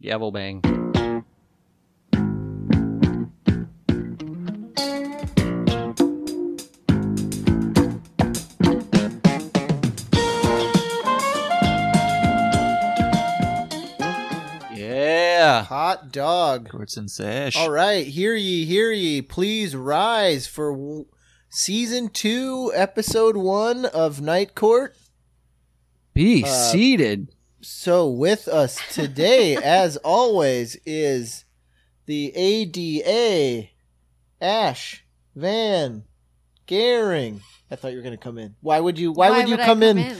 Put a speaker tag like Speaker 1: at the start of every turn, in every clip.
Speaker 1: Gavel bang. Yeah.
Speaker 2: Hot dog.
Speaker 3: Courts and Sash.
Speaker 2: All right, hear ye, hear ye. Please rise for w- season two, episode one of Night Court.
Speaker 1: Be
Speaker 2: Uh,
Speaker 1: seated.
Speaker 2: So, with us today, as always, is the ADA, Ash Van Garing. I thought you were going to come in. Why would you? Why, would you
Speaker 4: I
Speaker 2: come, in?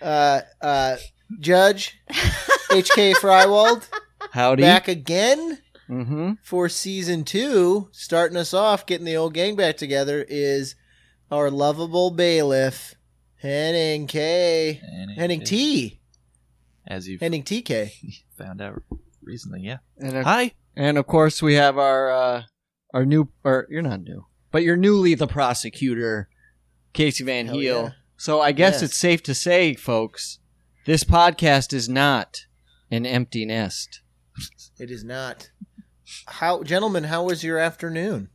Speaker 2: Uh, uh, Judge HK Frywald
Speaker 1: Howdy.
Speaker 2: back again.
Speaker 1: Mm-hmm.
Speaker 2: for season two, starting us off, getting the old gang back together, is our lovable bailiff, Henning K.
Speaker 3: Henning,
Speaker 2: Henning T.
Speaker 3: As you
Speaker 2: Henning TK.
Speaker 3: found out recently, yeah.
Speaker 1: And of,
Speaker 3: Hi.
Speaker 1: and of course we have our uh, our new or you're not new, but you're newly the prosecutor, Casey Van
Speaker 2: Hell
Speaker 1: Heel.
Speaker 2: yeah.
Speaker 1: So I guess
Speaker 2: Yes.
Speaker 1: it's safe to say, folks, this podcast is not an empty nest.
Speaker 2: It is not. How, gentlemen, how was your afternoon?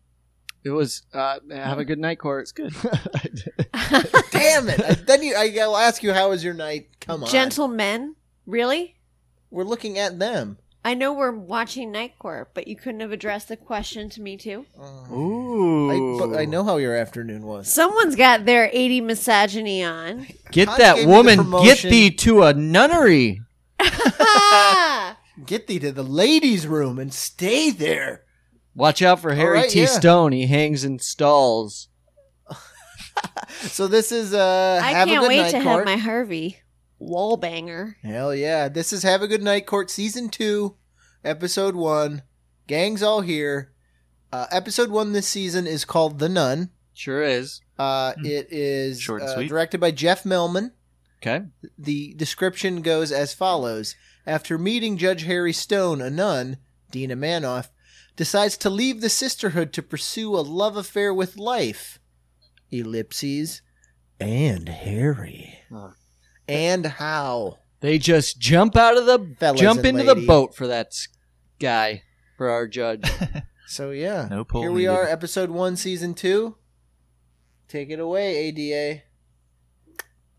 Speaker 1: It was uh, have a good night, Court. It's good.
Speaker 2: Damn it! I, then you, I, I'll ask you, how was your night? Come on,
Speaker 4: Gentlemen, really?
Speaker 2: We're looking at them.
Speaker 4: I know we're watching Night Court, but you couldn't have addressed the question to me too.
Speaker 1: Ooh,
Speaker 2: I, but I know how your afternoon was.
Speaker 4: Someone's got their 80 misogyny on.
Speaker 1: Get
Speaker 2: Connie
Speaker 1: that
Speaker 2: gave me the
Speaker 1: woman. get
Speaker 2: promotion.
Speaker 1: thee to a nunnery.
Speaker 4: Ah!
Speaker 2: Get thee to the ladies' room and stay there.
Speaker 1: Watch out for Harry
Speaker 2: right,
Speaker 1: T.
Speaker 2: yeah.
Speaker 1: Stone. He hangs in stalls.
Speaker 2: So this is uh.
Speaker 4: I
Speaker 2: have a
Speaker 4: can't
Speaker 2: good
Speaker 4: wait
Speaker 2: night,
Speaker 4: to
Speaker 2: Court.
Speaker 4: have my Harvey wall banger.
Speaker 2: Hell yeah. This is Have a Good Night Court Season 2, Episode 1. Gang's all here. Uh, episode 1 this season is called The Nun.
Speaker 1: Sure is.
Speaker 2: Uh, it is
Speaker 3: Hmm. Short and
Speaker 2: uh,
Speaker 3: sweet.
Speaker 2: directed by Jeff Melman.
Speaker 1: Okay.
Speaker 2: The description goes as follows After meeting Judge Harry Stone, a nun, Dina Manoff, decides to leave the sisterhood to pursue a love affair with life. Ellipses. And Harry.
Speaker 1: Oh.
Speaker 2: And how.
Speaker 1: They just jump out of the
Speaker 2: Fellas
Speaker 1: jump
Speaker 2: and
Speaker 1: into
Speaker 2: lady.
Speaker 1: the boat for that s- guy for our judge.
Speaker 2: So yeah,
Speaker 3: No poll
Speaker 2: Here we
Speaker 3: needed.
Speaker 2: are, episode one, season two. Take it away, ADA.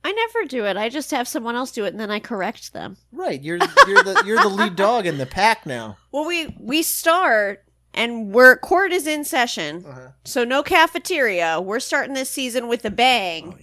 Speaker 4: I never do it. I just have someone else do it and then I correct them.
Speaker 2: Right, you're you're the you're the lead dog in the pack now.
Speaker 4: Well, we we start and we're court is in session.
Speaker 2: Uh-huh.
Speaker 4: So no cafeteria. We're starting this season with a bang.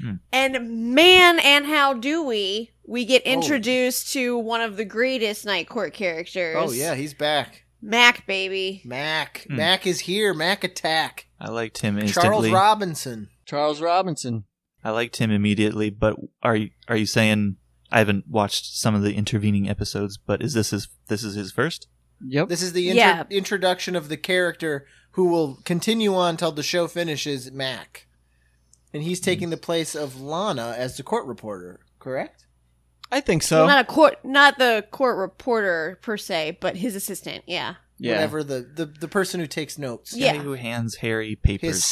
Speaker 2: yeah,
Speaker 4: And man, and how do we? We get
Speaker 2: Oh.
Speaker 4: introduced to one of the greatest Night Court characters.
Speaker 2: oh yeah, he's back.
Speaker 4: Mac baby.
Speaker 2: Mac,
Speaker 3: Hmm.
Speaker 2: Mac is here. Mac attack.
Speaker 3: I liked him
Speaker 2: Charles
Speaker 3: instantly.
Speaker 2: Robinson.
Speaker 1: Charles Robinson.
Speaker 3: I liked him immediately, but are you are you saying I haven't watched some of the intervening episodes, but is this his this is his first?
Speaker 1: Yep.
Speaker 2: This is the intro-
Speaker 4: Yeah.
Speaker 2: introduction of the character who will continue on till the show finishes. Mac, and he's taking the place of Lana as the court reporter. Correct.
Speaker 1: I think
Speaker 4: Well,
Speaker 1: so.
Speaker 4: not a court, not the court reporter per se, but his assistant. Yeah.
Speaker 1: yeah.
Speaker 2: Whatever the, the the person who takes notes.
Speaker 4: Yeah.
Speaker 3: Guy who hands Harry papers.
Speaker 2: His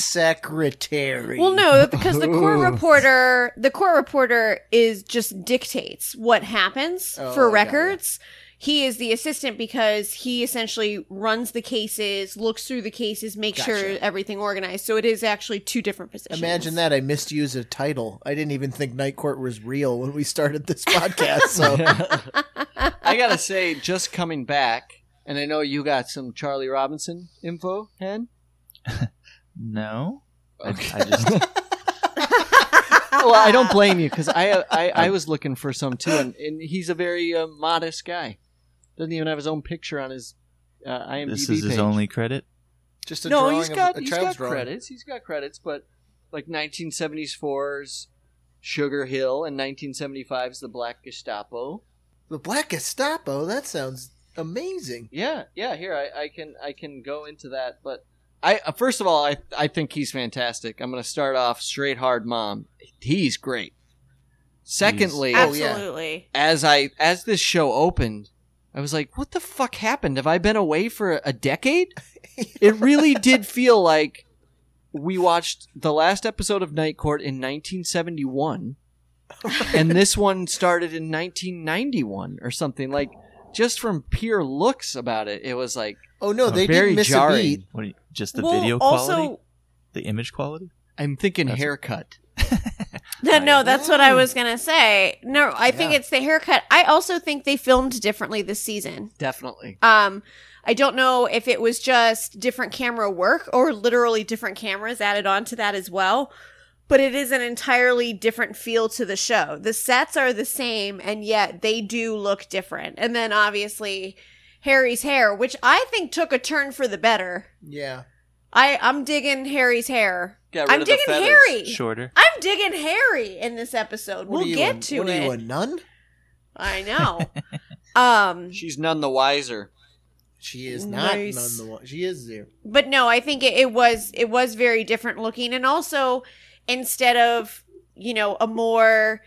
Speaker 2: secretary.
Speaker 4: Well, no, because the court
Speaker 2: Oh.
Speaker 1: Ooh.
Speaker 4: reporter, the court reporter is just dictates what happens
Speaker 2: Oh, I got
Speaker 4: for
Speaker 2: ya.
Speaker 4: records. He is the assistant because he essentially runs the cases, looks through the cases, makes sure
Speaker 2: Gotcha.
Speaker 4: everything organized. So it is actually two different positions.
Speaker 2: Imagine that I misused a title. I didn't even think Night Court was real when we started this podcast. So Oh,
Speaker 1: I gotta say, just coming back, and I know you got some Charlie Robinson info, Hen.
Speaker 3: no. I, I just
Speaker 1: Well, I don't blame you because I, I I was looking for some too, and, and he's a very uh, modest guy. Doesn't even have his own picture on his uh, IMDb
Speaker 3: this is his
Speaker 1: page.
Speaker 3: only credit.
Speaker 2: just a
Speaker 1: no,
Speaker 2: drawing
Speaker 1: Oh, he's
Speaker 2: of
Speaker 1: got
Speaker 2: a
Speaker 1: he's
Speaker 2: child's
Speaker 1: got
Speaker 2: drawing.
Speaker 1: credits. He's got credits, but like 1974's Sugar Hill and 1975's The Black Gestapo.
Speaker 2: The Black Gestapo. That sounds amazing.
Speaker 1: Yeah, yeah. Here I, I can I can go into that, but I uh, first of all I I think he's fantastic. I'm going to start off straight hard mom. He's great. Secondly,
Speaker 2: Oh, yeah.
Speaker 4: Absolutely.
Speaker 1: as I as this show opened, I was like, "What the fuck happened? Have I been away for a decade?" it really did feel like we watched the last episode of Night Court in 1971, and this one started in 1991 or something. Like just from pure looks about it, it was like
Speaker 2: Oh no,
Speaker 1: uh,
Speaker 2: they
Speaker 1: very
Speaker 2: didn't miss
Speaker 1: jarring.
Speaker 2: a beat.
Speaker 3: What do you- just the
Speaker 4: well,
Speaker 3: video
Speaker 4: also,
Speaker 3: quality, the image quality.
Speaker 1: I'm thinking
Speaker 3: That's-
Speaker 1: haircut.
Speaker 4: No, no, that's what I was gonna say. No, I think
Speaker 2: Yeah.
Speaker 4: it's the haircut. I also think they filmed differently this season.
Speaker 1: Definitely.
Speaker 4: Um, I don't know if it was just different camera work or literally different cameras added on to that as well. But it is an entirely different feel to the show. The sets are the same, and yet they do look different. And then obviously Harry's hair, which I think took a turn for the better.
Speaker 2: Yeah.
Speaker 4: I I'm digging Harry's hair.
Speaker 1: Got rid
Speaker 4: I'm
Speaker 1: of the
Speaker 4: digging
Speaker 1: feathers.
Speaker 4: Harry.
Speaker 3: Shorter.
Speaker 4: I'm digging Harry in this episode.
Speaker 2: What are
Speaker 4: we'll
Speaker 2: you,
Speaker 4: get
Speaker 2: a-
Speaker 4: to
Speaker 2: what
Speaker 4: it.
Speaker 2: Are you a nun?
Speaker 4: I know. um
Speaker 1: She's none the wiser.
Speaker 2: She is not
Speaker 4: Nice.
Speaker 2: none the one. She is there.
Speaker 4: but no, I think it, it was it was very different looking and also instead of, you know, a more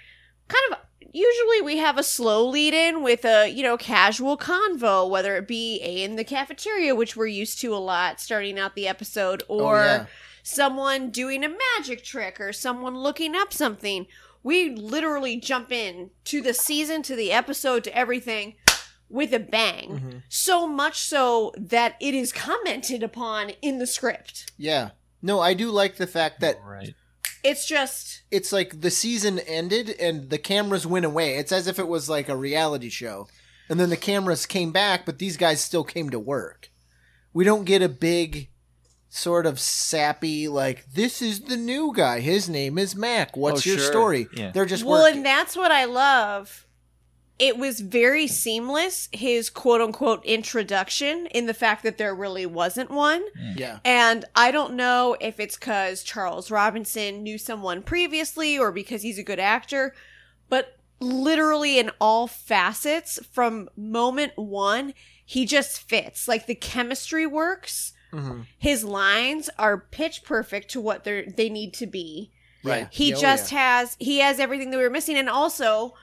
Speaker 4: kind of usually we have a slow lead in with a, you know, casual convo, whether it be in the cafeteria, which we're used to a lot starting out the episode, or
Speaker 2: oh, yeah.
Speaker 4: someone doing a magic trick or someone looking up something. We literally jump in to the season, to the episode, to everything with a bang.
Speaker 2: Mhm.
Speaker 4: So much so that it is commented upon in the script.
Speaker 2: yeah. No, I do like the fact that
Speaker 3: right.
Speaker 4: It's just
Speaker 2: it's like the season ended and the cameras went away. It's as if it was like a reality show. And then the cameras came back, but these guys still came to work. We don't get a big sort of sappy like this is the new guy. His name is Mac. What's
Speaker 1: Oh,
Speaker 2: your
Speaker 1: sure.
Speaker 2: story?
Speaker 3: Yeah.
Speaker 2: They're just
Speaker 4: well,
Speaker 2: working.
Speaker 4: and that's what I love. It was very seamless, his quote unquote introduction, in the fact that there really wasn't one.
Speaker 2: yeah.
Speaker 4: And I don't know if it's because Charles Robinson knew someone previously or because he's a good actor, but literally in all facets from moment one, he just fits. Like the chemistry works.
Speaker 2: Mm-hmm.
Speaker 4: His lines are pitch perfect to what they they need to be.
Speaker 1: Right.
Speaker 4: He just has he has everything that we were missing. And also,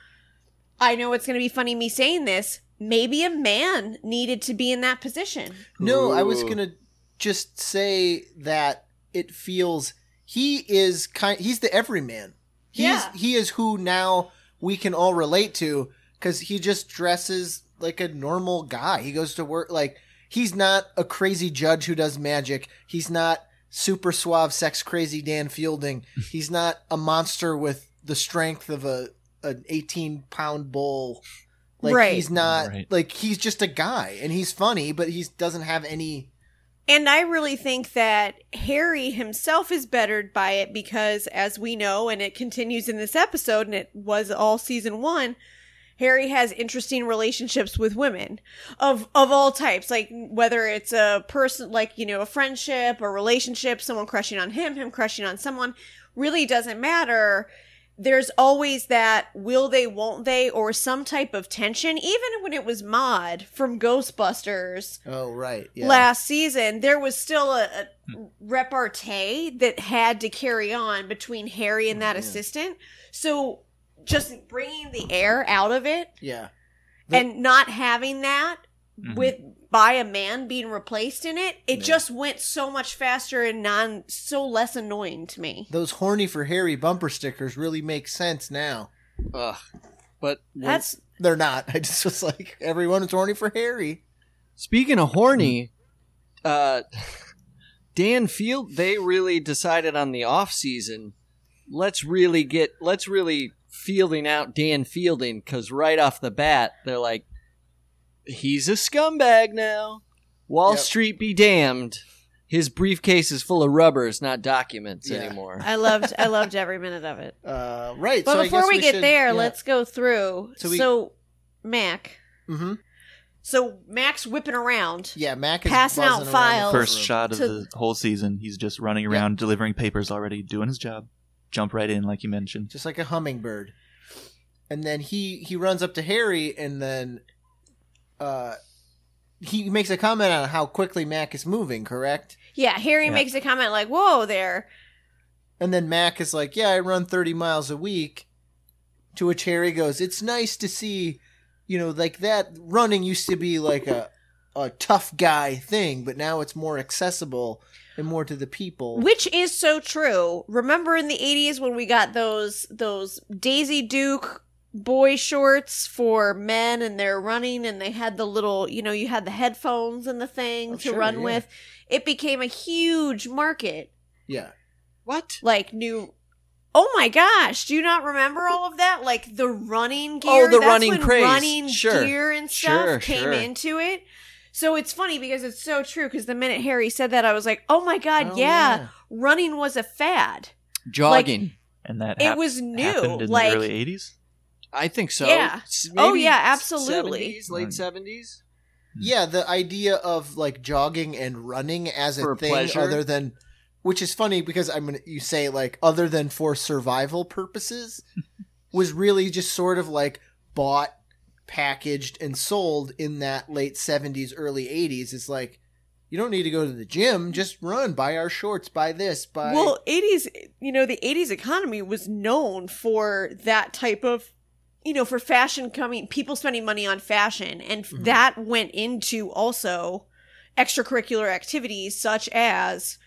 Speaker 4: I know it's going to be funny me saying this. Maybe a man needed to be in that position.
Speaker 2: No, I was
Speaker 1: Ooh.
Speaker 2: gonna just say that it feels he is kind. He's the everyman. He's
Speaker 4: Yeah.
Speaker 2: he is who now we can all relate to because he just dresses like a normal guy. He goes to work like he's not a crazy judge who does magic. He's not super suave, sex crazy Dan Fielding. He's not a monster with the strength of a an eighteen pound bull. Like
Speaker 4: Right.
Speaker 2: he's not
Speaker 3: Right.
Speaker 2: like he's just a guy and he's funny, but he doesn't have any.
Speaker 4: And I really think that Harry himself is bettered by it because, as we know, and it continues in this episode, and it was all season one. Harry has interesting relationships with women of of all types, like whether it's a person, like you know, a friendship, a relationship, someone crushing on him, him crushing on someone, really doesn't matter. There's always that will they, won't they, or some type of tension. Even when it was Maud from Ghostbusters,
Speaker 2: Oh right, yeah.
Speaker 4: last season, there was still a, a repartee that had to carry on between Harry and that
Speaker 2: Yeah.
Speaker 4: assistant. So just bringing the air out of it
Speaker 2: yeah, The-
Speaker 4: and not having that
Speaker 3: Mhm.
Speaker 4: with by a man being replaced in it, it
Speaker 2: Yeah.
Speaker 4: just went so much faster and non so less annoying to me.
Speaker 2: those horny for Harry bumper stickers really make sense now.
Speaker 1: Ugh. But when-
Speaker 4: That's
Speaker 2: They're not. I just was like, everyone was horny for Harry.
Speaker 1: speaking of horny,
Speaker 2: Hmm.
Speaker 1: uh, Dan Field, they really decided on the off season. Let's really get. Let's really fielding out Dan Fielding because right off the bat, they're like, he's a scumbag now. Wall
Speaker 2: Yep.
Speaker 1: Street be damned. His briefcase is full of rubbers, not documents
Speaker 2: Yeah.
Speaker 1: anymore.
Speaker 4: I loved I loved every minute of it.
Speaker 2: Uh, right.
Speaker 4: But
Speaker 2: so I
Speaker 4: before
Speaker 2: guess
Speaker 4: we, get
Speaker 2: should-
Speaker 4: there,
Speaker 2: yeah.
Speaker 4: let's go through.
Speaker 2: So
Speaker 4: So,
Speaker 2: we-
Speaker 4: Mac.
Speaker 2: Mhm.
Speaker 4: So Mac's whipping around.
Speaker 2: Yeah, Mac is
Speaker 4: Passing
Speaker 2: buzzing
Speaker 4: out
Speaker 2: around the
Speaker 4: files.
Speaker 3: First
Speaker 2: room.
Speaker 3: shot of
Speaker 4: to-
Speaker 3: the whole season, he's just running
Speaker 2: Yeah.
Speaker 3: around delivering papers already, doing his job. Jump right in, like you mentioned.
Speaker 2: just like a hummingbird. And then he he runs up to Harry, and then uh, he makes a comment on how quickly Mac is moving. Correct.
Speaker 4: Yeah, Harry
Speaker 3: Yeah.
Speaker 4: makes a comment like, "Whoa there."
Speaker 2: And then Mac is like, "Yeah, I run 30 miles a week." To which Harry goes, "It's nice to see, you know, like that running used to be like a a tough guy thing, but now it's more accessible and more to the people."
Speaker 4: Which is so true. Remember in the 80s when we got those those Daisy Duke boy shorts for men and they're running and they had the little, you know, you had the headphones and the thing
Speaker 2: Oh,
Speaker 4: to
Speaker 2: sure,
Speaker 4: run
Speaker 2: yeah.
Speaker 4: with. It became a huge market.
Speaker 2: Yeah.
Speaker 1: What?
Speaker 4: Like new Oh my gosh, do you not remember all of that? Like the running
Speaker 1: Oh,
Speaker 4: gear.
Speaker 1: the
Speaker 4: that's
Speaker 1: running
Speaker 4: when
Speaker 1: craze.
Speaker 4: running
Speaker 1: Sure.
Speaker 4: gear and stuff
Speaker 1: Sure,
Speaker 4: came
Speaker 1: sure.
Speaker 4: into it. So it's funny because it's so true because the minute Harry said that I was like, "Oh my god,
Speaker 2: Oh,
Speaker 4: yeah, running was a fad."
Speaker 1: Jogging.
Speaker 3: and that
Speaker 4: It
Speaker 3: hap-
Speaker 4: was new.
Speaker 3: happened in
Speaker 4: like
Speaker 3: the early '80s.
Speaker 1: I think so.
Speaker 4: Yeah.
Speaker 1: S-
Speaker 4: Oh,
Speaker 1: maybe
Speaker 4: yeah, absolutely.
Speaker 1: 70s, late
Speaker 3: Mm.
Speaker 1: 70s. Mm.
Speaker 2: Yeah, the idea of like jogging and running as a
Speaker 1: For
Speaker 2: thing
Speaker 1: pleasure.
Speaker 2: other than which is funny because I'm gonna you say like other than for survival purposes was really just sort of like bought, packaged, and sold in that late seventies, early eighties. It's like you don't need to go to the gym, just run, buy our shorts, buy this, buy
Speaker 4: Well, 80s, you know, the 80s economy was known for that type of, you know, for fashion coming, people spending money on fashion. And
Speaker 3: Mm-hmm.
Speaker 2: Mhm.
Speaker 4: that went into also extracurricular activities such as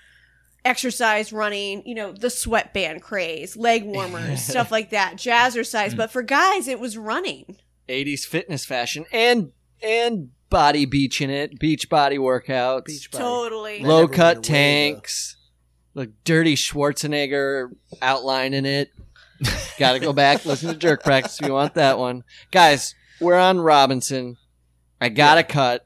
Speaker 4: exercise, running, you know, the sweatband craze, leg warmers, stuff like that, jazzercise.
Speaker 3: Mm.
Speaker 4: But for guys, it was running.
Speaker 1: 80s fitness fashion and and body beach in it, beach body workouts,
Speaker 2: beach body.
Speaker 4: Totally.
Speaker 1: low
Speaker 2: Lo- That never went
Speaker 1: cut
Speaker 2: away,
Speaker 1: tanks, the dirty Schwarzenegger outline in it. Got to go back listen to jerk practice if you want that one, guys. We're on Robinson. I gotta cut,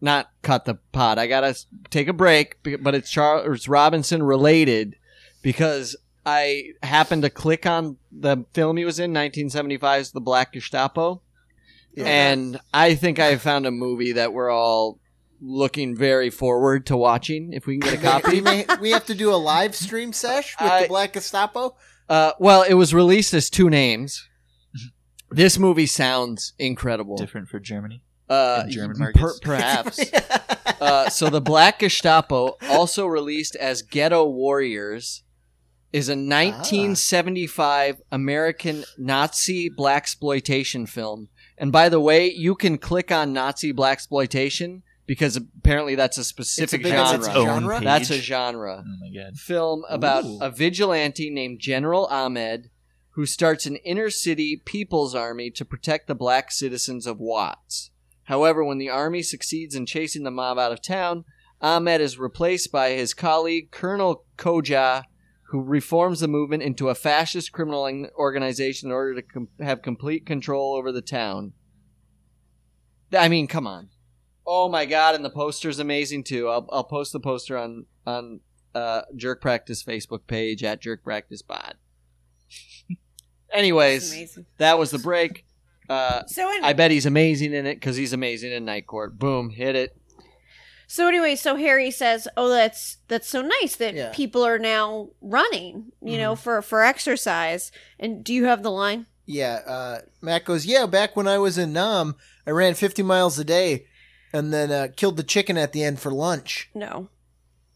Speaker 1: not cut the pod. I gotta s- take a break, be- but it's Charles Robinson related because I happened to click on the film he was in, 1975's The Black Gestapo.
Speaker 2: Yeah.
Speaker 1: And I think I found a movie that we're all looking very forward to watching if we can get a copy.
Speaker 2: we, may, we have to do a live stream sesh with
Speaker 1: I-
Speaker 2: the Black Gestapo.
Speaker 1: Uh, well, it was released as two names. This movie sounds incredible.
Speaker 3: Different for Germany.
Speaker 1: Uh,
Speaker 3: in German
Speaker 1: per-
Speaker 3: markets.
Speaker 1: perhaps. uh, so the Black Gestapo, also released as Ghetto Warriors, is a 1975
Speaker 2: Ah.
Speaker 1: American Nazi black exploitation film. And by the way, you can click on Nazi black exploitation because apparently that's a
Speaker 2: It's a
Speaker 1: specific
Speaker 2: big
Speaker 1: genre.
Speaker 2: It's a
Speaker 3: Own
Speaker 2: genre.
Speaker 3: page.
Speaker 1: That's a genre.
Speaker 3: Oh my god.
Speaker 1: Film about
Speaker 2: Ooh.
Speaker 1: a vigilante named General Ahmed who starts an inner city people's army to protect the black citizens of Watts. However, when the army succeeds in chasing the mob out of town, Ahmed is replaced by his colleague Colonel Koja, who reforms the movement into a fascist criminal en- organization in order to com- have complete control over the town. Th- I mean, come on. Oh my god, and the poster's amazing too. I'll, I'll post the poster on on uh, Jerk Practice Facebook page at Jerk Practice Pod.
Speaker 4: It's
Speaker 1: Anyways,
Speaker 4: amazing.
Speaker 1: that was the break. Uh,
Speaker 4: So, anyway.
Speaker 1: I bet he's amazing in it because he's amazing in Night Court. Boom, hit it.
Speaker 4: So anyway, so Harry says, "Oh, that's that's so nice that
Speaker 2: Yeah. Mm-hmm.
Speaker 4: people are now running, you know, for for exercise." And do you have the line?
Speaker 2: Yeah, uh, Matt goes, Yeah, back when I was in Nam, I ran 50 miles a day and then uh, killed the chicken at the end for lunch.
Speaker 4: No,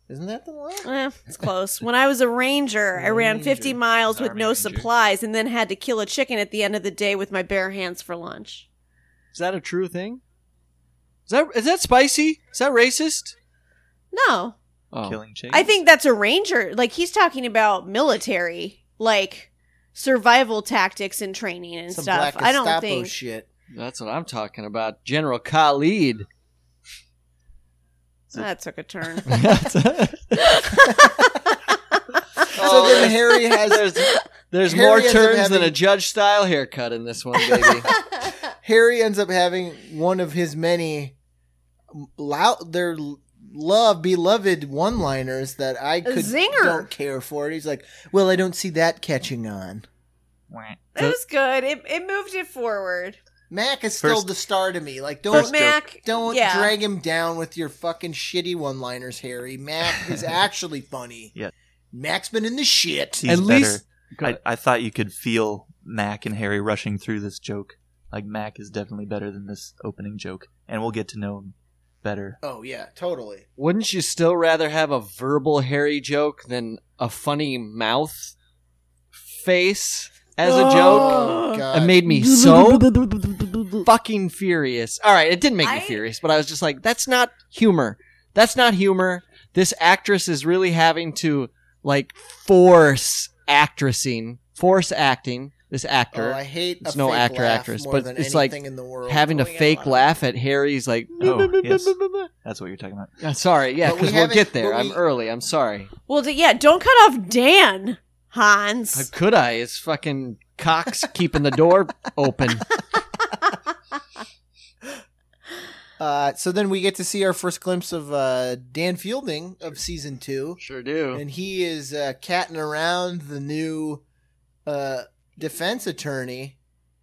Speaker 2: Isn't that the line?
Speaker 4: eh, it's close. when I was a ranger, I ran fifty
Speaker 3: Ranger.
Speaker 4: miles with
Speaker 3: Army
Speaker 4: no
Speaker 3: ranger.
Speaker 4: supplies, and then had to kill a chicken at the end of the day with my bare hands for lunch.
Speaker 1: Is that a true thing? Is that is that spicy? Is that racist?
Speaker 4: No,
Speaker 1: Oh.
Speaker 3: Killing chickens.
Speaker 4: I think that's a ranger. Like he's talking about military, like survival tactics and training and
Speaker 2: Some
Speaker 4: stuff.
Speaker 2: Black
Speaker 4: I don't
Speaker 2: Gestapo
Speaker 4: think.
Speaker 2: shit.
Speaker 1: That's what I'm talking about. General Khalid.
Speaker 4: That took a turn.
Speaker 2: so then
Speaker 1: Oh, there's
Speaker 2: Harry has
Speaker 1: there's, there's
Speaker 2: Harry
Speaker 1: more
Speaker 2: ends up
Speaker 1: turns than
Speaker 2: having-
Speaker 1: a judge style haircut in this one, baby.
Speaker 2: Harry ends up having one of his many loud their love beloved one liners that I could
Speaker 4: zinger.
Speaker 2: don't care for. He's like, Well, I don't see that catching on.
Speaker 3: Wah.
Speaker 4: It was good. It, it moved it forward.
Speaker 2: Mac is still
Speaker 3: First-
Speaker 2: the star to me. Like don't
Speaker 4: But Mac,
Speaker 2: Don't
Speaker 4: yeah.
Speaker 2: drag him down with your fucking shitty one liners, Harry. Mac is actually funny.
Speaker 3: Yeah.
Speaker 2: Mac's been in the shit.
Speaker 3: He's
Speaker 1: At
Speaker 3: better.
Speaker 1: least- Go
Speaker 3: I,
Speaker 1: ahead.
Speaker 3: I thought you could feel Mac and Harry rushing through this joke. Like Mac is definitely better than this opening joke, and we'll get to know him better.
Speaker 2: Oh yeah, totally.
Speaker 1: Wouldn't you still rather have a verbal Harry joke than a funny mouth face as a joke? Oh, It
Speaker 2: Oh, God.
Speaker 1: made me so fucking furious. All right, it didn't make me
Speaker 4: I-
Speaker 1: furious, but I was just like, that's not humor. That's not humor. This actress is really having to like force actressing, force acting this
Speaker 2: Oh,
Speaker 1: actor
Speaker 2: I hate
Speaker 1: It's
Speaker 2: a
Speaker 1: no
Speaker 2: fake
Speaker 1: actor,
Speaker 2: laugh
Speaker 1: actress,
Speaker 2: more
Speaker 1: but
Speaker 2: than
Speaker 1: it's like
Speaker 2: anything in the world.
Speaker 1: having to
Speaker 4: going
Speaker 1: fake
Speaker 4: on.
Speaker 1: laugh at Harry's like.
Speaker 3: Oh, yes. That's what you're talking about.
Speaker 1: Uh, sorry, yeah,
Speaker 2: But we
Speaker 1: because we will
Speaker 2: haven't-
Speaker 1: get there.
Speaker 2: but
Speaker 1: I'm
Speaker 2: we-
Speaker 1: early. I'm sorry.
Speaker 4: Well, d- yeah, don't cut off Dan,
Speaker 1: How
Speaker 4: Hans.
Speaker 1: Uh, could I? It's fucking Cox keeping the door open.
Speaker 2: Uh, so then we get to see our first glimpse of uh, Dan Fielding of season two,
Speaker 1: Sure do.
Speaker 2: and he is uh, catting around the new uh, defense attorney.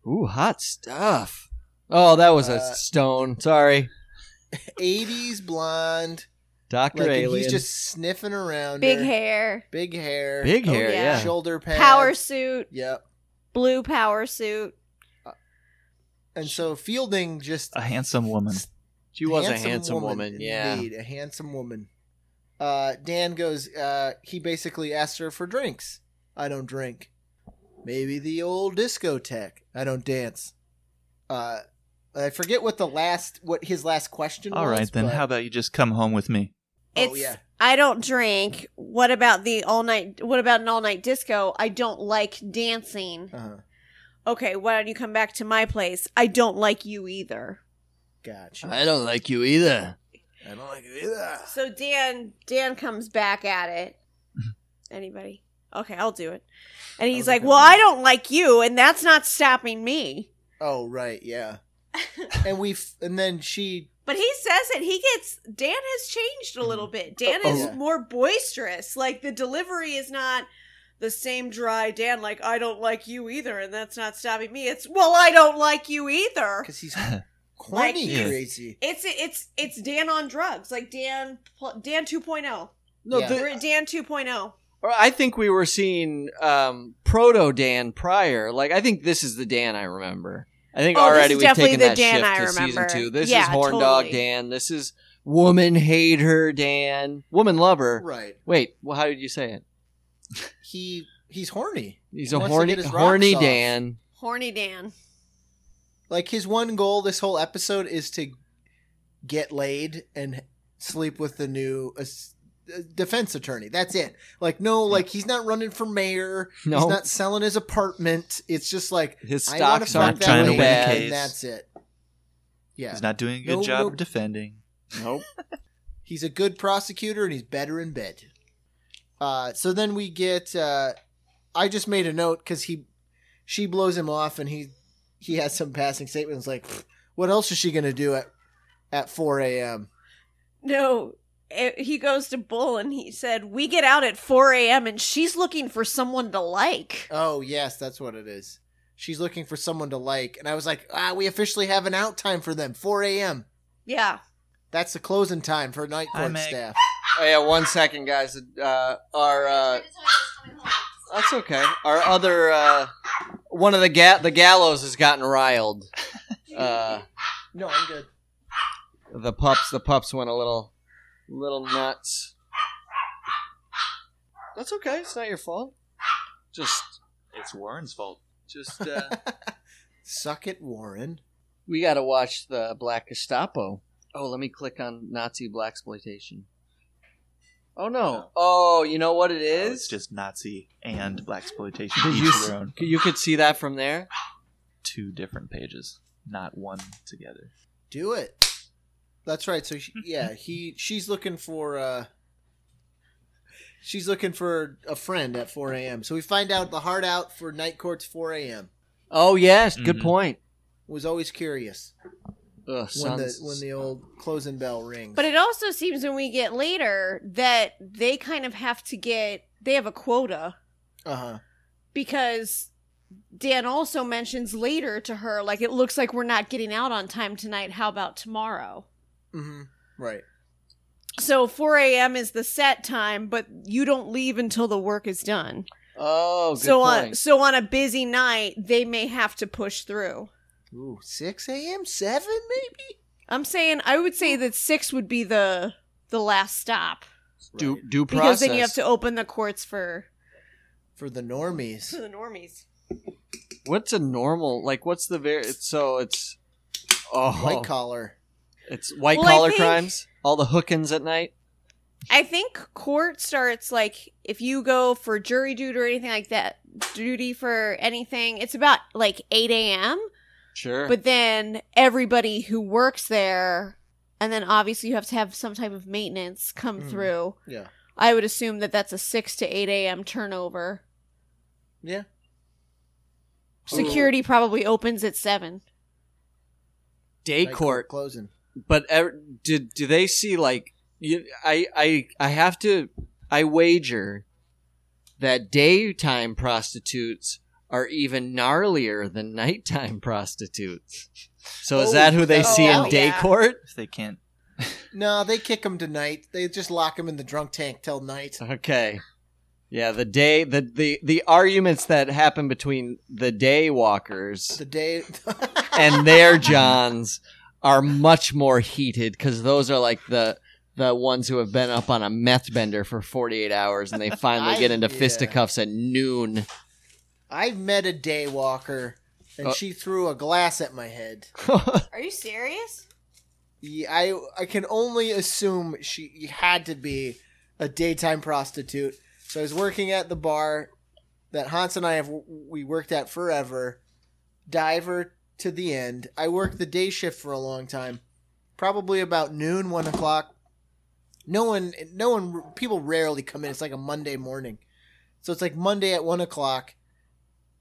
Speaker 1: Ooh, hot stuff. Oh, that was a
Speaker 2: Uh,
Speaker 1: stone. Sorry,
Speaker 2: 80s blonde.
Speaker 1: Doctor
Speaker 2: Like, and
Speaker 1: Alien.
Speaker 2: he's just sniffing around.
Speaker 4: Big
Speaker 2: her.
Speaker 4: hair,
Speaker 2: Big hair.
Speaker 1: big
Speaker 4: Oh,
Speaker 1: hair.
Speaker 4: yeah.
Speaker 1: yeah.
Speaker 2: Shoulder pads.
Speaker 4: power suit,
Speaker 2: Yep.
Speaker 4: blue power suit.
Speaker 2: And so Fielding just
Speaker 3: A handsome woman.
Speaker 1: She was a handsome woman. yeah.
Speaker 2: Indeed, a handsome woman. Uh, Dan goes, uh, he basically asks her for drinks. I don't drink. Maybe the old discotheque. I don't dance. Uh, I forget what the last, what his last question
Speaker 3: All
Speaker 2: was.
Speaker 3: right, then
Speaker 2: but-
Speaker 3: how about you just come home with me?
Speaker 2: Oh,
Speaker 4: It's
Speaker 2: yeah.
Speaker 4: I don't drink. What about the all night? What about an all night disco? I don't like dancing.
Speaker 2: Uh-huh.
Speaker 4: Okay, why don't you come back to my place? I don't like you either.
Speaker 2: Gotcha.
Speaker 1: I don't like you either.
Speaker 2: I don't like it either.
Speaker 4: So Dan Dan comes back at it. Anybody? Okay, I'll do it. And he's
Speaker 2: was a
Speaker 4: like,
Speaker 2: good
Speaker 4: "Well,
Speaker 2: one.
Speaker 4: I don't like you, and that's not stopping me."
Speaker 2: Oh, right, yeah. and we, f- and then she,
Speaker 4: But he says it. He gets Dan has changed a little bit. Dan
Speaker 2: Oh,
Speaker 4: is
Speaker 2: yeah.
Speaker 4: more boisterous. Like the delivery is not the same dry Dan. Like I don't like you either, and that's not stopping me. It's well, I don't like you either.
Speaker 2: because he's
Speaker 4: Like
Speaker 2: corny
Speaker 3: he's-
Speaker 2: crazy.
Speaker 4: It's it's it's Dan on drugs. Like Dan pl- Dan 2.0.
Speaker 1: No,
Speaker 2: Yeah.
Speaker 1: the-
Speaker 4: We're at Dan oh. 2.0.
Speaker 1: or I think we were seeing um, proto Dan prior. Like I think this is the Dan I remember. I think
Speaker 4: Oh, this
Speaker 1: already
Speaker 4: is
Speaker 1: we've
Speaker 4: definitely
Speaker 1: taken
Speaker 4: the
Speaker 1: that
Speaker 4: Dan
Speaker 1: shift
Speaker 4: I
Speaker 1: to season
Speaker 4: remember.
Speaker 1: two. This
Speaker 4: Yeah,
Speaker 1: is horn dog
Speaker 4: totally.
Speaker 1: Dan. This is woman hater Dan. Woman lover.
Speaker 2: Right.
Speaker 1: Wait, well, how did you say it?
Speaker 2: He, he's horny.
Speaker 1: He's
Speaker 2: He
Speaker 1: a
Speaker 2: wants to
Speaker 1: horny,
Speaker 2: get his rocks
Speaker 1: horny
Speaker 2: off.
Speaker 1: Dan.
Speaker 4: Horny Dan.
Speaker 2: Like his one goal this whole episode is to get laid and sleep with the new uh, s- uh, defense attorney. That's it. Like no, like he's not running for mayor.
Speaker 1: No,
Speaker 2: He's not selling his apartment. It's just like
Speaker 1: his
Speaker 2: I want
Speaker 1: stocks
Speaker 2: to fuck
Speaker 1: aren't
Speaker 3: Not trying
Speaker 2: that
Speaker 3: to
Speaker 1: doing
Speaker 2: lady,
Speaker 3: win a
Speaker 1: bad.
Speaker 3: case.
Speaker 2: and that's it. Yeah,
Speaker 3: He's not doing a good
Speaker 2: No,
Speaker 3: job
Speaker 2: no.
Speaker 3: of defending.
Speaker 1: Nope.
Speaker 2: he's a good prosecutor and he's better in bed. Uh, so then we get. Uh, I just made a note because he, she blows him off and he, he has some passing statements like, "What else is she gonna do at, at four a.m."
Speaker 4: No, eh, he goes to Bull and he said, "We get out at 4 a.m. and she's looking for someone to like."
Speaker 2: Oh yes, that's what it is. She's looking for someone to like, and I was like, "Ah, we officially have an out time for them, four a.m.
Speaker 4: Yeah.
Speaker 2: That's the closing time for night
Speaker 3: Hi,
Speaker 2: court
Speaker 3: Meg.
Speaker 2: staff."
Speaker 1: Oh yeah, one second, guys. Uh, our uh, that's okay. Our other uh, one of the ga- the gallows has gotten riled. Uh,
Speaker 2: No, I'm good.
Speaker 1: the pups, the pups went a little, little nuts. That's okay. It's not your fault. Just,
Speaker 3: It's Warren's fault.
Speaker 1: just uh,
Speaker 2: Suck it, Warren.
Speaker 1: we got to watch the Black Gestapo. Oh, let me click on Nazi black exploitation. Oh no! Oh, you know what it is?
Speaker 3: It's just Nazi and black exploitation.
Speaker 1: Did
Speaker 3: Each
Speaker 1: you
Speaker 3: of
Speaker 1: s-
Speaker 3: their own.
Speaker 1: you could see that from there.
Speaker 3: Two different pages, not one together.
Speaker 2: Do it. That's right. So she, yeah, he she's looking for uh she's looking for a friend at 4 a.m. So we find out the hard out for night court's 4 a.m.
Speaker 1: Oh yes, good
Speaker 3: Mhm.
Speaker 1: point.
Speaker 2: Was always curious
Speaker 1: Ugh,
Speaker 2: when the
Speaker 1: sounds-
Speaker 2: when the old closing bell rings.
Speaker 4: But it also seems when we get later that they kind of have to get they have a quota
Speaker 2: uh huh.
Speaker 4: because Dan also mentions later to her like it looks like we're not getting out on time tonight. How about tomorrow?
Speaker 2: Mm-hmm. Right.
Speaker 4: So 4 a.m. is the set time, but you don't leave until the work is done.
Speaker 1: oh, good
Speaker 4: so uh, on
Speaker 1: point.
Speaker 4: so on a busy night, they may have to push through.
Speaker 2: Ooh, 6 a.m. Seven maybe.
Speaker 4: I'm saying I would say that six would be the the last stop
Speaker 1: due,
Speaker 2: Right.
Speaker 1: due
Speaker 4: because
Speaker 1: process.
Speaker 4: then you have to open the courts for
Speaker 2: for the normies.
Speaker 4: the normies.
Speaker 1: What's a normal? Like, what's the very? It's, so it's oh,
Speaker 2: White collar.
Speaker 1: it's white
Speaker 4: Well, I
Speaker 1: collar
Speaker 4: think-
Speaker 1: crimes. All the hookins at night.
Speaker 4: I think court starts like if you go for jury duty or anything like that, duty for anything. It's about like 8 a.m.
Speaker 1: Sure.
Speaker 4: But then everybody who works there, and then obviously you have to have some type of maintenance come
Speaker 2: Mhm.
Speaker 4: through.
Speaker 2: Yeah.
Speaker 4: I would assume that that's a 6 to 8 a.m. turnover.
Speaker 2: Yeah.
Speaker 4: Security probably opens at 7.
Speaker 1: day
Speaker 2: Night
Speaker 1: court
Speaker 2: closing.
Speaker 1: but ever, did do they see like you, I I I have to I wager that daytime prostitutes are even gnarlier than nighttime prostitutes. So is
Speaker 2: Oh,
Speaker 1: that who they
Speaker 2: without
Speaker 1: see
Speaker 2: a
Speaker 1: in
Speaker 2: doubt.
Speaker 1: day
Speaker 4: Yeah.
Speaker 1: court?
Speaker 3: If they can't,
Speaker 2: No, they kick him to night. They just lock him in the drunk tank till night.
Speaker 1: Okay. Yeah, the day the, the the arguments that happen between the day walkers
Speaker 2: The day.
Speaker 1: and their johns are much more heated cuz those are like the the ones who have been up on a meth bender for 48 hours and they finally
Speaker 2: I-
Speaker 1: get into
Speaker 2: yeah.
Speaker 1: fisticuffs at noon.
Speaker 2: I met a day walker, and
Speaker 1: Uh.
Speaker 2: she threw a glass at my head.
Speaker 4: Are you serious?
Speaker 2: Yeah, I I can only assume she had to be a daytime prostitute. So I was working at the bar that Hans and I have we worked at forever, diver to the end. I worked the day shift for a long time, probably about noon, one o'clock. No one, no one, people rarely come in. It's like a Monday morning, so it's like Monday at one o'clock.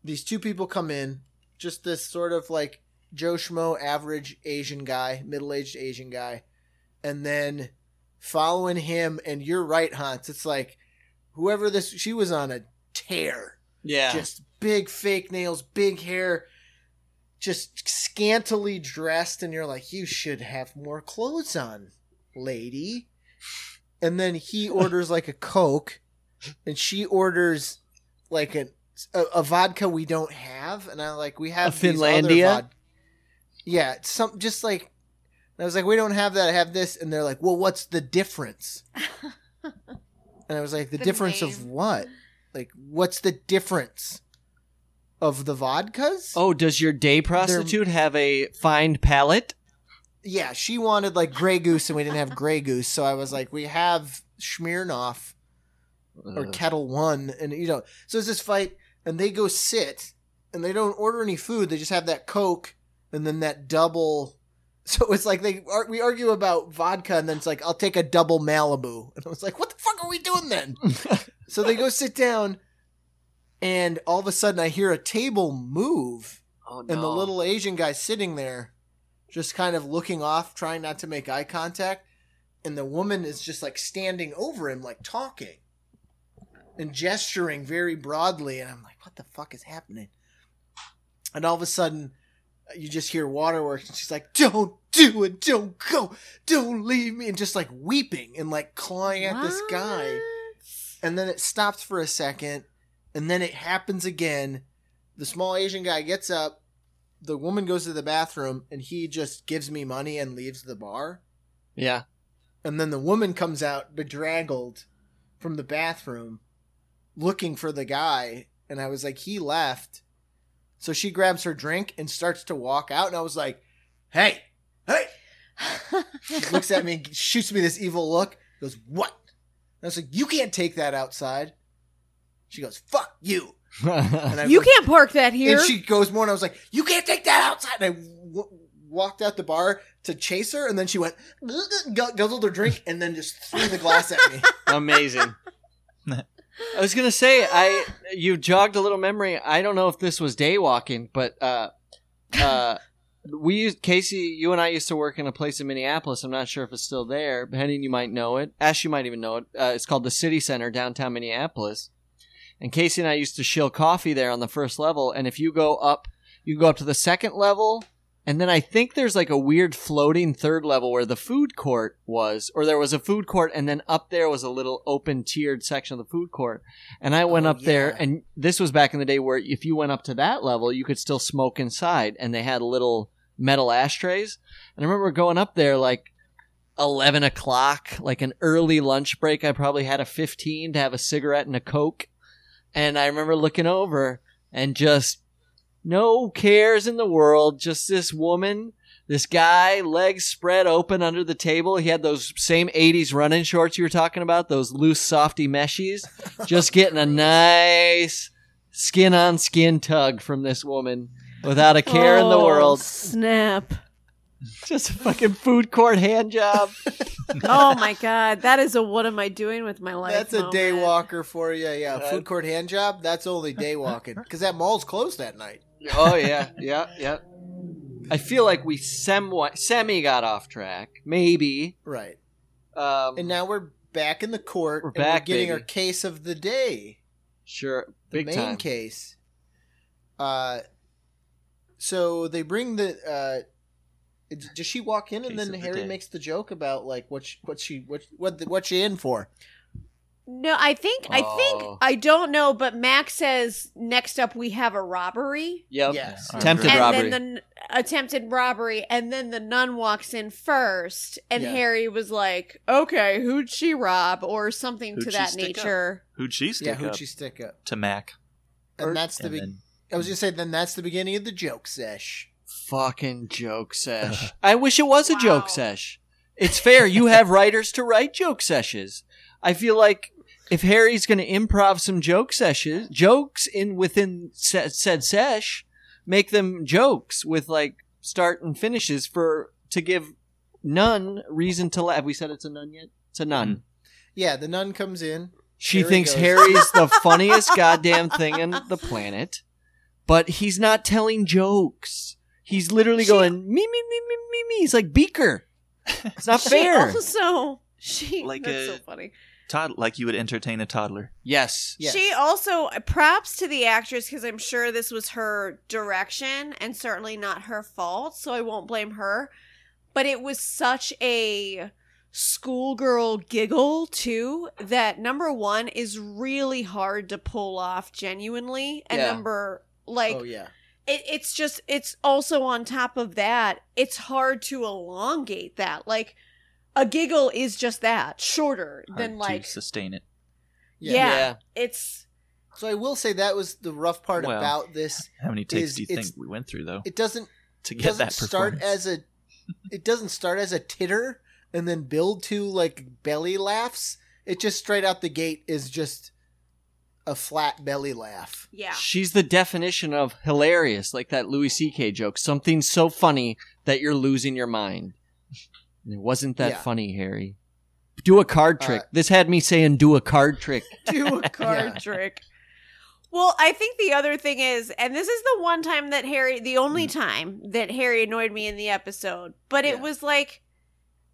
Speaker 2: These two people come in, just this sort of like Joe Schmo, average Asian guy, middle aged Asian guy, and then following him. And you're right, Hans. It's like whoever this she was on a tear,
Speaker 1: yeah.
Speaker 2: just big fake nails, big hair, just scantily dressed, and you're like, you should have more clothes on, lady. And then he orders like a coke, and she orders like an. A, a vodka we don't have, and I like we have these other
Speaker 1: Finlandia?
Speaker 2: vod- yeah, some just like and I was like, we don't have that. I have this. And they're like, well, what's the difference? and I was like, the,
Speaker 4: The
Speaker 2: difference of
Speaker 4: name.
Speaker 2: what? Like, what's the difference of the vodkas?
Speaker 1: Oh, does your day prostitute have a fine palate?
Speaker 2: yeah, she wanted like Grey Goose, and we didn't have Grey Goose. So I was like, we have Smirnoff or Kettle One, and you know, so it's this fight, and they go sit, and they don't order any food. They just have that Coke, and then that double. So it's like they ar- we argue about vodka, and then it's like I'll take a double Malibu, and I was like, what the fuck are we doing then? so they go sit down, and all of a sudden I hear a table move,
Speaker 1: oh
Speaker 2: and the little Asian guy sitting there, just kind of looking off, trying not to make eye contact. And the woman is just like standing over him, like talking and gesturing very broadly. And I'm like, what the fuck is happening? And all of a sudden, you just hear waterworks. And she's like, don't do it. Don't go. Don't leave me. And just like weeping and like clawing at this guy and then it stops for a second, and then it happens again. The small Asian guy gets up, the woman goes to the bathroom, and he just gives me money and leaves the bar.
Speaker 1: yeah.
Speaker 2: And then the woman comes out bedraggled from the bathroom looking for the guy, and I was like, he left. So she grabs her drink and starts to walk out, and I was like, hey, hey, she looks at me and shoots me this evil look. Goes, what? And I was like, you can't take that outside. She goes, fuck you. And I
Speaker 4: you
Speaker 2: was-
Speaker 4: can't park that here.
Speaker 2: And she goes more, and I was like, you can't take that outside. And I w- walked out the bar to chase her, and then she went, gu- guzzled her drink, and then just threw the glass at me.
Speaker 1: Amazing. I was gonna say I you jogged a little memory. I don't know if this was day walking, but uh, uh, we used Casey. You and I used to work in a place in Minneapolis. I'm not sure if it's still there. Henning, you might know it. Ash, you might even know it. Uh, it's called the City Center downtown Minneapolis. And Casey and I used to shill coffee there on the first level. And if you go up, you go up to the second level. And then I think there's like a weird floating third level where the food court was, or there was a food court, and then up there was a little open tiered section of the food court. And I went
Speaker 2: Oh,
Speaker 1: up there,
Speaker 2: yeah.
Speaker 1: and this was back in the day where if you went up to that level, you could still smoke inside, and they had little metal ashtrays. And I remember going up there like 11 o'clock, like an early lunch break. I probably had a 15 to have a cigarette and a Coke. And I remember looking over and just no cares in the world, just this woman. This guy, legs spread open under the table. He had those same 80s running shorts you were talking about, those loose, softy meshies. Just getting a nice skin on skin tug from this woman without a care in the
Speaker 4: Oh,
Speaker 1: world.
Speaker 4: Snap.
Speaker 1: Just a fucking food court hand job.
Speaker 4: Oh my god, that is a what am I doing with my life?
Speaker 2: That's a
Speaker 4: moment.
Speaker 2: day walker for you. Yeah, food court hand job. That's only day walking because that mall's closed that night.
Speaker 1: oh yeah, yeah, yeah. I feel like we somewhat semi got off track. Maybe.
Speaker 2: Right.
Speaker 1: Um,
Speaker 2: And now we're back in the court.
Speaker 1: We're
Speaker 2: and
Speaker 1: back,
Speaker 2: We're getting
Speaker 1: baby.
Speaker 2: our case of the day.
Speaker 1: sure.
Speaker 2: The
Speaker 1: Big
Speaker 2: main
Speaker 1: time.
Speaker 2: case. Uh, so they bring the. Uh, d- does she walk in and
Speaker 3: Case
Speaker 2: then
Speaker 3: of the
Speaker 2: Harry
Speaker 3: day.
Speaker 2: makes the joke about like what she, what she what what the, what she in for?
Speaker 4: No, I think I
Speaker 1: Oh.
Speaker 4: think I don't know, but Max says next up we have a robbery.
Speaker 1: Yep.
Speaker 2: Yes.
Speaker 3: Yeah.
Speaker 1: Attempted
Speaker 4: and
Speaker 1: robbery.
Speaker 4: then the n- attempted robbery and then the nun walks in first and
Speaker 2: Yeah.
Speaker 4: harry was like okay who'd she rob or something
Speaker 3: Who'd
Speaker 4: to
Speaker 3: she
Speaker 4: that
Speaker 3: stick up?
Speaker 4: nature
Speaker 3: Who'd she stick
Speaker 2: Yeah, who'd
Speaker 3: up
Speaker 2: she stick up?
Speaker 3: to Mac?
Speaker 2: And
Speaker 1: Or-
Speaker 2: that's the.
Speaker 3: And
Speaker 2: Be-
Speaker 3: then-
Speaker 2: I was gonna say then that's the beginning of the joke sesh.
Speaker 1: Fucking joke sesh. I wish it was a
Speaker 4: Wow.
Speaker 1: joke sesh. It's fair. You have writers to write joke seshes. I feel like if Harry's going to improv some joke seshes, jokes in within sa- said sesh, make them jokes with like start and finishes for to give none reason to laugh. Have we said it's a nun yet? It's a nun.
Speaker 2: Yeah, the nun comes in.
Speaker 1: She
Speaker 2: Harry
Speaker 1: thinks
Speaker 2: goes-
Speaker 1: Harry's the funniest goddamn thing on the planet, but he's not telling jokes. He's literally
Speaker 4: She-
Speaker 1: going me me me me me me. He's like Beaker. It's not
Speaker 4: she
Speaker 1: fair.
Speaker 4: also she
Speaker 3: Like
Speaker 4: that's
Speaker 3: a-
Speaker 4: so funny
Speaker 3: Tod- like you would entertain a toddler.
Speaker 1: Yes.
Speaker 2: Yes.
Speaker 4: she also props to the actress because i'm sure this was her direction and certainly not her fault so i won't blame her but it was such a schoolgirl giggle too that number one is really hard to pull off genuinely and
Speaker 1: Yeah.
Speaker 4: number like
Speaker 2: oh yeah.
Speaker 4: it, it's just it's also on top of that it's hard to elongate that like a giggle is just that shorter
Speaker 3: Hard
Speaker 4: than like
Speaker 3: to sustain it.
Speaker 4: yeah. it's
Speaker 2: So I will say that was the rough part
Speaker 3: Well.
Speaker 2: about this.
Speaker 3: How many takes
Speaker 2: Is-
Speaker 3: do you
Speaker 2: it's-
Speaker 3: think we went through though
Speaker 2: It doesn't
Speaker 3: to
Speaker 2: it
Speaker 3: get
Speaker 2: doesn't
Speaker 3: that
Speaker 2: start
Speaker 3: performance?
Speaker 2: as a it doesn't start as a titter and then build to like belly laughs. It just straight out the gate is just a flat belly laugh.
Speaker 4: yeah
Speaker 1: She's the definition of hilarious, like that Louis C.K. joke. Something so funny that you're losing your mind. And it wasn't that
Speaker 2: Yeah.
Speaker 1: funny, Harry. Do a card trick.
Speaker 2: Uh,
Speaker 1: this had me saying, "Do a card trick."
Speaker 4: do a card
Speaker 2: Yeah.
Speaker 4: trick well i think the other thing is and this is the one time that harry the only time that harry annoyed me in the episode but it
Speaker 2: Mm-hmm. Yeah.
Speaker 4: was like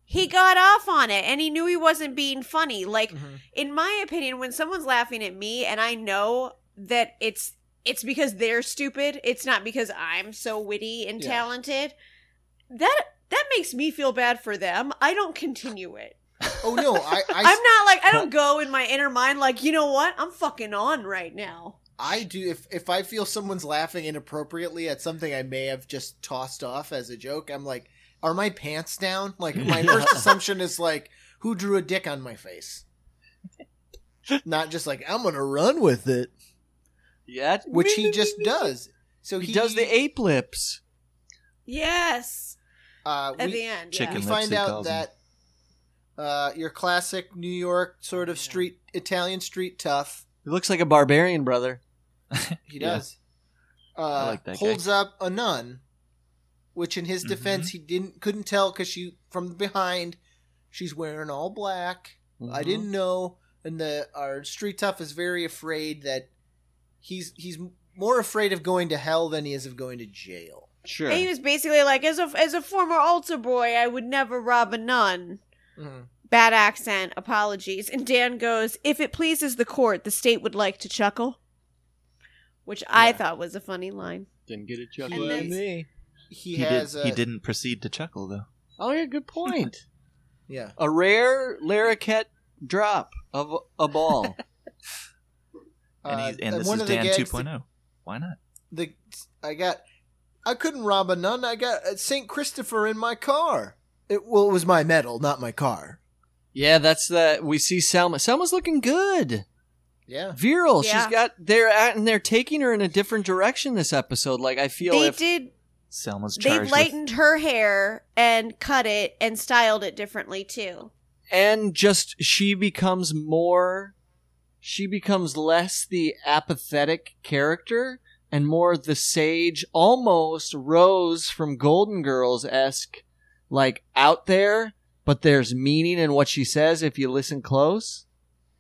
Speaker 4: he got off on it and he knew he wasn't being funny like
Speaker 2: Mm-hmm.
Speaker 4: in my opinion when someone's laughing at me and i know that it's it's because they're stupid it's not because i'm so witty and
Speaker 2: Yeah.
Speaker 4: talented that that makes me feel bad for them i don't continue it
Speaker 2: Oh no, I
Speaker 4: i'm
Speaker 2: I,
Speaker 4: not like i don't go in my inner mind like you know what i'm fucking on right now
Speaker 2: I do if if I feel someone's laughing inappropriately at something I may have just tossed off as a joke, I'm like, are my pants down? Like my first assumption is like, who drew a dick on my face? Not just like I'm gonna run with it,
Speaker 1: Yeah,
Speaker 2: which he just does. So
Speaker 1: He does the ape lips.
Speaker 4: yes
Speaker 2: Uh,
Speaker 4: at
Speaker 2: we,
Speaker 4: the end
Speaker 3: Chicken
Speaker 2: we
Speaker 3: lips,
Speaker 2: find
Speaker 3: he
Speaker 2: out
Speaker 3: calls 'em.
Speaker 2: that uh, your classic New York sort of street Italian street tough.
Speaker 1: He looks like a barbarian brother.
Speaker 2: He
Speaker 3: Yeah.
Speaker 2: does. Uh,
Speaker 3: like that guy. Mm-hmm.
Speaker 2: holds up a nun, which in his defense he didn't couldn't tell because she from behind, she's wearing all black. I
Speaker 1: Mhm.
Speaker 3: Mm-hmm.
Speaker 2: didn't know, and the our street tough is very afraid that he's he's more afraid of going to hell than he is of going to jail.
Speaker 1: Sure.
Speaker 4: and he was basically like as a as a former altar boy i would never rob a nun bad accent apologies and dan goes if it pleases the court the state would like to chuckle which i
Speaker 2: Yeah.
Speaker 4: thought was a funny line
Speaker 1: Didn't get a
Speaker 2: chuckle And out of then-
Speaker 1: me.
Speaker 2: He,
Speaker 3: He,
Speaker 2: has
Speaker 3: did,
Speaker 2: a,
Speaker 3: he didn't proceed to chuckle though.
Speaker 1: Oh yeah, good point.
Speaker 2: yeah.
Speaker 1: a rare Larroquette drop of a ball.
Speaker 3: And,
Speaker 2: Uh,
Speaker 3: he's, and this
Speaker 2: one
Speaker 3: is
Speaker 2: of the
Speaker 3: Dan
Speaker 2: gags
Speaker 3: 2.0. Why not?
Speaker 2: the I got I couldn't rob a nun. I got uh, Saint Christopher in my car. It well, it was my medal, not my car.
Speaker 1: yeah, that's the we see Selma. Selma's looking good.
Speaker 2: Yeah,
Speaker 1: Viral.
Speaker 4: Yeah.
Speaker 1: She's got they're at and they're taking her in a different direction this episode. Like I feel
Speaker 4: they
Speaker 1: if
Speaker 4: did
Speaker 3: Selma's
Speaker 4: they
Speaker 3: charged with
Speaker 4: lightened her hair and cut it and styled it differently too
Speaker 1: and just she becomes more she becomes less the apathetic character and more the sage, almost Rose from Golden Girls esque, like out there, but there's meaning in what she says if you listen close.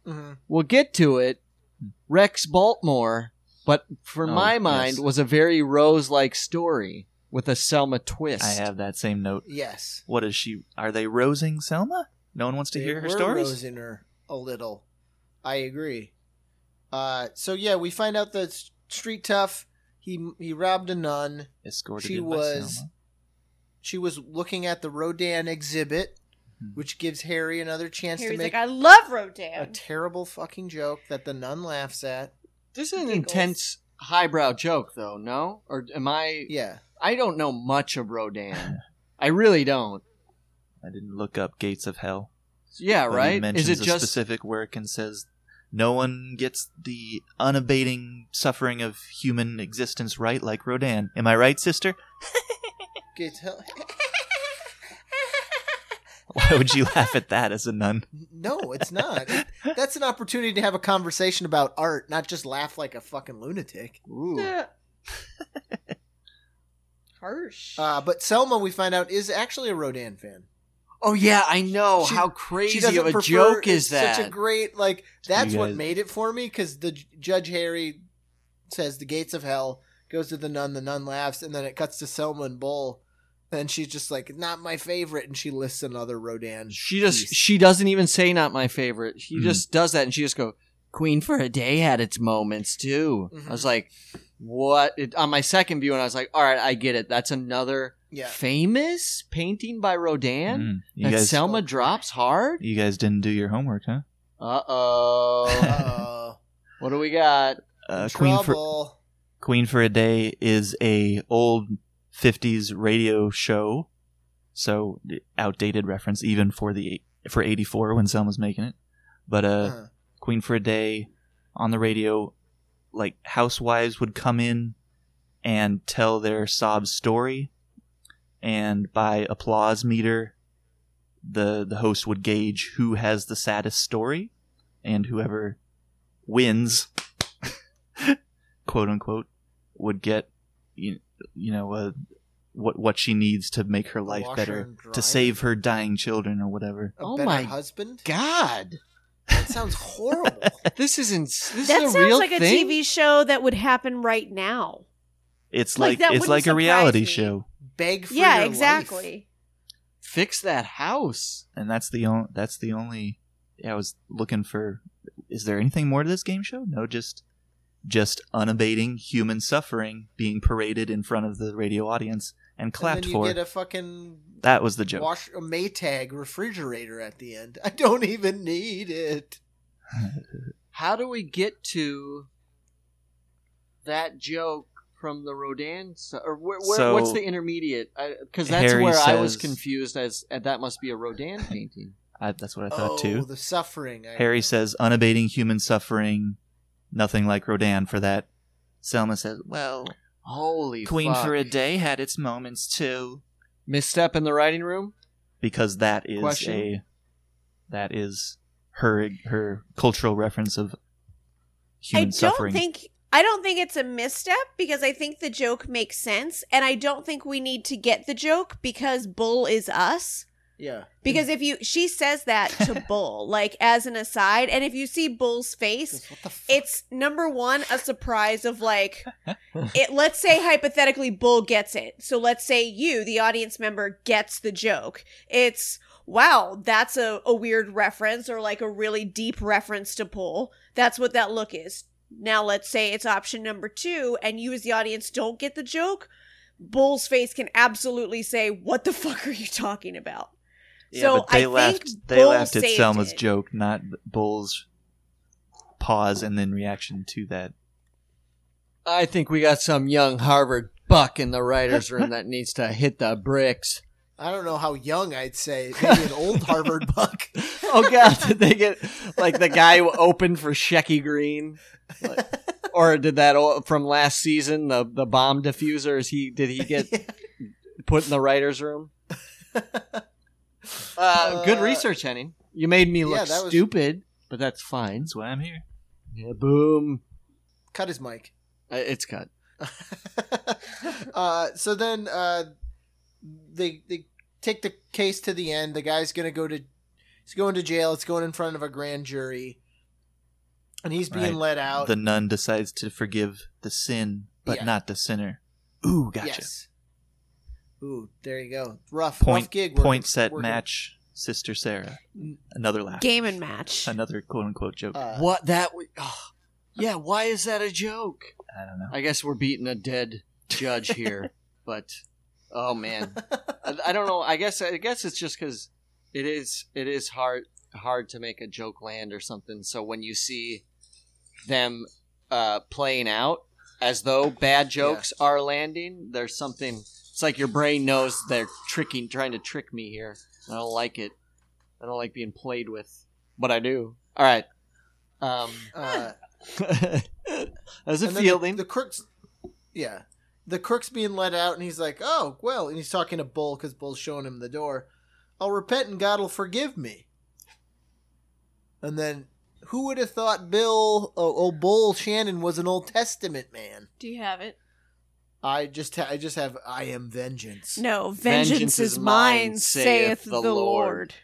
Speaker 2: Mhm.
Speaker 1: We'll get to it. Rex Baltimore, but for
Speaker 3: Oh,
Speaker 1: my
Speaker 3: yes.
Speaker 1: mind, was a very Rose like story with a Selma twist.
Speaker 3: I have that same note.
Speaker 2: Yes.
Speaker 3: What is she? Are they rosing Selma? No one wants to
Speaker 2: They
Speaker 3: hear her
Speaker 2: were
Speaker 3: stories.
Speaker 2: rosing her a little. I agree. Uh, so yeah, we find out that s- street tough he he robbed a nun.
Speaker 3: Escorted
Speaker 2: She
Speaker 3: in by
Speaker 2: was-
Speaker 3: Selma.
Speaker 2: She was looking at the Rodan exhibit,
Speaker 3: Mhm.
Speaker 2: which gives Harry another chance
Speaker 4: Harry's
Speaker 2: to make
Speaker 4: like, I love
Speaker 2: a
Speaker 4: Rodan.
Speaker 2: terrible fucking joke that the nun laughs at.
Speaker 1: This is an
Speaker 4: Giggles.
Speaker 1: intense highbrow joke, though. No, or am I?
Speaker 2: Yeah.
Speaker 1: I don't know much of Rodan. I really don't.
Speaker 3: I didn't look up Gates of Hell.
Speaker 1: Yeah,
Speaker 3: but he
Speaker 1: right. Is
Speaker 3: mentions
Speaker 1: it
Speaker 3: a
Speaker 1: just
Speaker 3: specific work and says no one gets the unabating suffering of human existence right like Rodan. Am I right, sister?
Speaker 2: Gets hell-
Speaker 3: Why would you laugh at that as a nun?
Speaker 2: no, it's not. That's an opportunity to have a conversation about art, not just laugh like a fucking lunatic.
Speaker 1: Ooh.
Speaker 4: Harsh.
Speaker 2: Uh, but Selma, we find out, is actually a Rodan fan.
Speaker 1: Oh yeah, I know
Speaker 2: She-
Speaker 1: how
Speaker 2: She
Speaker 1: crazy
Speaker 2: doesn't
Speaker 1: of a
Speaker 2: prefer-
Speaker 1: joke is
Speaker 2: it's
Speaker 1: that.
Speaker 2: Such a great like. That's
Speaker 3: You
Speaker 2: what
Speaker 3: guys-
Speaker 2: made it for me because the J- Judge Harry says the gates of hell goes to the nun. The nun laughs, and then it cuts to Selma and Bull, and she's just like, "Not my favorite," and she lists another Rodan.
Speaker 1: she just
Speaker 2: piece.
Speaker 1: she doesn't even say not my favorite. She
Speaker 3: Mhm.
Speaker 1: just does that, and she just go. Queen for a Day had its moments too.
Speaker 2: Mhm.
Speaker 1: I was like, what? It, on my second view, and I was like, all right, I get it. That's another
Speaker 2: yeah.
Speaker 1: famous painting by Rodan.
Speaker 3: Mm, you
Speaker 1: that
Speaker 3: guys,
Speaker 1: Selma drops hard.
Speaker 3: you guys didn't do your homework, huh?
Speaker 1: Uh oh.
Speaker 2: Uh,
Speaker 1: what do we got?
Speaker 3: Uh, Queen for
Speaker 2: trouble.
Speaker 3: Queen for a Day is a old 50s radio show. So outdated reference even for the for 84 when Selma's making it. But uh,
Speaker 2: Uh-huh.
Speaker 3: Queen for a Day on the radio like housewives would come in and tell their sob story and by applause meter the the host would gauge who has the saddest story and whoever wins quote unquote would get you, you know uh, what what she needs to make her life
Speaker 2: Washer
Speaker 3: better
Speaker 2: and dryer.
Speaker 3: to save her dying children or whatever
Speaker 2: A
Speaker 1: Oh
Speaker 2: better
Speaker 1: my-
Speaker 2: husband.
Speaker 1: God,
Speaker 2: That sounds horrible.
Speaker 1: this is ins- this
Speaker 4: that
Speaker 1: is
Speaker 4: sounds
Speaker 1: a real
Speaker 4: like a
Speaker 1: thing.
Speaker 4: TV show that would happen right now.
Speaker 3: it's
Speaker 4: Like,
Speaker 3: like,
Speaker 4: that
Speaker 3: it's
Speaker 4: wouldn't
Speaker 3: like a
Speaker 4: surprise
Speaker 3: reality
Speaker 4: me.
Speaker 3: show
Speaker 2: Beg for
Speaker 4: yeah,
Speaker 2: your
Speaker 4: exactly.
Speaker 2: life.
Speaker 1: Fix that house.
Speaker 3: and that's the only that's the only yeah, I was looking for is there anything more to this game show? No, just just unabating human suffering being paraded in front of the radio audience and
Speaker 2: And
Speaker 3: clapped
Speaker 2: then you
Speaker 3: for.
Speaker 2: get a fucking
Speaker 3: that was the joke.
Speaker 2: wash a Maytag refrigerator at the end. I don't even need it.
Speaker 1: How do we get to that joke from the Rodan? s- Or where, where,
Speaker 3: So-
Speaker 1: what's the intermediate? Because that's
Speaker 3: Harry
Speaker 1: where I was
Speaker 3: says-
Speaker 1: confused. As and that must be a Rodan painting.
Speaker 3: I, that's what I thought
Speaker 2: oh,
Speaker 3: too.
Speaker 2: the suffering. I-
Speaker 3: Harry says unabating human suffering, nothing like Rodan for that. Selma says, "Well,
Speaker 1: Holy
Speaker 3: Queen
Speaker 1: fuck.
Speaker 3: for a Day had its moments too."
Speaker 1: misstep in the writing room.
Speaker 3: because that is
Speaker 1: Question?
Speaker 3: a that is her her cultural reference of
Speaker 4: I
Speaker 3: human
Speaker 4: don't
Speaker 3: suffering.
Speaker 4: think I don't think it's a misstep because I think the joke makes sense, and I don't think we need to get the joke because Bull is us.
Speaker 2: Yeah.
Speaker 4: Because if you she says that to Bull, like as an aside, and if you see Bull's face,
Speaker 2: Just, what the fuck?
Speaker 4: it's number one a surprise of like it let's say hypothetically bull gets it so let's say you the audience member gets the joke it's wow that's a, a weird reference or like a really deep reference to bull that's what that look is now let's say it's option number two and you as the audience don't get the joke bull's face can absolutely say what the fuck are you talking about
Speaker 3: Yeah,
Speaker 4: so
Speaker 3: but they
Speaker 4: I
Speaker 3: laughed.
Speaker 4: think
Speaker 3: they
Speaker 4: Bull
Speaker 3: laughed at
Speaker 4: saved
Speaker 3: Selma's
Speaker 4: it.
Speaker 3: joke, not Bull's pause and then reaction to that.
Speaker 1: I think we got some young Harvard buck in the writers' room that needs to hit the bricks.
Speaker 2: I don't know how young I'd say. Maybe an old Harvard buck.
Speaker 1: Oh god, did they get like the guy who opened for Shecky Green, Like, or did that o- from last season the the bomb diffuser? Is he did he get put in the writers' room? Uh, good
Speaker 2: Uh,
Speaker 1: research, Henning. You made me
Speaker 2: yeah,
Speaker 1: look
Speaker 2: that was-
Speaker 1: stupid, but that's fine.
Speaker 3: That's why I'm here.
Speaker 1: Yeah, boom.
Speaker 2: Cut his mic.
Speaker 1: Uh, It's cut.
Speaker 2: uh, so then uh, they they take the case to the end. The guy's gonna go to he's going to jail. It's going in front of a grand jury, and he's being
Speaker 3: Right.
Speaker 2: let out.
Speaker 3: The nun decides to forgive the sin, but
Speaker 2: Yeah.
Speaker 3: not the sinner. Ooh, gotcha.
Speaker 2: Yes. Ooh, there you go. Rough,
Speaker 3: Point
Speaker 2: rough gig. We're-
Speaker 3: point set
Speaker 2: we're-
Speaker 3: match, Sister Sarah. Another laugh.
Speaker 4: Game and match.
Speaker 3: Another quote unquote joke.
Speaker 2: Uh,
Speaker 1: what that? W- oh, yeah. Why is that a joke?
Speaker 3: I don't know.
Speaker 1: I guess we're beating a dead judge here, but oh man, I, I don't know. I guess I guess it's just because it is it is hard hard to make a joke land or something. So when you see them uh, playing out as though bad jokes are landing, there's something. It's like your brain knows they're tricking, trying to trick me here. I don't like it. I don't like being played with, but I do. All right. Um,
Speaker 2: uh,
Speaker 1: as a
Speaker 2: and then the-
Speaker 1: feeling,
Speaker 2: The, crooks, yeah, the crooks being let out, and he's like, "Oh, well," and he's talking to Bull because Bull's showing him the door. I'll repent and God'll forgive me. And then, who would have thought Bill, oh, old Bull Shannon, was an Old Testament man?
Speaker 4: Do you have it?
Speaker 2: I just, ha- I just have, I am vengeance.
Speaker 4: No, vengeance, is, mine, saith the, Lord.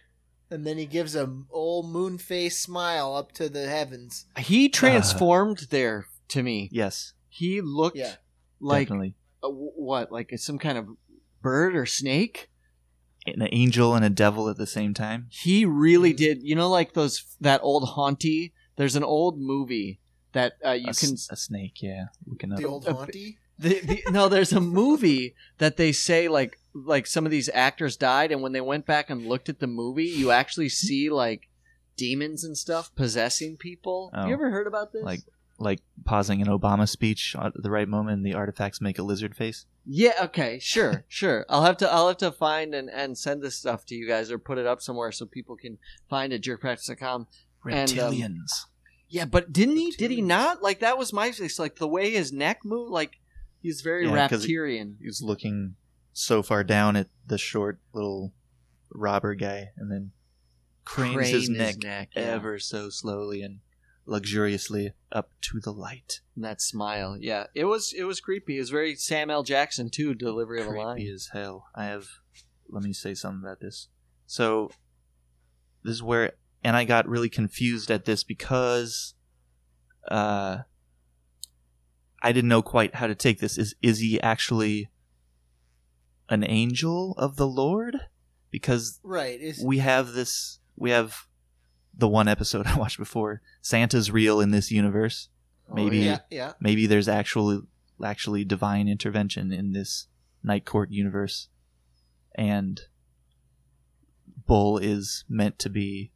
Speaker 2: And then he gives a old moon face smile up to the heavens.
Speaker 1: he transformed there to me.
Speaker 3: Yes,
Speaker 1: He looked
Speaker 2: Yeah.
Speaker 1: like
Speaker 3: definitely.
Speaker 1: a uh, w what? Like some kind of bird or snake?
Speaker 3: An angel and a devil at the same time.
Speaker 1: He really
Speaker 3: Mm-hmm.
Speaker 1: did. You know, like those that old haunty. There's an old movie that uh, you
Speaker 3: a,
Speaker 1: can.
Speaker 3: s- a snake, yeah. Looking up.
Speaker 2: The old
Speaker 1: Uh,
Speaker 2: haunty.
Speaker 1: The, the, no, there's a movie that they say like like some of these actors died, and when they went back and looked at the movie, you actually see like demons and stuff possessing people.
Speaker 3: Oh.
Speaker 1: You ever heard about this?
Speaker 3: Like- like pausing an Obama speech at the right moment and the artifacts make a lizard face.
Speaker 1: Yeah, okay, sure, sure. I'll have to I'll have to find and, and send this stuff to you guys or put it up somewhere so people can find it jerkpractice.com. And, um,
Speaker 3: Reptilians.
Speaker 1: Yeah, but didn't he did he
Speaker 2: Reptilian.
Speaker 1: not? Like that was my it's like the way his neck moved, like he's very
Speaker 3: Yeah, 'cause he-
Speaker 1: raptirian.
Speaker 3: he was looking so far down at the short little robber guy and then cranes
Speaker 1: Craned
Speaker 3: his neck,
Speaker 1: yeah.
Speaker 3: ever so slowly and luxuriously up to the light.
Speaker 1: And that smile. Yeah. It was it was creepy. It was very Sam L. Jackson too, delivery of a
Speaker 3: Creepy
Speaker 1: line.
Speaker 3: as hell. I have. Let me say something about this. So, this is where, and I got really confused at this because, uh, I didn't know quite how to take this. Is is he actually an angel of the Lord? Because
Speaker 2: Right. Is
Speaker 3: we have this we have the one episode I watched before. Santa's real in this universe. Maybe
Speaker 1: Oh, yeah.
Speaker 2: yeah, yeah.
Speaker 3: Maybe there's actually actually divine intervention in this night court universe. And Bull is meant to be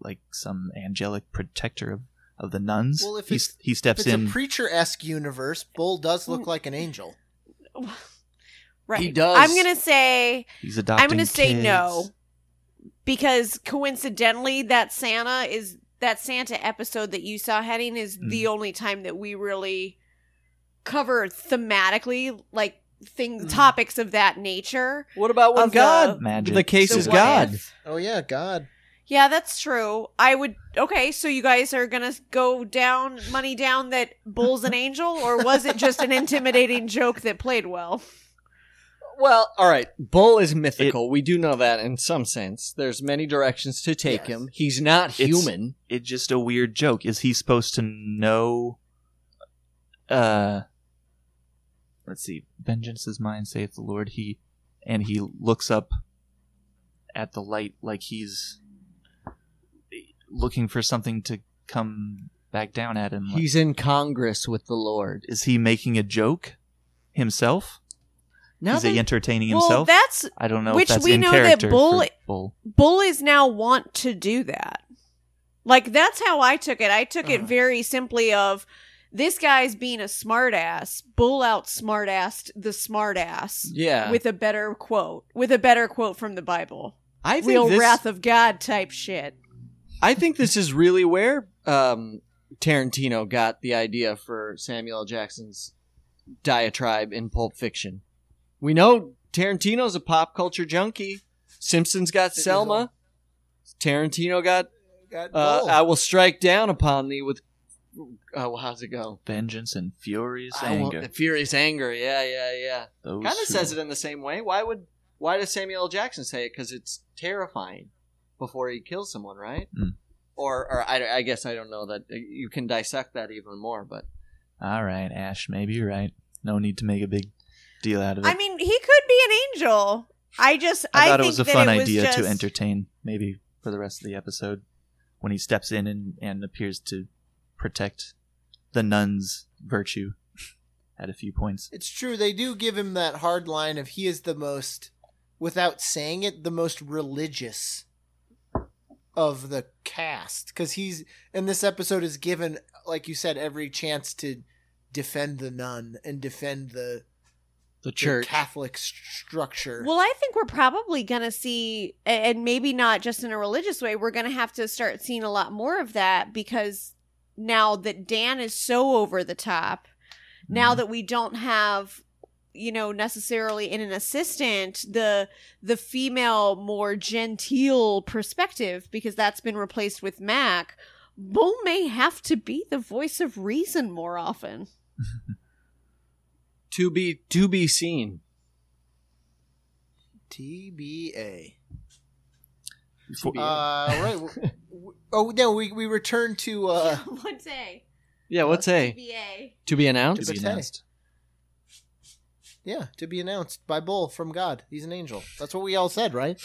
Speaker 3: like some angelic protector of, of the nuns.
Speaker 2: Well, if
Speaker 3: he,
Speaker 2: it's-
Speaker 3: he
Speaker 2: If
Speaker 3: steps
Speaker 2: it's
Speaker 3: in.
Speaker 2: a preacher-esque universe, Bull does look
Speaker 4: Mm.
Speaker 2: like an angel.
Speaker 4: Right.
Speaker 1: He does.
Speaker 4: I'm gonna say
Speaker 3: he's adopting.
Speaker 4: I'm gonna say
Speaker 3: kids.
Speaker 4: no. Because coincidentally that Santa is that Santa episode that you saw heading is the only time that we really cover thematically like things
Speaker 2: Mm.
Speaker 4: topics of that nature.
Speaker 1: What about when
Speaker 4: Of the-
Speaker 1: God
Speaker 3: Magic.
Speaker 1: the case
Speaker 4: The
Speaker 1: is
Speaker 4: what
Speaker 1: God?
Speaker 4: if.
Speaker 2: Oh yeah, God.
Speaker 4: Yeah, that's true. I would okay, so you guys are gonna go down money down that Bull's an angel, or was it just an intimidating joke that played well?
Speaker 1: Well, all right. Bull is mythical. we do know that in some sense. There's many directions to take
Speaker 2: Yes.
Speaker 1: him. He's not
Speaker 3: It's-
Speaker 1: human.
Speaker 3: it's just a weird joke. Is he supposed to know? Uh, let's see. Vengeance is mine, saith the Lord. He and he looks up at the light like he's looking for something to come back down at him. Like,
Speaker 1: He's in Congress with the Lord.
Speaker 3: is he making a joke himself?
Speaker 1: Now
Speaker 3: is he entertaining
Speaker 4: Well,
Speaker 3: himself?
Speaker 4: that's
Speaker 3: I don't know.
Speaker 4: which
Speaker 3: if that's
Speaker 4: we
Speaker 3: in
Speaker 4: know that
Speaker 3: character for
Speaker 4: Bull-
Speaker 3: Bull.
Speaker 4: Bull is now want to do that. Like that's how I took it. I took it
Speaker 3: Uh-huh.
Speaker 2: Uh.
Speaker 4: very simply of this guy's being a smartass. Bull out smartassed the smartass
Speaker 1: yeah.
Speaker 4: with a better quote, with a better quote from the Bible.
Speaker 1: I think
Speaker 4: Real
Speaker 1: this,
Speaker 4: wrath of God type shit.
Speaker 1: I think this is really where um, Tarantino got the idea for Samuel L. Jackson's diatribe in Pulp Fiction. We know Tarantino's a pop culture junkie. Simpsons got
Speaker 2: is
Speaker 1: Selma. Tarantino got
Speaker 2: Got
Speaker 1: uh,
Speaker 2: Bull.
Speaker 3: Oh.
Speaker 1: I will strike down upon thee with Oh, how's it go?
Speaker 3: Vengeance and furious
Speaker 1: I want
Speaker 3: anger.
Speaker 1: the furious anger. Yeah, yeah, yeah.
Speaker 3: Those
Speaker 1: Kind
Speaker 3: who-
Speaker 1: of says it in the same way. Why would why does Samuel L. Jackson say it? Because it's terrifying before he kills someone, right?
Speaker 3: Mm.
Speaker 1: Or, or I, I guess I don't know that uh, you can dissect that even more. But
Speaker 3: All right, Ash. Maybe you're right. No need to make a big deal out of it.
Speaker 4: I mean, he could be an angel. I just I,
Speaker 3: I thought
Speaker 4: think
Speaker 3: it was a
Speaker 4: that
Speaker 3: fun
Speaker 4: it was
Speaker 3: idea
Speaker 4: just,
Speaker 3: to entertain, maybe for the rest of the episode, when he steps in and, and appears to protect the nun's virtue at a few points.
Speaker 2: It's true. They do give him that hard line of he is the most, without saying it, the most religious of the cast. Because he's, in this episode, is given, like you said, every chance to defend the nun and defend the,
Speaker 1: the
Speaker 2: the
Speaker 1: church,
Speaker 2: Catholic st- structure.
Speaker 4: Well, I think we're probably going to see, a- and maybe not just in a religious way, we're going to have to start seeing a lot more of that because now that Dan is so over the top,
Speaker 3: Mm-hmm.
Speaker 4: now that we don't have you know necessarily in an assistant the the female more genteel perspective because that's been replaced with mac bull may have to be the voice of reason more often
Speaker 1: to be to be seen.
Speaker 2: TBA.
Speaker 3: Before-
Speaker 2: Uh, right. w- w- oh, no, we, we return to. Uh,
Speaker 4: one day
Speaker 1: Yeah, what's a
Speaker 4: VA.
Speaker 1: to be
Speaker 3: to
Speaker 1: announced?
Speaker 3: be
Speaker 2: Tibete.
Speaker 3: announced.
Speaker 2: yeah, to be announced by Bull from God. He's an angel. That's what we all said, right?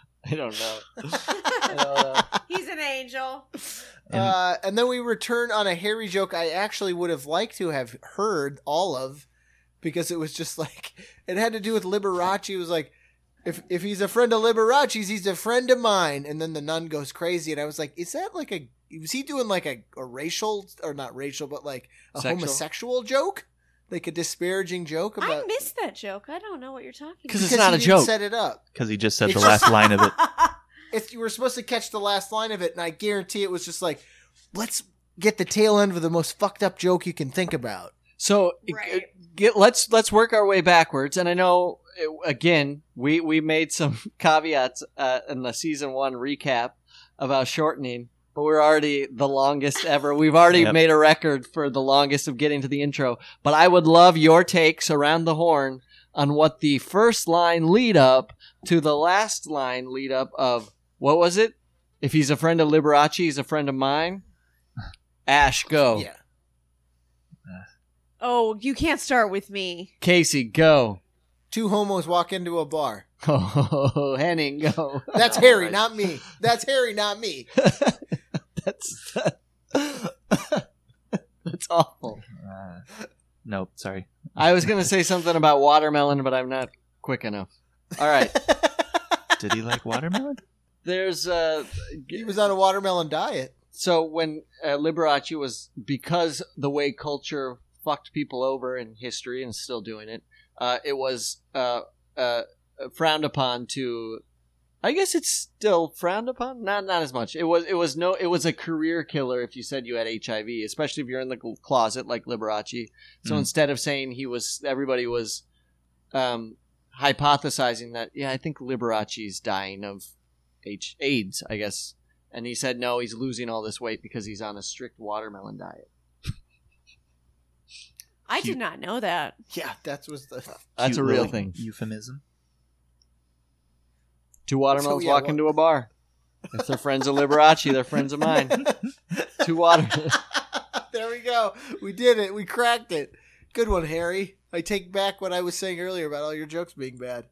Speaker 1: I don't know.
Speaker 2: I don't know.
Speaker 4: he's an angel
Speaker 3: And-
Speaker 2: uh, and then we return on a Harry joke I actually would have liked to have heard all of because it was just like it had to do with Liberace. It was like if if he's a friend of Liberace's, he's a friend of mine. And then the nun goes crazy, and I was like, is that like a was he doing like a, a racial or not racial, but like a
Speaker 1: Sexual.
Speaker 2: homosexual joke, like a disparaging joke
Speaker 4: i
Speaker 2: about
Speaker 4: missed that joke i don't know what you're talking
Speaker 1: 'Cause
Speaker 4: about
Speaker 1: it's not
Speaker 2: he
Speaker 1: a
Speaker 2: didn't
Speaker 1: joke.
Speaker 2: Set it up.
Speaker 3: Because he just said the
Speaker 2: It's-
Speaker 3: last line of it.
Speaker 2: It's you were supposed to catch the last line of it, and I guarantee it was just like, let's get the tail end of the most fucked up joke you can think about.
Speaker 1: So
Speaker 4: Right.
Speaker 1: g- get, let's let's work our way backwards. And I know eh, again we we made some caveats uh, in the season one recap about shortening, but we're already the longest ever. We've already
Speaker 3: Yep.
Speaker 1: made a record for the longest of getting to the intro. But I would love your takes around the horn on what the first line lead up to the last line lead up of what was it? If he's a friend of Liberace, he's a friend of mine. Ash, go.
Speaker 2: Yeah.
Speaker 4: oh you can't start with me
Speaker 1: Casey, go.
Speaker 2: Two homos walk into a bar.
Speaker 1: Oh, Henning, go.
Speaker 2: That's
Speaker 1: All
Speaker 2: Harry,
Speaker 1: right.
Speaker 2: not me. That's Harry, not me.
Speaker 1: That's that's awful.
Speaker 3: Uh, nope, sorry.
Speaker 1: I was gonna say something about watermelon, but I'm not quick enough. All right,
Speaker 3: Did he like watermelon?
Speaker 1: there's uh,
Speaker 2: He was on a watermelon diet.
Speaker 1: so when uh, Liberace was because the way culture fucked people over in history and is still doing it, uh, it was uh, uh, frowned upon to. I guess it's still frowned upon. Not not as much. It was it was no it was a career killer if you said you had HIV, especially if you're in the cl- closet like Liberace. So
Speaker 3: Mm.
Speaker 1: instead of saying he was, everybody was um, hypothesizing that yeah, I think Liberace's dying of H- AIDS. I guess and he said no he's losing all this weight because he's on a strict watermelon diet
Speaker 4: i
Speaker 3: Cute.
Speaker 4: did not know that
Speaker 2: Yeah, that was the.
Speaker 1: That's
Speaker 3: Cute
Speaker 1: a real
Speaker 3: little
Speaker 1: thing.
Speaker 3: Euphemism.
Speaker 1: two watermelons
Speaker 2: So, yeah,
Speaker 1: walk
Speaker 2: what-
Speaker 1: into a bar if they're friends of liberace they're friends of mine two watermelons
Speaker 2: there we go. We did it. We cracked it. Good one, Harry. I take back what I was saying earlier about all your jokes being bad.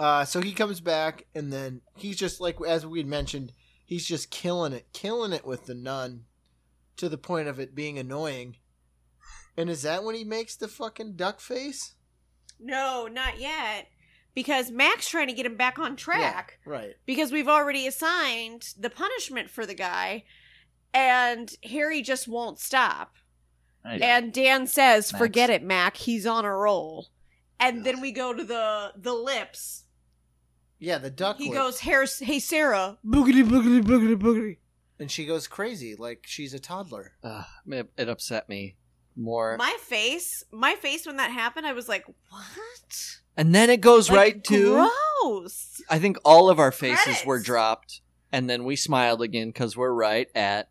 Speaker 2: Uh, so he comes back, and then he's just like, as we had mentioned, he's just killing it, killing it with the nun to the point of it being annoying. And is that when he makes the fucking duck face?
Speaker 4: No, not yet. Because Mac's trying to get him back on track
Speaker 2: Yeah, right.
Speaker 4: because we've already assigned the punishment for the guy and Harry just won't stop.
Speaker 3: Right.
Speaker 4: And Dan says,
Speaker 3: Max.
Speaker 4: "Forget it, Mac. He's on a roll." And then we go to the the lips.
Speaker 2: Yeah, the duck.
Speaker 4: he
Speaker 2: lick.
Speaker 4: goes, "Hair, hey Sarah."
Speaker 2: boogity boogity boogity boogity, and she goes crazy like she's a toddler.
Speaker 1: Ugh, it, it upset me more
Speaker 4: My face, my face when that happened, I was like, "What?"
Speaker 1: and then it goes
Speaker 4: Like,
Speaker 1: right to
Speaker 4: gross.
Speaker 1: i think all of our faces
Speaker 4: Credits.
Speaker 1: were dropped and then we smiled again because we're right at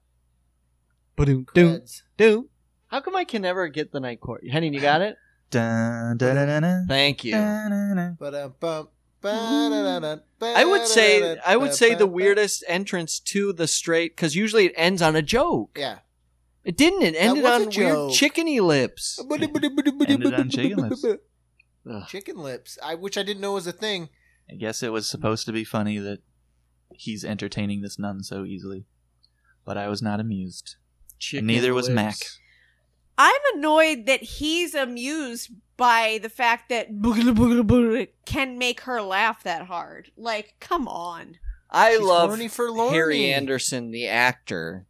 Speaker 1: Ba-doom, doom,
Speaker 2: Creds.
Speaker 1: doom. How come I can never get the night court? Henning, you got it?
Speaker 3: Dun, dun, dun, dun, dun.
Speaker 1: Thank you.
Speaker 3: Dun, dun, dun.
Speaker 2: Ba-da-bum,
Speaker 1: I would say I would say the
Speaker 2: ba-da-da-da-da-da-da-da.
Speaker 1: weirdest entrance to the straight because usually it ends on a joke.
Speaker 2: Yeah.
Speaker 1: It didn't. It ended
Speaker 2: was a
Speaker 1: on weird
Speaker 2: joke.
Speaker 1: chickeny lips.
Speaker 3: Ended on chicken lips.
Speaker 1: Ugh.
Speaker 2: Chicken lips, I which I didn't know was a thing.
Speaker 3: I guess it was supposed to be funny that he's entertaining this nun so easily, but I was not amused.
Speaker 1: Chicken
Speaker 3: neither was
Speaker 1: lips.
Speaker 3: Mac.
Speaker 4: I'm annoyed that he's amused by the fact that boogala boogala boogala can make her laugh that hard. Like, come on.
Speaker 1: I
Speaker 2: She's
Speaker 1: love
Speaker 2: horny for Lorne.
Speaker 1: Harry Anderson, the actor,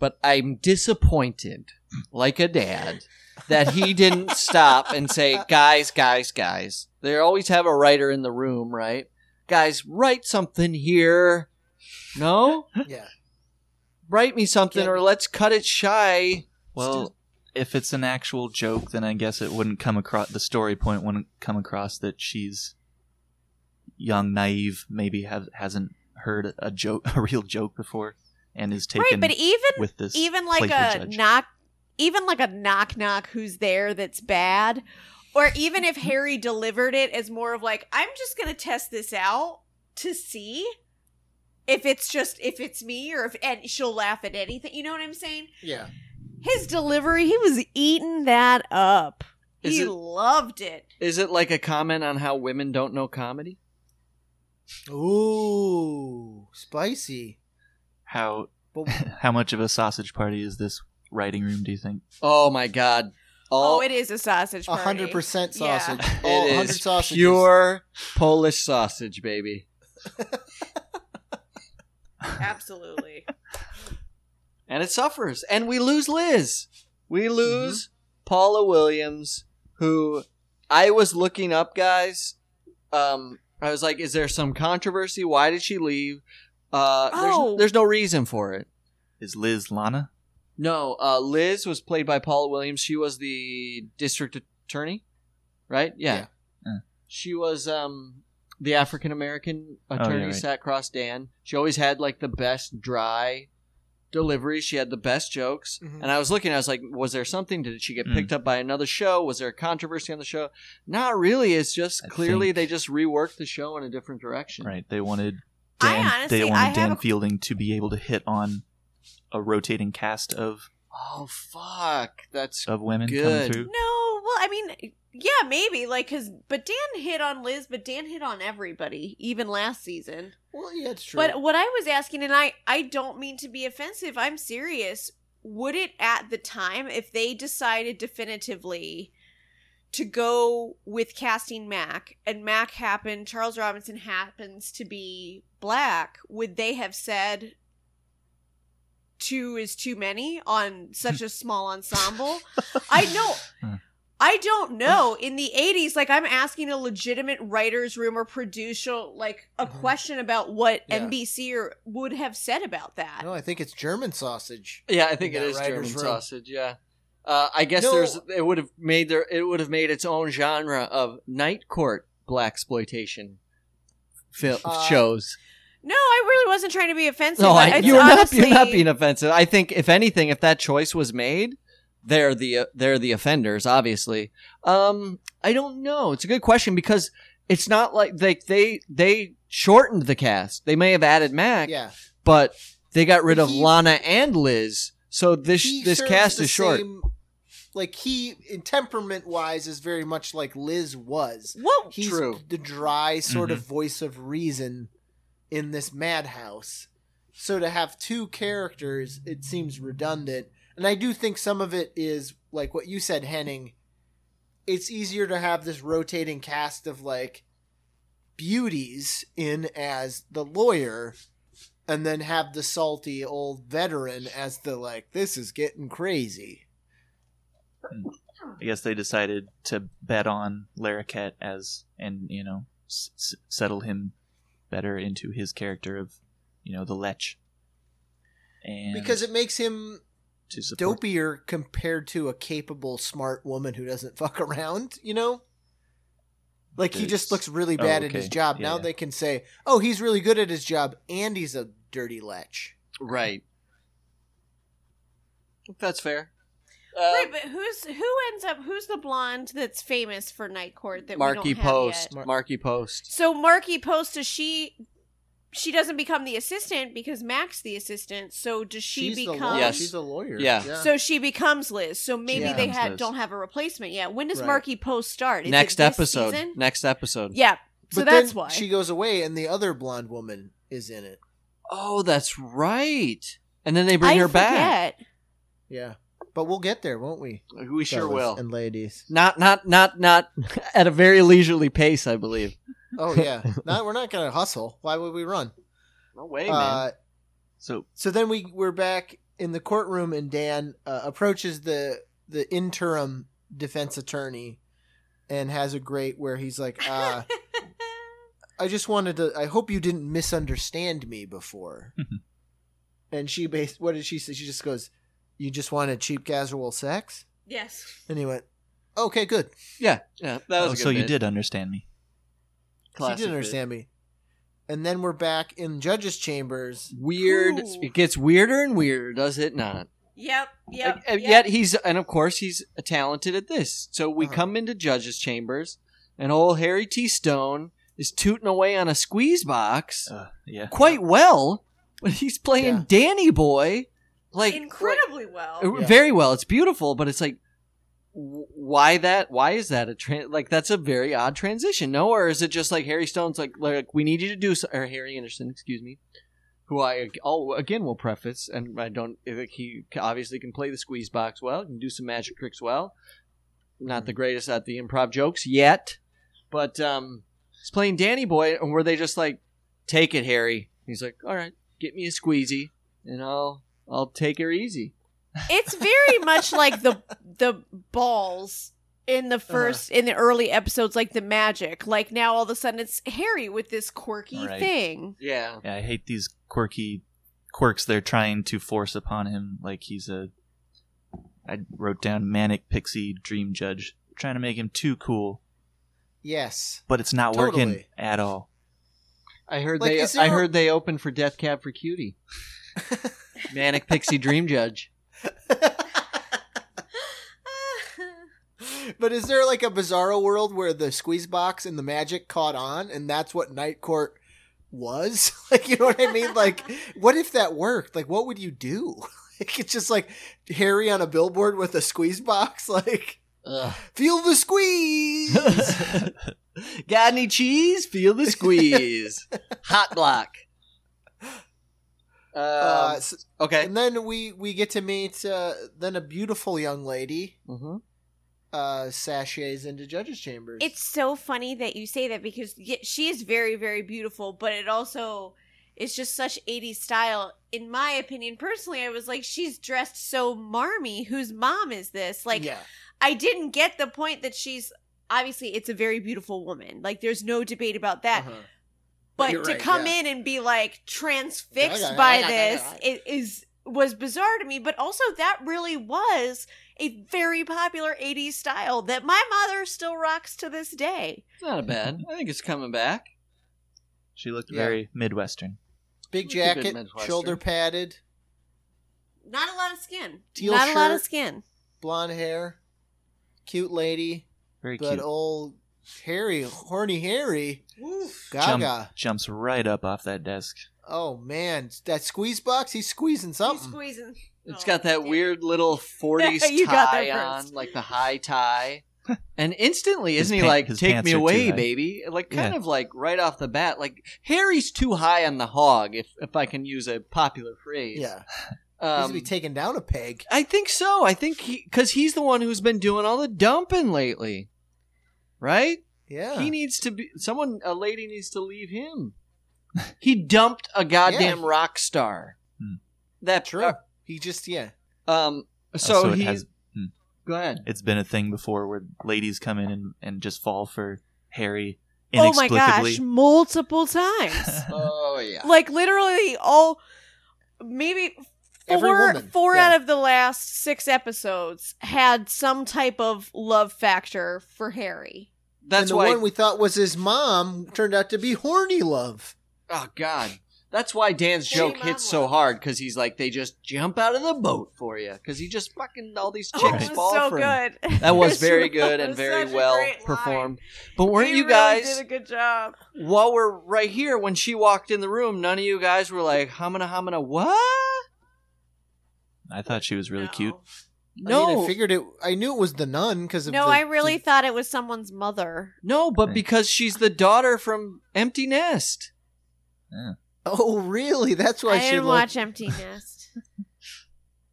Speaker 1: but I'm disappointed, like a dad, that he didn't stop and say, "Guys, guys, guys." They always have a writer in the room, right? Guys, write something here. No,
Speaker 2: Yeah,
Speaker 1: write me something, or let's cut it shy.
Speaker 3: Well, if it's an actual joke, then I guess it wouldn't come across. The story point wouldn't come across that she's young, naive, maybe have hasn't heard a joke, a real joke before, and is taken
Speaker 4: right, but e-, even
Speaker 3: with this.
Speaker 4: even like a
Speaker 3: playful judge.
Speaker 4: knock even like a knock knock who's there that's bad or even if harry delivered it as more of like i'm just gonna test this out to see if it's just if it's me or if and she'll laugh at anything you know what i'm saying
Speaker 2: yeah.
Speaker 4: his delivery he was eating that up
Speaker 1: Is
Speaker 4: he
Speaker 1: it-
Speaker 4: loved it
Speaker 1: Is it like a comment on how women don't know comedy?
Speaker 2: Ooh, spicy.
Speaker 3: how
Speaker 2: But
Speaker 3: how much of a sausage party is this writing room? Do you think?
Speaker 1: Oh my god!
Speaker 4: oh
Speaker 1: All
Speaker 4: it is a sausage
Speaker 2: a
Speaker 4: party.
Speaker 2: hundred percent
Speaker 4: Yeah.
Speaker 2: sausage.
Speaker 3: It
Speaker 2: All
Speaker 1: it
Speaker 2: hundred
Speaker 1: is
Speaker 2: sausages.
Speaker 1: pure Polish sausage, baby.
Speaker 4: absolutely
Speaker 1: and it suffers. And we lose Liz.
Speaker 2: Mm-hmm.
Speaker 1: We lose Paula Williams, who I was looking up, guys. Um, I was like, is there some controversy? Why did she leave? Uh,
Speaker 4: Oh.
Speaker 1: there's, there's no reason for it.
Speaker 3: Is Liz Lana?
Speaker 1: No, uh, Liz was played by Paula Williams. She was the district attorney, right? Yeah.
Speaker 2: Yeah.
Speaker 3: Yeah. Mm.
Speaker 1: She was um, the African American
Speaker 3: Oh, yeah,
Speaker 1: attorney
Speaker 3: right.
Speaker 1: sat cross Dan. She always had like the best dry delivery. She had the best jokes.
Speaker 2: Mhm.
Speaker 1: And I was looking, I was like, was there something? Did she get
Speaker 3: Mm.
Speaker 1: picked up by another show? Was there a controversy on the show? Not really. It's just
Speaker 3: I
Speaker 1: clearly
Speaker 3: think-
Speaker 1: they just reworked the show in a different direction.
Speaker 3: Right. They wanted
Speaker 4: I
Speaker 3: Dan,
Speaker 4: honestly-
Speaker 3: they
Speaker 4: I
Speaker 3: wanted
Speaker 4: have
Speaker 3: Dan
Speaker 4: a-
Speaker 3: Fielding to be able to hit on a rotating cast of
Speaker 1: Oh, fuck. That's
Speaker 3: of women
Speaker 1: Good.
Speaker 3: coming through.
Speaker 4: No, well, I mean, yeah, maybe like because, but Dan hit on Liz, but Dan hit on everybody, even last season.
Speaker 2: Well, yeah, it's true.
Speaker 4: But what I was asking, and I, I don't mean to be offensive. I'm serious. Would it at the time, if they decided definitively to go with casting Mac, and Mac happened, Charles Robinson happens to be black, would they have said? Two is too many on such a small ensemble. I
Speaker 3: Huh.
Speaker 4: know. I don't know. In the 80s, like I'm asking a legitimate writer's room or producer, like a
Speaker 1: Mm-hmm.
Speaker 2: Mhm.
Speaker 4: question about what
Speaker 2: Yeah.
Speaker 4: NBC or would have said about that.
Speaker 2: no, I think it's German sausage.
Speaker 1: Yeah, I think
Speaker 2: In
Speaker 1: it
Speaker 2: that
Speaker 1: is German
Speaker 2: writer's room.
Speaker 1: sausage. Yeah, uh, I guess
Speaker 2: No.
Speaker 1: there's it would have made their it would have made its own genre of night court black exploitation film
Speaker 2: Uh,
Speaker 1: shows.
Speaker 4: No, I really wasn't trying to be offensive.
Speaker 1: No, I,
Speaker 4: it's
Speaker 1: you're not
Speaker 4: honestly-
Speaker 1: you're not being offensive. I think if anything, if that choice was made, they're the uh, they're the offenders. Obviously, um, I don't know. It's a good question because it's not like they they they shortened the cast. They may have added Mac,
Speaker 2: Yeah,
Speaker 1: but they got rid of
Speaker 2: He-
Speaker 1: Lana and Liz. So this
Speaker 2: He
Speaker 1: this
Speaker 2: serves
Speaker 1: cast
Speaker 2: the
Speaker 1: is short.
Speaker 2: same- like he, in temperament wise, is very much like Liz was.
Speaker 4: Well,
Speaker 2: He's
Speaker 1: True.
Speaker 2: the dry sort of voice of reason in this madhouse. So to have two characters, it seems redundant. And I do think some of it is like what you said, Henning. It's easier to have this rotating cast of like beauties in as the lawyer and then have the salty old veteran as the like this is getting crazy.
Speaker 3: I guess they decided to bet on Larroquette as and you know s- s- settle him better into his character of you know the lech. And
Speaker 2: Because it makes him
Speaker 3: to support,
Speaker 2: dopier compared to a capable, smart woman who doesn't fuck around, you know? Like he just
Speaker 3: There's-
Speaker 2: looks really
Speaker 3: oh,
Speaker 2: bad at
Speaker 3: okay.
Speaker 2: his job.
Speaker 3: Yeah,
Speaker 2: now
Speaker 3: yeah.
Speaker 2: they can say, "Oh, he's really good at his job, and he's a dirty lech."
Speaker 1: Right. That's fair.
Speaker 2: Uh,
Speaker 1: uh,
Speaker 4: right, but who's who ends up? Who's the blonde that's famous for Night Court that we
Speaker 1: Marky
Speaker 4: don't have
Speaker 1: Post.
Speaker 4: yet?
Speaker 1: Mar- Marky Post.
Speaker 4: So Marky Post does she? She doesn't become the assistant because Mac's the assistant. So does she
Speaker 2: she's the
Speaker 4: become?
Speaker 2: lawyer.
Speaker 1: Yes.
Speaker 2: She's a lawyer.
Speaker 1: Yeah.
Speaker 4: So she becomes Liz. So maybe
Speaker 2: She
Speaker 4: they
Speaker 3: becomes
Speaker 4: had
Speaker 3: Liz.
Speaker 4: don't have a replacement yet. When does
Speaker 2: Right.
Speaker 4: Marky Post start? Is it
Speaker 1: Next
Speaker 4: this
Speaker 1: episode.
Speaker 4: season?
Speaker 1: Next episode.
Speaker 4: Yeah. So
Speaker 2: but
Speaker 4: that's
Speaker 2: then
Speaker 4: why.
Speaker 2: she goes away, and the other blonde woman is in it.
Speaker 1: Oh, that's right. And then they bring
Speaker 4: I
Speaker 1: her back.
Speaker 4: forget.
Speaker 2: Yeah, but we'll get there, won't we?
Speaker 1: We sure
Speaker 2: fellas
Speaker 1: will.
Speaker 2: And ladies.
Speaker 1: Not, not, not, not at a very leisurely pace, I believe.
Speaker 2: Oh yeah. not we're not gonna hustle. Why would we run?
Speaker 1: No way,
Speaker 2: Uh,
Speaker 3: So
Speaker 2: so then we we're back in the courtroom, and Dan uh, approaches the the interim defense attorney, and has a great where he's like, uh, "I just wanted to. I hope you didn't misunderstand me before." and she based what did she say? She just goes, "You just wanted cheap casual sex,"
Speaker 4: Yes.
Speaker 2: and he went, "Okay, good."
Speaker 1: yeah, yeah, that was
Speaker 3: oh,
Speaker 1: a good
Speaker 3: so you
Speaker 1: bit.
Speaker 3: did understand me.
Speaker 2: She
Speaker 1: Classic
Speaker 2: didn't understand me. And then we're back in judges' chambers.
Speaker 1: bit. Weird.
Speaker 4: Ooh.
Speaker 1: It gets weirder and weirder, does it not?
Speaker 4: Yep. Yep.
Speaker 1: And- and
Speaker 4: yep.
Speaker 1: Yet he's, and of course he's talented at this. So we
Speaker 2: Uh-huh.
Speaker 1: come into judges' chambers, and old Harry T. Stone is tooting away on a squeeze
Speaker 2: Uh-huh.
Speaker 1: box
Speaker 3: Uh, yeah.
Speaker 1: quite well, but he's playing
Speaker 2: Yeah.
Speaker 1: Danny Boy, like
Speaker 4: incredibly well.
Speaker 1: like,
Speaker 2: Yeah.
Speaker 1: very well. It's beautiful, but it's like, w- why that? Why is that a tran like? That's a very odd transition. No, or is it just like Harry Stone's like, like we need you to do, so- or Harry Anderson, excuse me, who I oh again will preface, and I don't I think he obviously can play the squeeze box well, can do some magic tricks well. Not the greatest at the improv jokes yet, but um, he's playing Danny Boy, and were they just like, take it, Harry? He's like, all right, get me a squeezy, and I'll I'll take her easy.
Speaker 4: it's very much like the the balls in the 1st in the early episodes like the magic like now all of a sudden it's harry with this quirky
Speaker 3: Right.
Speaker 4: thing
Speaker 1: Yeah.
Speaker 3: yeah. I hate these quirky quirks they're trying to force upon him. Like he's a. I wrote down manic pixie dream judge, trying to make him too cool,
Speaker 2: Yes.
Speaker 3: but it's not working
Speaker 2: Totally.
Speaker 3: at all.
Speaker 1: I heard
Speaker 2: Like,
Speaker 1: they
Speaker 2: is there
Speaker 1: I
Speaker 2: a-
Speaker 1: heard they opened for Death Cab for Cutie. Manic Pixie Dream Judge.
Speaker 2: But is there like a bizarro world where the squeeze box and the magic caught on and that's what Night Court was? like you know what I mean? Like what if that worked? Like what would you do? Like it's just like Harry on a billboard with a squeeze box, like
Speaker 1: Ugh.
Speaker 2: feel the squeeze.
Speaker 1: Got any cheese? Feel the squeeze. Hot block. Um,
Speaker 2: uh, s-
Speaker 1: okay.
Speaker 2: and then we we get to meet uh, then a beautiful young lady
Speaker 1: hmm
Speaker 2: uh, sashays into judges' chambers.
Speaker 4: it's so funny that you say that because y- she is very very beautiful but it also is just such 80s style in my opinion personally i was like she's dressed so marmy whose mom is this like
Speaker 2: yeah.
Speaker 4: I didn't get the point that she's obviously it's a very beautiful woman. Like there's no debate about that.
Speaker 2: Uh-huh.
Speaker 4: But
Speaker 2: You're
Speaker 4: to
Speaker 2: right,
Speaker 4: come
Speaker 2: yeah.
Speaker 4: in and be like transfixed
Speaker 2: Yeah, yeah,
Speaker 4: by
Speaker 2: yeah, yeah,
Speaker 4: this
Speaker 2: yeah,
Speaker 4: it is was bizarre to me, but also that really was a very popular 80s style that my mother still rocks to this day.
Speaker 1: It's not bad. I think it's coming back.
Speaker 3: She looked
Speaker 2: Yeah.
Speaker 3: very midwestern.
Speaker 2: Big
Speaker 1: It's a good
Speaker 2: jacket,
Speaker 1: Midwestern.
Speaker 2: shoulder padded,
Speaker 4: Not a lot of skin.
Speaker 2: Teal
Speaker 4: Not a lot of
Speaker 2: shirt.
Speaker 4: skin.
Speaker 2: blonde hair, cute lady,
Speaker 3: Very
Speaker 2: but
Speaker 3: cute.
Speaker 2: old Harry, horny Harry,
Speaker 3: Jump-
Speaker 2: Gaga.
Speaker 3: jumps right up off that desk.
Speaker 2: Oh man, that squeeze box, he's squeezing
Speaker 4: She's
Speaker 2: something.
Speaker 4: squeezing.
Speaker 1: It's
Speaker 4: Oh,
Speaker 1: got that
Speaker 4: damn.
Speaker 1: weird little 40s
Speaker 4: You got
Speaker 1: tie
Speaker 4: there
Speaker 1: on,
Speaker 4: first.
Speaker 1: like the high tie. And instantly,
Speaker 3: His
Speaker 1: isn't he
Speaker 3: pan-
Speaker 1: like,
Speaker 3: his
Speaker 1: take
Speaker 3: pants
Speaker 1: me
Speaker 3: are too
Speaker 1: away,
Speaker 3: high."
Speaker 1: baby? Like, kind
Speaker 3: Yeah.
Speaker 1: of like right off the bat, like, Harry's too high on the hog, if, if I can use a popular phrase.
Speaker 2: yeah, he's
Speaker 1: Um,
Speaker 2: gonna be taken down a peg.
Speaker 1: I think so. I think he, because he's the one who's been doing all the dumping lately. Right?
Speaker 2: Yeah,
Speaker 1: He needs to be, someone, a lady needs to leave him. he dumped a goddamn rock star.
Speaker 3: Hmm.
Speaker 1: That uh,
Speaker 2: true. he just yeah,
Speaker 1: Um,
Speaker 3: Oh,
Speaker 1: so,
Speaker 3: it
Speaker 1: he,
Speaker 3: has
Speaker 1: go ahead.
Speaker 3: it's been a thing before where ladies come in and, and just fall for Harry
Speaker 4: Oh my gosh,
Speaker 3: inexplicably.
Speaker 4: multiple times.
Speaker 1: Oh yeah.
Speaker 4: like literally all maybe
Speaker 2: Every
Speaker 4: four
Speaker 2: woman,
Speaker 4: four
Speaker 2: yeah.
Speaker 4: out of the last six episodes had some type of love factor for harry
Speaker 1: That's
Speaker 2: and the
Speaker 1: why.
Speaker 2: one we thought was his mom turned out to be horny love.
Speaker 1: oh God. That's why Dan's
Speaker 4: Pretty
Speaker 1: joke hits
Speaker 4: mom
Speaker 1: so
Speaker 4: levels.
Speaker 1: hard because he's like they just jump out of the boat for you because he just fucking all these chicks
Speaker 4: Oh, it was
Speaker 1: fall
Speaker 4: so
Speaker 1: for him.
Speaker 4: good.
Speaker 1: That was
Speaker 4: It
Speaker 1: very
Speaker 4: really-
Speaker 1: good
Speaker 4: it
Speaker 1: and
Speaker 4: was
Speaker 1: very
Speaker 4: such a
Speaker 1: well
Speaker 4: great line.
Speaker 1: performed. But weren't
Speaker 4: He
Speaker 1: you
Speaker 4: really
Speaker 1: guys
Speaker 4: did a good job?
Speaker 1: while we're right here when she walked in the room? None of you guys were like hamina hamina what?
Speaker 3: I thought she was really
Speaker 4: No.
Speaker 3: cute.
Speaker 1: No,
Speaker 2: I, mean, I figured it. I knew it was the nun because of
Speaker 4: No,
Speaker 2: the-
Speaker 4: I really thought it was someone's mother.
Speaker 1: no, but
Speaker 3: Thanks.
Speaker 1: because she's the daughter from Empty Nest.
Speaker 2: Oh, really? That's why
Speaker 4: I
Speaker 2: she
Speaker 4: didn't
Speaker 2: looked.
Speaker 4: watch Empty Nest.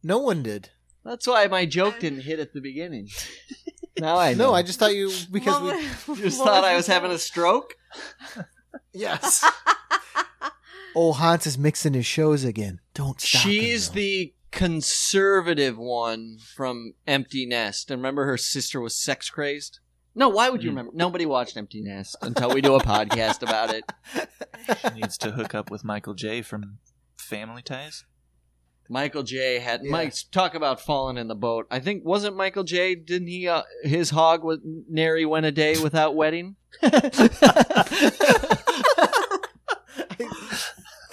Speaker 2: No one did.
Speaker 1: That's why my joke didn't hit at the beginning. now I know.
Speaker 2: No, I just thought you because
Speaker 4: What
Speaker 2: we.
Speaker 4: was-
Speaker 1: You just
Speaker 4: what
Speaker 1: thought I was
Speaker 4: the
Speaker 1: having a stroke.
Speaker 2: Yes. oh, Hans is mixing his shows again. Don't stop. him,
Speaker 1: She's
Speaker 2: though.
Speaker 1: the conservative one from Empty Nest. And remember her sister was sex crazed? No, why would you
Speaker 3: Mm.
Speaker 1: remember? Nobody watched Empty Nest until we do a podcast about it.
Speaker 3: She needs to hook up with Michael J from Family Ties.
Speaker 1: Michael J had
Speaker 2: Yeah.
Speaker 1: Mike's talk about falling in the boat. I think wasn't Michael J didn't he uh, his hog was nary went a day without wetting?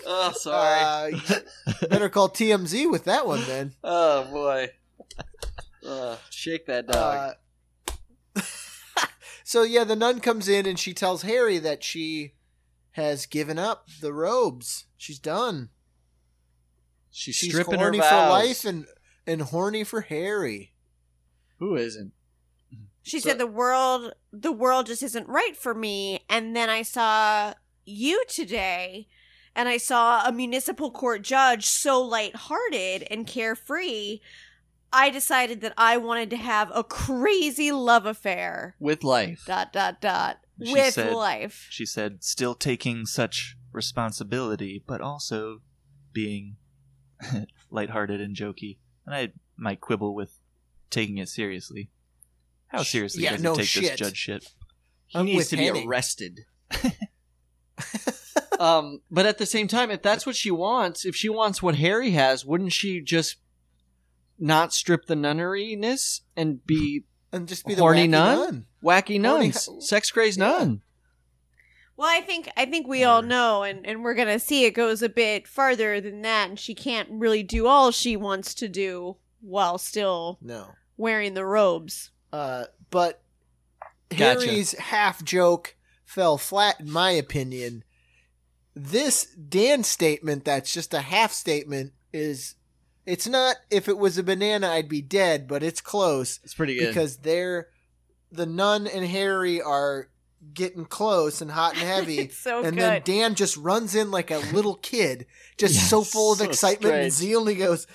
Speaker 1: oh, sorry.
Speaker 2: Uh, you better call TMZ with that one then.
Speaker 1: oh boy. Uh, shake that dog.
Speaker 2: Uh, so yeah, the nun comes in and she tells Harry that she has given up the robes. She's done.
Speaker 1: she's,
Speaker 2: She's
Speaker 1: stripping her
Speaker 2: horny
Speaker 1: vows.
Speaker 2: for life and and horny for Harry.
Speaker 1: Who isn't?
Speaker 4: She
Speaker 2: So-
Speaker 4: said the world the world just isn't right for me and then I saw you today and I saw a municipal court judge so lighthearted and carefree I decided that I wanted to have a crazy love affair
Speaker 1: with life.
Speaker 4: dot dot dot
Speaker 3: She
Speaker 4: with
Speaker 3: said-
Speaker 4: life.
Speaker 3: She said, still taking such responsibility, but also being lighthearted and jokey. And I might quibble with taking it seriously. How
Speaker 2: Sh-
Speaker 3: seriously
Speaker 2: yeah,
Speaker 3: does
Speaker 2: no
Speaker 3: it take
Speaker 2: shit.
Speaker 3: this judge shit?
Speaker 1: He
Speaker 2: I'm
Speaker 1: needs
Speaker 2: with
Speaker 1: to be
Speaker 2: Henning.
Speaker 1: arrested. um, but at the same time, if that's what she wants, if she wants what Harry has, wouldn't she just not strip the nunneryness and be
Speaker 2: And just be the
Speaker 1: Horny
Speaker 2: wacky
Speaker 1: nun?
Speaker 2: nun.
Speaker 1: wacky
Speaker 2: Horny-
Speaker 1: nuns, sex crazed
Speaker 2: Yeah.
Speaker 1: nun?
Speaker 4: Well, I think I think we all know, and and we're gonna see it goes a bit farther than that, and she can't really do all she wants to do while still
Speaker 2: No.
Speaker 4: wearing the robes.
Speaker 2: Uh, but
Speaker 1: Gotcha.
Speaker 2: Harry's half joke fell flat, in my opinion. This Dan statement, that's just a half statement, is it's not if it was a banana, I'd be dead, but it's close
Speaker 1: It's pretty
Speaker 2: because they're the nun and Harry are getting close and hot and heavy.
Speaker 4: it's so
Speaker 2: and
Speaker 4: good.
Speaker 2: then Dan just runs in like a little kid, just
Speaker 1: Yes,
Speaker 2: so full of
Speaker 1: so
Speaker 2: excitement and
Speaker 1: strange.
Speaker 2: zeal. And he goes,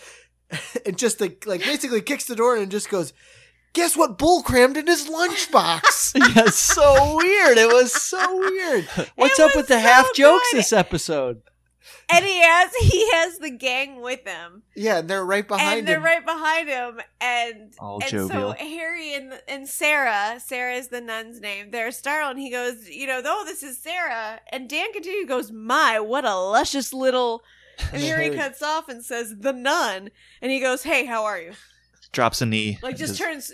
Speaker 2: and just like, like basically kicks the door in and just goes, "Guess what? Bull crammed in his lunchbox."
Speaker 1: yeah, so weird. It was so weird. What's
Speaker 4: It
Speaker 1: up with
Speaker 4: was
Speaker 1: the
Speaker 4: so
Speaker 1: half jokes
Speaker 4: good.
Speaker 1: this episode?
Speaker 4: and he has he has the gang with him,
Speaker 2: yeah, and they're right behind
Speaker 4: and they're
Speaker 2: him.
Speaker 4: right behind him, and
Speaker 3: All
Speaker 4: and
Speaker 3: jovial.
Speaker 4: so Harry and and Sarah, Sarah is the nun's name. They're startled, and he goes, you know, oh, this is Sarah. And Dan continues, goes, my, what a luscious little. And Harry cuts off and says, the nun. And he goes, hey, how are you?
Speaker 3: Drops a knee.
Speaker 4: Like just
Speaker 3: Does-
Speaker 4: turns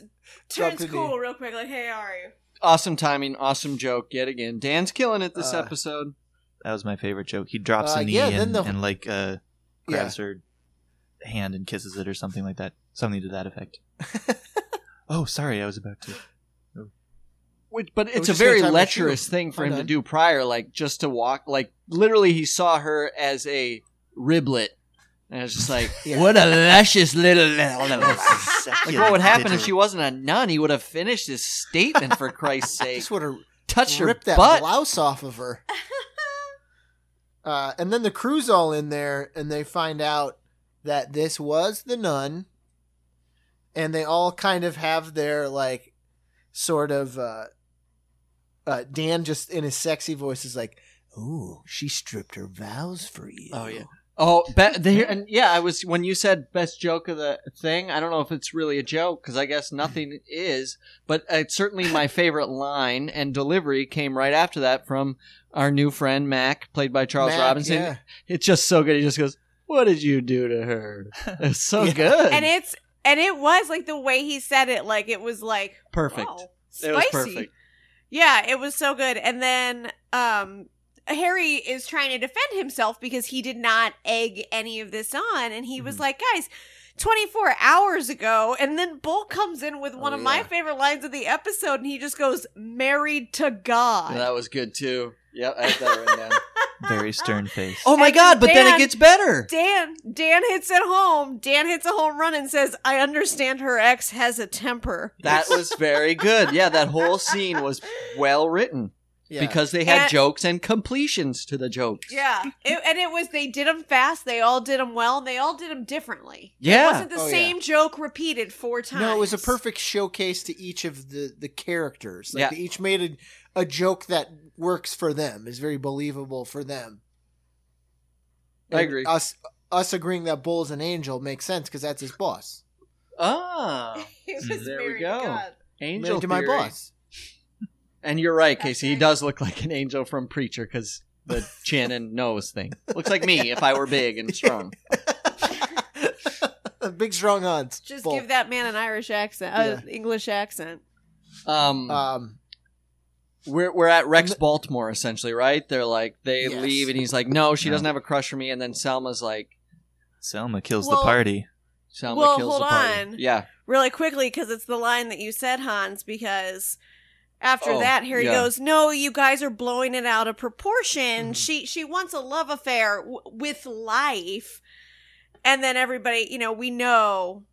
Speaker 2: Drop
Speaker 4: turns
Speaker 2: the
Speaker 4: cool
Speaker 2: knee.
Speaker 4: real quick. Like, hey, how are you?
Speaker 1: Awesome timing, awesome joke yet again. Dan's killing it this
Speaker 2: Uh,
Speaker 1: episode.
Speaker 3: That was my favorite joke. He drops
Speaker 2: Uh,
Speaker 3: a knee
Speaker 2: yeah, then
Speaker 3: and,
Speaker 2: the-
Speaker 3: and, like uh,
Speaker 2: Yeah.
Speaker 3: grabs her hand and kisses it or something like that. Something to that effect. oh, sorry, I was about to.
Speaker 1: Which, but
Speaker 2: was
Speaker 1: it's a
Speaker 2: just gonna
Speaker 1: very
Speaker 2: time my shoe.
Speaker 1: lecherous thing for him
Speaker 2: I'm
Speaker 1: to
Speaker 2: done.
Speaker 1: do prior, like just to walk, like literally he saw her as a riblet, and I was just like,
Speaker 2: Yeah.
Speaker 1: what a luscious little. little. Like what would happen if she
Speaker 3: Little-
Speaker 1: wasn't a nun? He would have finished his statement for Christ's sake.
Speaker 2: Just would have
Speaker 1: Touch her
Speaker 2: ripped that
Speaker 1: butt.
Speaker 2: blouse off of her. Uh, and then the crew's all in there, and they find out that this was the nun, and they all kind of have their like, sort of. Uh, uh, Dan just in his sexy voice is like, "Ooh, she stripped her vows for you."
Speaker 1: Oh, yeah. Oh, be- the, and yeah, I was when you said best joke of the thing. I don't know if it's really a joke because I guess nothing is, but it's certainly my favorite line and delivery came right after that from our new friend Mac, played by Charles
Speaker 2: Mac,
Speaker 1: Robinson.
Speaker 2: yeah.
Speaker 1: It's just so good. He just goes, "What did you do to her?" It's so
Speaker 2: Yeah.
Speaker 1: good,
Speaker 4: And it's and it was like the way he said it, like it was like
Speaker 1: perfect.
Speaker 4: wow,
Speaker 1: It was
Speaker 4: Oh, spicy.
Speaker 1: perfect.
Speaker 4: Yeah, it was so good. And then um Harry is trying to defend himself because he did not egg any of this on. And he was
Speaker 1: Mm-hmm.
Speaker 3: Mhm.
Speaker 4: like, guys, 24 hours ago. And then Bull comes in with one
Speaker 1: Oh,
Speaker 4: of my
Speaker 1: yeah.
Speaker 4: favorite lines of the episode and he just goes, married to God.
Speaker 1: that was good too. Yep, I had that written down.
Speaker 3: Very stern face.
Speaker 1: Oh my
Speaker 4: And
Speaker 1: god, but then
Speaker 4: Dan-
Speaker 1: it gets better.
Speaker 4: Dan Dan hits it home. Dan hits a home run and says, "I understand her ex has a temper."
Speaker 1: That was very good. Yeah, that whole scene was well written
Speaker 2: Yeah.
Speaker 1: because they had
Speaker 4: And-
Speaker 1: jokes and completions to the jokes.
Speaker 4: Yeah, it, and it was they did them fast. They all did them well, and they all did them differently.
Speaker 1: Yeah.
Speaker 4: it wasn't the
Speaker 2: Oh, yeah.
Speaker 4: same joke repeated four times.
Speaker 2: No, it was a perfect showcase to each of the the characters. Like
Speaker 1: Yeah.
Speaker 2: they each made a, a joke that works for them, is very believable for them.
Speaker 1: I
Speaker 2: And
Speaker 1: agree.
Speaker 2: Us us agreeing that Bull's an angel makes sense because that's his boss.
Speaker 1: Ah,
Speaker 4: It was
Speaker 1: There we
Speaker 4: very
Speaker 1: go.
Speaker 4: good.
Speaker 1: angel
Speaker 2: Married to my
Speaker 1: theory.
Speaker 2: boss.
Speaker 1: And you're right,
Speaker 4: That's
Speaker 1: Casey. He
Speaker 4: right.
Speaker 1: does look like an angel from Preacher because the chin and nose thing looks like me if I were big and strong.
Speaker 2: Big strong odds.
Speaker 4: Just
Speaker 2: Bull.
Speaker 4: give that man an Irish accent, uh, English accent.
Speaker 1: Um,
Speaker 2: um
Speaker 1: we're we're at Rex Baltimore essentially, right? They're like they
Speaker 2: Yes.
Speaker 1: leave, and he's like, "No, she
Speaker 3: No.
Speaker 1: doesn't have a crush for me." And then Selma's like,
Speaker 3: Selma kills
Speaker 4: Well-
Speaker 3: the party.
Speaker 1: "Selma
Speaker 4: Well,
Speaker 1: kills
Speaker 4: hold
Speaker 1: the party."
Speaker 4: on.
Speaker 1: Yeah,
Speaker 4: really quickly because it's the line that you said, Hans. Because after
Speaker 1: Oh,
Speaker 4: that, Harry
Speaker 1: yeah. Mm-hmm.
Speaker 4: goes, "No, you guys are blowing it out of proportion.
Speaker 2: Mhm.
Speaker 4: She she wants a love affair w- with life." And then everybody, you know, we know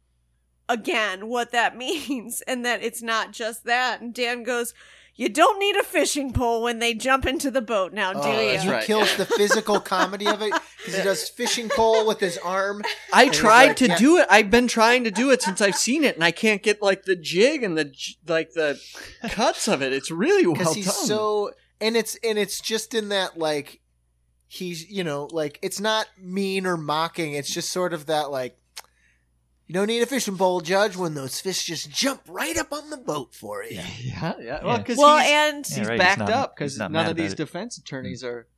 Speaker 4: again what that means, and that it's not just that. And Dan goes. You don't need a fishing pole when they jump into the boat now, do
Speaker 2: oh,
Speaker 4: you?
Speaker 1: that's
Speaker 2: he
Speaker 1: right.
Speaker 2: kills the physical comedy of it because he does fishing pole with his arm.
Speaker 1: I
Speaker 2: he's
Speaker 1: tried
Speaker 2: like,
Speaker 1: to
Speaker 2: yeah.
Speaker 1: do it. I've been trying to do it since I've seen it, and I can't get like the jig and the j- like the cuts of it. It's really well
Speaker 2: because
Speaker 1: done.
Speaker 2: he's so and it's and it's just in that like he's you know like it's not mean or mocking it's just sort of that like you don't need a fishing pole judge when those fish just jump right up on the boat for you
Speaker 1: yeah, yeah. Well,
Speaker 3: Yeah.
Speaker 1: because
Speaker 4: Well,
Speaker 1: he's,
Speaker 4: and
Speaker 1: he's
Speaker 3: Yeah, right, he's
Speaker 1: backed
Speaker 3: not-
Speaker 1: up
Speaker 3: he's
Speaker 1: because
Speaker 3: not
Speaker 1: none
Speaker 3: mad
Speaker 1: of these
Speaker 3: about it.
Speaker 1: defense attorneys are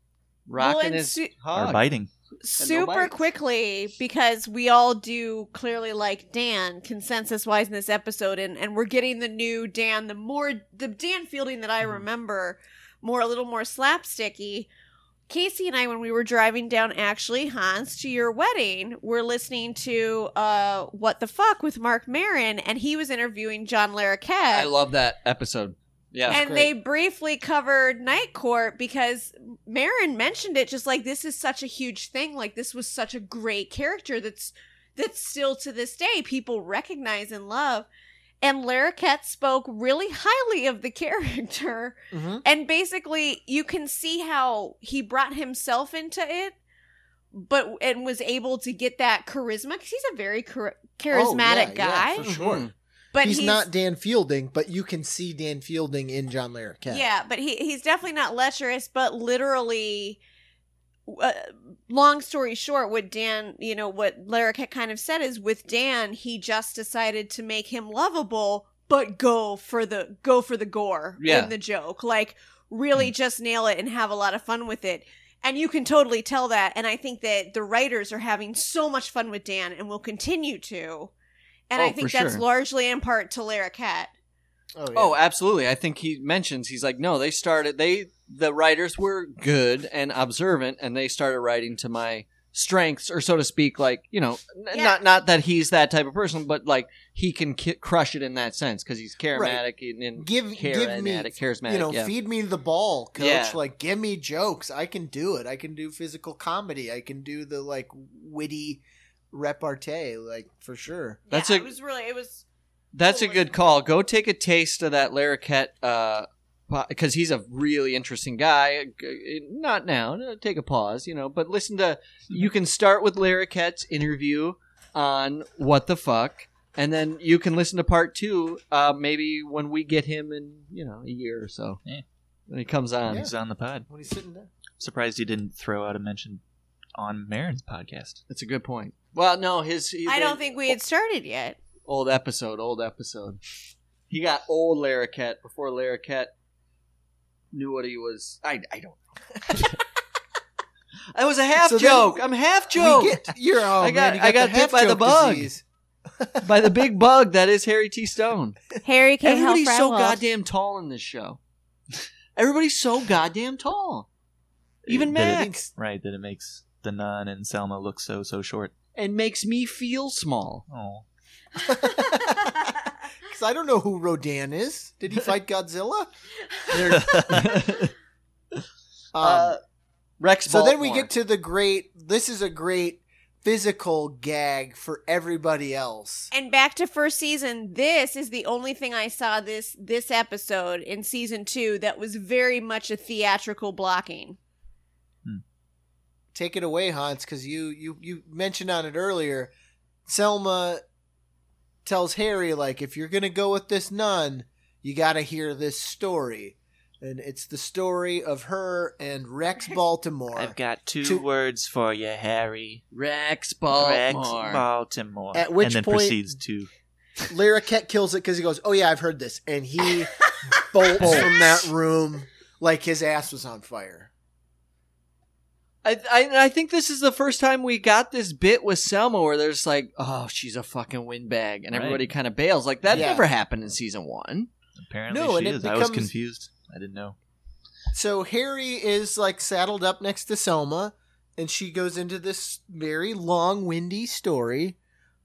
Speaker 1: rocking
Speaker 4: and
Speaker 1: his
Speaker 4: su-
Speaker 1: hog.
Speaker 3: Or biting.
Speaker 4: super
Speaker 1: bites.
Speaker 4: quickly because we all do clearly like Dan consensus wise in this episode and and we're getting the new Dan the more the Dan Fielding that I
Speaker 3: Mhm.
Speaker 4: remember more a little more slapsticky Casey and I when we were driving down actually Hans to your wedding we're listening to uh what the fuck with Mark Marin and he was interviewing John Larroquette
Speaker 1: I love that episode. Yeah,
Speaker 4: and they briefly covered Night Court because Marin mentioned it just like this is such a huge thing. Like this was such a great character that's that's still to this day people recognize and love. And Larroquette spoke really highly of the character.
Speaker 2: mm-hmm.
Speaker 4: And basically you can see how he brought himself into it but and was able to get that charisma because he's a very char- charismatic guy
Speaker 2: Oh, for sure
Speaker 1: Mhm.
Speaker 4: but
Speaker 2: he's, not dan fielding but you can see dan fielding in john larroquette
Speaker 4: Yeah, but he he's definitely not lecherous, but literally. Uh, long story short, what Dan, you know, what Larrick had kind of said is with Dan, he just decided to make him lovable, but go for the go for the gore
Speaker 1: Yeah. Mm.
Speaker 4: in the joke, like really just nail it and have a lot of fun with it. And you can totally tell that. And I think that the writers are having so much fun with Dan and will continue to. And
Speaker 1: Oh,
Speaker 4: I
Speaker 1: for
Speaker 4: think that's
Speaker 1: sure.
Speaker 4: largely in part to Larriquette.
Speaker 2: oh, yeah.
Speaker 1: Oh, absolutely. I think he mentions he's like, no, they started. They the writers were good and observant, and they started writing to my strengths, or so to speak. Like you know, n-
Speaker 4: Yeah.
Speaker 1: not not that he's that type of person, but like he can ki- crush it in that sense because he's charismatic and, and
Speaker 2: give give me
Speaker 1: charismatic, charismatic.
Speaker 2: you know
Speaker 1: yeah.
Speaker 2: feed me the ball coach
Speaker 1: Yeah.
Speaker 2: like give me jokes i can do it i can do physical comedy i can do the like witty repartee like for sure
Speaker 1: That's
Speaker 4: yeah,
Speaker 1: a-
Speaker 4: it was really it was
Speaker 1: That's a good call. Go take a taste of that Larroquette, uh, because he's a really interesting guy. G- Not now. no, Take a pause, you know. But listen to. You can start with Larroquette's interview on what the fuck, and then you can listen to part two. Uh, maybe when we get him in, you know, a year or so.
Speaker 3: Yeah.
Speaker 1: When he comes on.
Speaker 2: Yeah.
Speaker 3: He's on the pod.
Speaker 2: when he's sitting down
Speaker 3: Surprised he didn't throw out a mention on Marin's podcast.
Speaker 1: That's a good point. Well, no, his. he-
Speaker 4: I
Speaker 1: they-
Speaker 4: don't think we had started yet.
Speaker 1: Old episode. Old episode. He got old Larroquette before Larroquette knew what he was. I, I don't know. That was a half
Speaker 2: So then
Speaker 1: joke. I'm half joke
Speaker 2: We get, you're, oh,
Speaker 1: I got-
Speaker 2: man, you
Speaker 1: I got
Speaker 2: the
Speaker 1: bit
Speaker 2: half
Speaker 1: by the
Speaker 2: joke
Speaker 1: bug.
Speaker 2: disease.
Speaker 1: by the big bug that is Harry T. Stone.
Speaker 4: Harry K.
Speaker 1: Everybody's so
Speaker 4: Halfrad-Wolf.
Speaker 1: goddamn tall in this show. Everybody's so goddamn tall. Even
Speaker 3: that it-
Speaker 1: Max.
Speaker 3: right, that it makes the nun and Selma look so so short.
Speaker 1: and makes me feel small.
Speaker 3: Oh,
Speaker 2: Because I don't know who Rodan is. Did he fight Godzilla? Um,
Speaker 1: Uh, Rex.
Speaker 2: so then we get to the great. This is a great physical gag for everybody else.
Speaker 4: and back to first season. This is the only thing I saw this this episode in season two that was very much a theatrical blocking.
Speaker 2: Take it away, Hans, because you you you mentioned on it earlier. Selma tells Harry like, if you're gonna go with this nun, you gotta hear this story, and it's the story of her and Rex Baltimore.
Speaker 3: got two
Speaker 2: Two-
Speaker 3: words for you, Harry.
Speaker 1: Rex Baltimore.
Speaker 3: Baltimore.
Speaker 2: At which
Speaker 3: and then
Speaker 2: point-
Speaker 3: proceeds to
Speaker 2: Lyriquette kills it because he goes, "Oh yeah, I've heard this," and he bolts from that room like his ass was on fire.
Speaker 1: I, I and I think this is the first time we got this bit with Selma where there's like, oh, she's a fucking windbag, and
Speaker 3: Right.
Speaker 1: everybody kind of bails. Like that
Speaker 2: Yeah.
Speaker 1: never happened in season one.
Speaker 3: apparently
Speaker 2: No,
Speaker 3: she
Speaker 2: and it
Speaker 3: is. I was
Speaker 2: becomes-
Speaker 3: confused. I didn't know.
Speaker 2: So Harry is like saddled up next to Selma, and she goes into this very long, windy story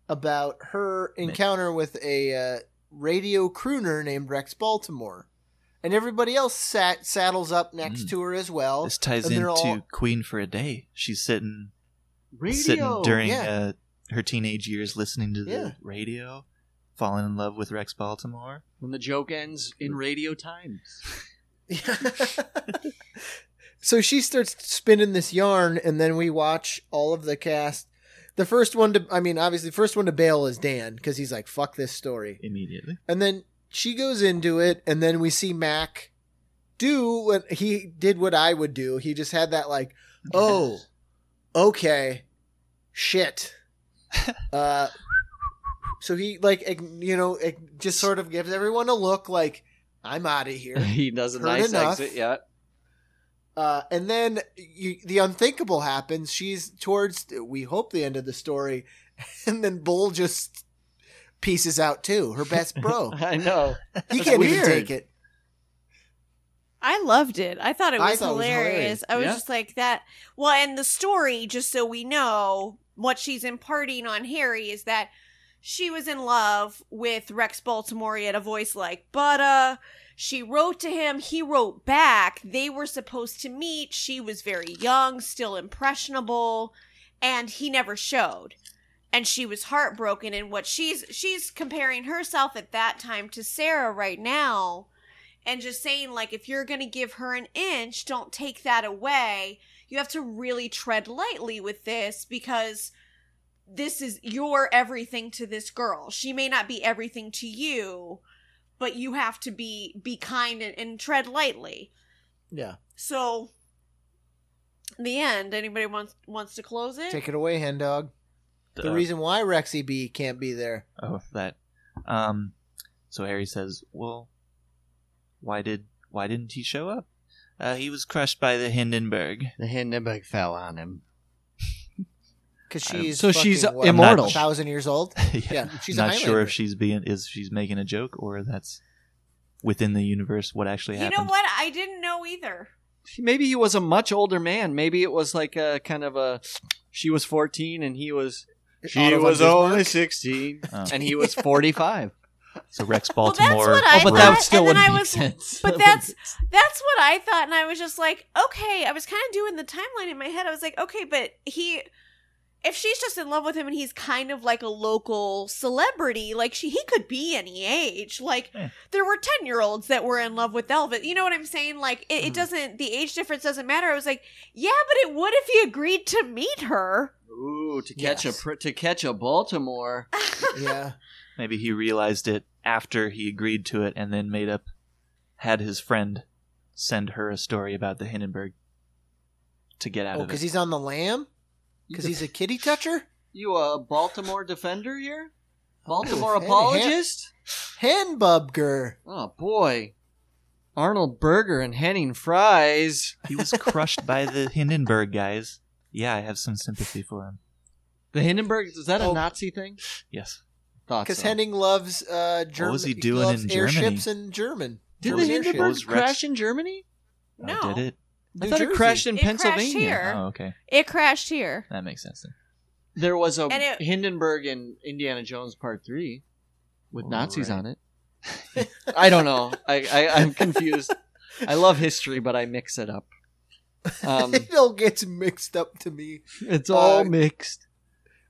Speaker 2: about her encounter with a uh, radio crooner named Rex Baltimore, and everybody else sat saddles up next
Speaker 3: Mm.
Speaker 2: to her as well.
Speaker 3: This ties
Speaker 2: and
Speaker 3: into
Speaker 2: they're all-
Speaker 3: Queen for a Day. She's sitting
Speaker 1: Radio.
Speaker 3: sitting during
Speaker 2: yeah.
Speaker 3: uh, her teenage years, listening to the
Speaker 2: Yeah.
Speaker 3: radio, falling in love with Rex Baltimore.
Speaker 1: when the joke ends in radio time.
Speaker 3: uh,
Speaker 2: so she starts spinning this yarn, and then we watch all of the cast. The first one to, I mean, obviously, the first one to bail is Dan because he's like, "Fuck this story."
Speaker 3: Immediately,
Speaker 2: And then she goes into it, and then we see Mac do what he did. What I would do, he just had that like, "Oh, okay, shit." uh, so he like, ag- you know, ag- just sort of gives everyone a look like, "I'm out of here."
Speaker 1: he does a
Speaker 2: Heard
Speaker 1: nice
Speaker 2: enough.
Speaker 1: exit. Yeah.
Speaker 2: Uh, and then you, the unthinkable happens. She's towards, we hope, the end of the story. And then Bull just pieces out too, her best bro.
Speaker 1: I know.
Speaker 2: He
Speaker 1: That's
Speaker 2: can't even
Speaker 1: weird.
Speaker 2: take it.
Speaker 4: I loved it. I thought it
Speaker 2: I
Speaker 4: was
Speaker 2: thought it was
Speaker 4: hilarious.
Speaker 2: hilarious.
Speaker 4: I was
Speaker 1: Yeah.
Speaker 4: just like that. Well, and the story, just so we know, what she's imparting on Harry is that she was in love with Rex Baltimore. He had a voice like Butta. She wrote to him. He wrote back. They were supposed to meet. She was very young, still impressionable, and he never showed. And she was heartbroken. And what she's she's comparing herself at that time to Sarah right now and just saying like if you're going to give her an inch don't take that away you have to really tread lightly with this because this is your everything to this girl she may not be everything to you but you have to be be kind and, and tread lightly
Speaker 2: Yeah.
Speaker 4: so the end anybody wants wants to close it
Speaker 2: Take it away, hen dog. The
Speaker 3: Uh,
Speaker 2: reason why Rexy B can't be there.
Speaker 3: Oh, that. Um, so Harry says, "Well, why did why didn't he show up? Uh, he was crushed by the Hindenburg.
Speaker 1: The Hindenburg fell on him.
Speaker 2: Because
Speaker 3: I'm-
Speaker 2: she's.
Speaker 1: So
Speaker 2: fucking,
Speaker 1: she's uh,
Speaker 2: what,
Speaker 1: immortal.
Speaker 2: A thousand years old? Yeah. She's
Speaker 3: not
Speaker 2: a
Speaker 3: sure if
Speaker 2: Highlander.
Speaker 3: she's being is she's making a joke or that's within the universe what actually
Speaker 4: you
Speaker 3: happened.
Speaker 4: know what i didn't know either
Speaker 1: Maybe he was a much older man. Maybe it was like a kind of a. She was fourteen and he was. She
Speaker 2: Otto von
Speaker 1: was
Speaker 2: Bismarck.
Speaker 1: only sixteen
Speaker 3: Oh.
Speaker 1: and he was forty-five.
Speaker 3: So Rex
Speaker 4: Well, that's what
Speaker 3: Baltimore.
Speaker 1: oh,
Speaker 4: I
Speaker 1: but
Speaker 4: thought,
Speaker 1: that still
Speaker 4: and then
Speaker 1: wouldn't
Speaker 4: I
Speaker 1: make
Speaker 4: was-
Speaker 1: sense.
Speaker 4: but that's That's what I thought, and I was just like, okay. I was kind of doing the timeline in my head. I was like, okay, but he, if she's just in love with him and he's kind of like a local celebrity, like she, he could be any age. Like
Speaker 3: Yeah.
Speaker 4: there were ten year olds that were in love with Elvis. You know what I'm saying? Like it, it
Speaker 3: Mhm.
Speaker 4: doesn't. The age difference doesn't matter. I was like, yeah, but it would if he agreed to meet her.
Speaker 1: Ooh, to
Speaker 2: Yes.
Speaker 1: catch a pr- to catch a Baltimore.
Speaker 2: Yeah.
Speaker 3: Maybe he realized it after he agreed to it and then made up, had his friend send her a story about the Hindenburg to get out
Speaker 2: Oh,
Speaker 3: of it.
Speaker 2: because he's on the lamb? Because he's a kitty toucher?
Speaker 1: You a Baltimore defender here? Baltimore
Speaker 2: Ooh, hey,
Speaker 1: apologist?
Speaker 2: Hen bubger.
Speaker 1: Oh boy, Arnold Berger and Henning Fries.
Speaker 3: He was crushed by the Hindenburg guys. Yeah, I have some sympathy for him.
Speaker 1: The Hindenburg is that a
Speaker 2: Oh.
Speaker 1: Nazi thing?
Speaker 3: Yes.
Speaker 1: Thought
Speaker 2: Because
Speaker 1: so.
Speaker 2: Henning loves uh, German.
Speaker 3: was he doing
Speaker 2: loves
Speaker 3: in Germany?
Speaker 2: airships in German.
Speaker 1: did the
Speaker 2: German
Speaker 3: German
Speaker 2: airships.
Speaker 1: Hindenburg
Speaker 3: airships.
Speaker 1: crash in Germany?
Speaker 3: I
Speaker 4: No,
Speaker 3: Oh, did it.
Speaker 1: I thought it crashed in
Speaker 4: It crashed
Speaker 1: Pennsylvania.
Speaker 4: here. Sure.
Speaker 3: Oh, okay.
Speaker 4: It crashed here.
Speaker 3: That makes sense then.
Speaker 1: There was a
Speaker 4: And it-
Speaker 1: Hindenburg in Indiana Jones Part Three with
Speaker 3: Oh,
Speaker 1: Nazis
Speaker 3: right.
Speaker 1: on it. I don't know. I, I I'm confused. I love history, but I mix it up. Um,
Speaker 2: it all gets mixed up to me.
Speaker 1: it's
Speaker 2: all
Speaker 1: mixed.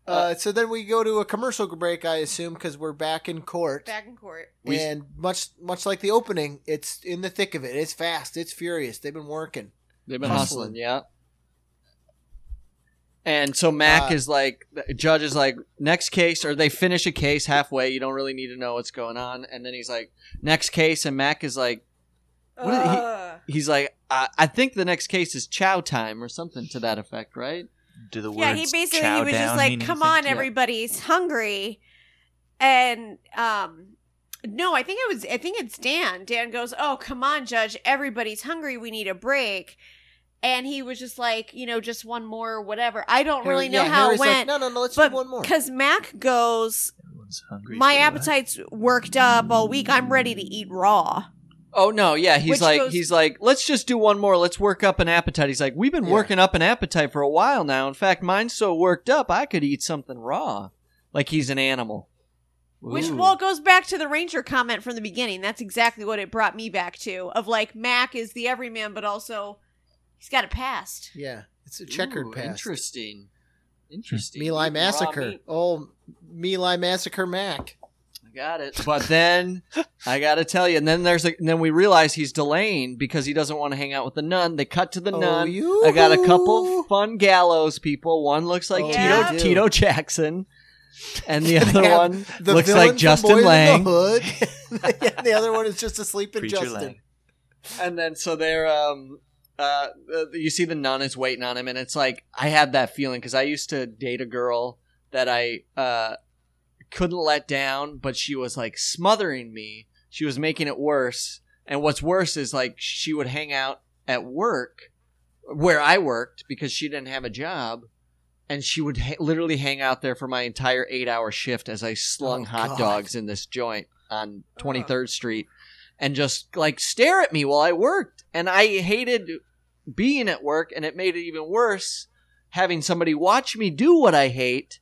Speaker 2: Uh, so then we go to a commercial break, I assume, because we're back in court.
Speaker 4: Back in court.
Speaker 1: We-
Speaker 2: and much much like the opening, it's in the thick of it. It's fast. It's furious. They've been working.
Speaker 1: They've been
Speaker 2: Hustling.
Speaker 1: hustling, yeah. And so Mac
Speaker 2: Uh,
Speaker 1: is like, the judge is like, next case, or they finish a case halfway. You don't really need to know what's going on. And then he's like, next case, and Mac is like, What did he-
Speaker 4: Ugh.
Speaker 1: he's like, I, I think the next case is Chow time or something to that effect, right?
Speaker 3: Do the
Speaker 4: yeah,
Speaker 3: words
Speaker 4: he basically
Speaker 3: chow
Speaker 4: he was just
Speaker 3: down
Speaker 4: like,
Speaker 3: mean
Speaker 4: "Come on,
Speaker 3: anything?
Speaker 4: everybody's hungry," and um, no, I think it was. I think it's Dan. Dan goes, "Oh, come on, Judge, everybody's hungry. We need a break." And he was just like, you know, just one more, whatever. I don't really know
Speaker 2: Yeah,
Speaker 4: how
Speaker 2: Harry's
Speaker 4: it went,
Speaker 2: Like, no, no, no. Let's
Speaker 4: but
Speaker 2: do one more.
Speaker 4: because Mac goes,
Speaker 3: Everyone's hungry.
Speaker 4: "My
Speaker 3: for what?
Speaker 4: appetite's worked up all week. I'm ready to eat raw."
Speaker 1: Oh no, yeah, he's
Speaker 4: Which
Speaker 1: like,
Speaker 4: goes-
Speaker 1: he's like, let's just do one more. Let's work up an appetite. He's like, we've been
Speaker 2: Yeah.
Speaker 1: working up an appetite for a while now. In fact, mine's so worked up, I could eat something raw, like he's an animal.
Speaker 4: Which
Speaker 1: Ooh.
Speaker 4: well it goes back to the ranger comment from the beginning. That's exactly what it brought me back to. Of like Mac is the everyman, but also he's got a past.
Speaker 2: Yeah, it's a checkered
Speaker 1: Ooh,
Speaker 2: past.
Speaker 1: Interesting. Interesting.
Speaker 2: Mealy
Speaker 1: Raw
Speaker 2: Massacre.
Speaker 1: meat.
Speaker 2: Oh, Mealy Massacre Mac.
Speaker 1: I got it. But then I got to tell you, and then there's a, and then we realize he's delaying because he doesn't want to hang out with the nun. They cut to the
Speaker 2: Oh,
Speaker 1: nun.
Speaker 2: you.
Speaker 1: I got a couple fun gallows people. One looks like
Speaker 2: Oh,
Speaker 4: yeah.
Speaker 1: Tito Tito Jackson, and the other
Speaker 2: Yeah.
Speaker 1: one looks like Justin Lang.
Speaker 2: The, hood. and the other one is just asleep in
Speaker 3: Preacher
Speaker 2: Justin.
Speaker 3: Lang.
Speaker 1: and then so they're um uh uh, you see the nun is waiting on him and it's like i had that feeling because i used to date a girl that i uh couldn't let down but she was like smothering me she was making it worse and what's worse is like she would hang out at work where i worked because she didn't have a job and she would ha- literally hang out there for my entire eight hour shift as i slung
Speaker 2: Oh,
Speaker 1: hot
Speaker 2: God.
Speaker 1: dogs in this joint on
Speaker 4: Ugh.
Speaker 1: 23rd street and just like stare at me while I worked. And I hated being at work, and it made it even worse having somebody watch me do what I hate.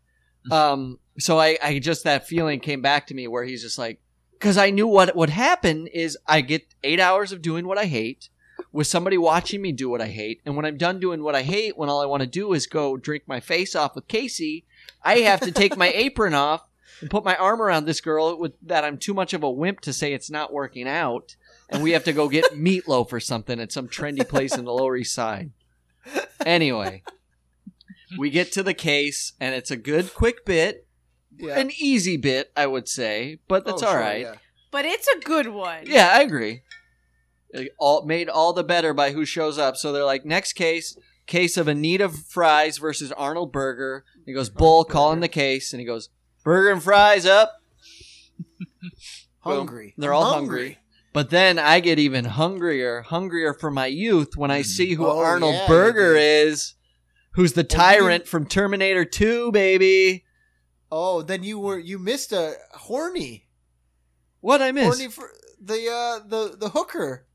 Speaker 1: Um, so I, I just that feeling came back to me where he's just like, because I knew what would happen is I get eight hours of doing what I hate with somebody watching me do what I hate. And when I'm done doing what I hate, when all I want to do is go drink my face off with Casey, I have to take my apron off and put my arm around this girl with that I'm too much of a wimp to say it's not working out. And we have to go get meatloaf or something at some trendy place in the Lower East Side. Anyway, we get to the case, and it's a good, quick bit,
Speaker 2: Yeah.
Speaker 1: an easy bit, I would say, but that's
Speaker 2: Oh,
Speaker 1: all
Speaker 2: sure,
Speaker 1: right.
Speaker 2: yeah.
Speaker 4: But it's a good one.
Speaker 1: Yeah, I agree. Like, All made all the better by who shows up. So they're like, next case, case of Anita Fries versus Arnold Burger. He goes, Bull, calling the case, and he goes, Burger and fries up.
Speaker 2: Hungry.
Speaker 1: They're all
Speaker 2: I'm
Speaker 1: hungry. But then I get even hungrier, hungrier for my youth when I see who
Speaker 2: Oh,
Speaker 1: Arnold
Speaker 2: yeah,
Speaker 1: Berger
Speaker 2: you
Speaker 1: is, who's the
Speaker 2: Well, you
Speaker 1: tyrant from Terminator 2, baby.
Speaker 2: Oh, then you were you missed a horny.
Speaker 1: What I miss?
Speaker 2: Horny for the uh the the hooker.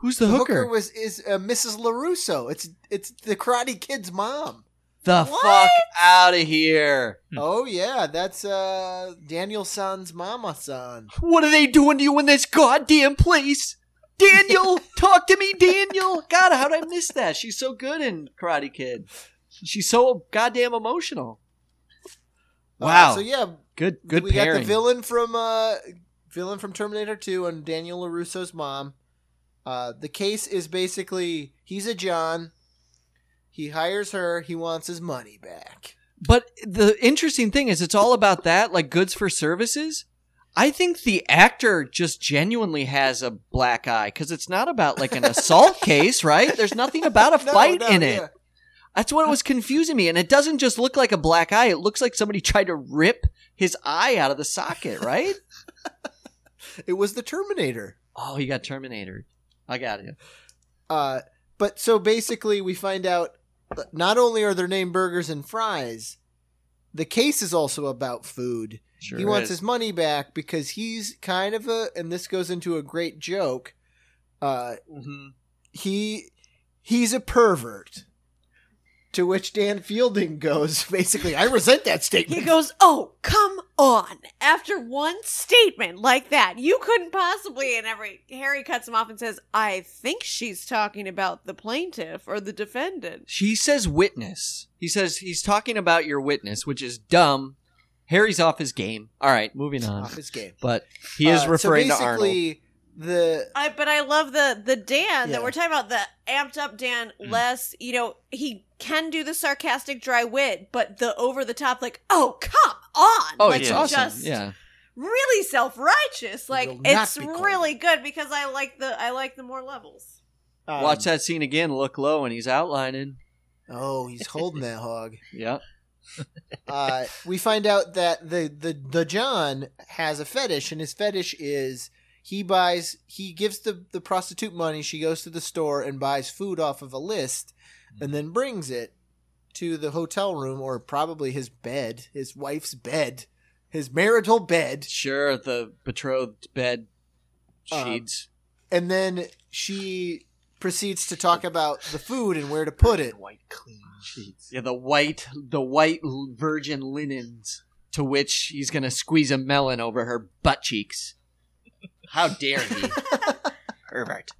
Speaker 1: who's the, hooker?
Speaker 2: was is uh, Mrs. Larusso. It's it's the Karate Kid's mom.
Speaker 1: the
Speaker 4: What?
Speaker 1: fuck out of here.
Speaker 3: Hmm.
Speaker 2: Oh yeah, that's uh Daniel San's mama san.
Speaker 1: What are they doing to you in this goddamn place? Daniel, talk to me, Daniel. God, how'd I miss that? She's so good in Karate Kid. She's so goddamn emotional.
Speaker 2: Uh,
Speaker 1: Wow.
Speaker 2: so yeah,
Speaker 1: Good, good
Speaker 2: we got
Speaker 1: pairing.
Speaker 2: the villain from uh villain from Terminator 2 and Daniel LaRusso's mom. Uh the case is basically he's a John. He hires her, he wants his money back.
Speaker 1: But the interesting thing is, it's all about that, like goods for services. I think the actor just genuinely has a black eye because it's not about like an assault case, right? There's nothing about a
Speaker 2: No,
Speaker 1: fight
Speaker 2: no,
Speaker 1: in it.
Speaker 2: yeah.
Speaker 1: That's what was confusing me. And it doesn't just look like a black eye, it looks like somebody tried to rip his eye out of the socket, right?
Speaker 2: It was the Terminator.
Speaker 1: oh, he got Terminator. I got you.
Speaker 2: Uh, but so basically, we find out that not only are their name burgers and fries, the case is also about food.
Speaker 1: Sure.
Speaker 2: he wants his money back because he's kind
Speaker 1: Mm-hmm.
Speaker 2: of a, and this goes into a great joke. Uh,
Speaker 1: hmm
Speaker 2: he he's a pervert. To which Dan Fielding goes, basically, I resent that
Speaker 4: He
Speaker 2: statement.
Speaker 4: goes, Oh, come on. After one statement like that, you couldn't possibly. And every Harry cuts him off and says, I think she's talking about the plaintiff or the defendant.
Speaker 1: She says witness. He says he's talking about your witness, which is dumb. Harry's off his game. All right, moving on.
Speaker 2: Off his game.
Speaker 1: But he is
Speaker 2: Uh,
Speaker 1: referring
Speaker 2: so
Speaker 1: to Arnold.
Speaker 2: basically, the
Speaker 4: I, but I love the the Dan
Speaker 2: Yeah. Mm.
Speaker 4: that we're talking about, the amped up Dan, less, you know, he can do the sarcastic dry wit, but the over the top, like, oh, come on.
Speaker 1: Oh,
Speaker 4: like,
Speaker 1: it's
Speaker 3: yeah.
Speaker 1: awesome.
Speaker 4: just
Speaker 1: yeah.
Speaker 4: really self righteous. Like,
Speaker 2: will not
Speaker 4: it's
Speaker 2: be called.
Speaker 4: really good because I like the I like the more levels.
Speaker 2: um,
Speaker 1: Watch that scene again. Look low, and he's outlining.
Speaker 2: Oh, he's holding that hog.
Speaker 1: Yeah.
Speaker 2: Uh, we find out that the, the the John has a fetish, and his fetish is he buys he gives the the prostitute money. She goes to the store and buys food off of a list, and then brings it to the hotel room or probably his bed, his wife's bed, his marital bed.
Speaker 1: Sure. The betrothed bed
Speaker 2: Um,
Speaker 1: sheets.
Speaker 2: and then she proceeds to talk about the food and where to put it.
Speaker 3: White clean sheets.
Speaker 1: yeah, the white, the white l- virgin linens to which he's gonna squeeze a melon over her butt cheeks. How dare he?
Speaker 3: Perfect.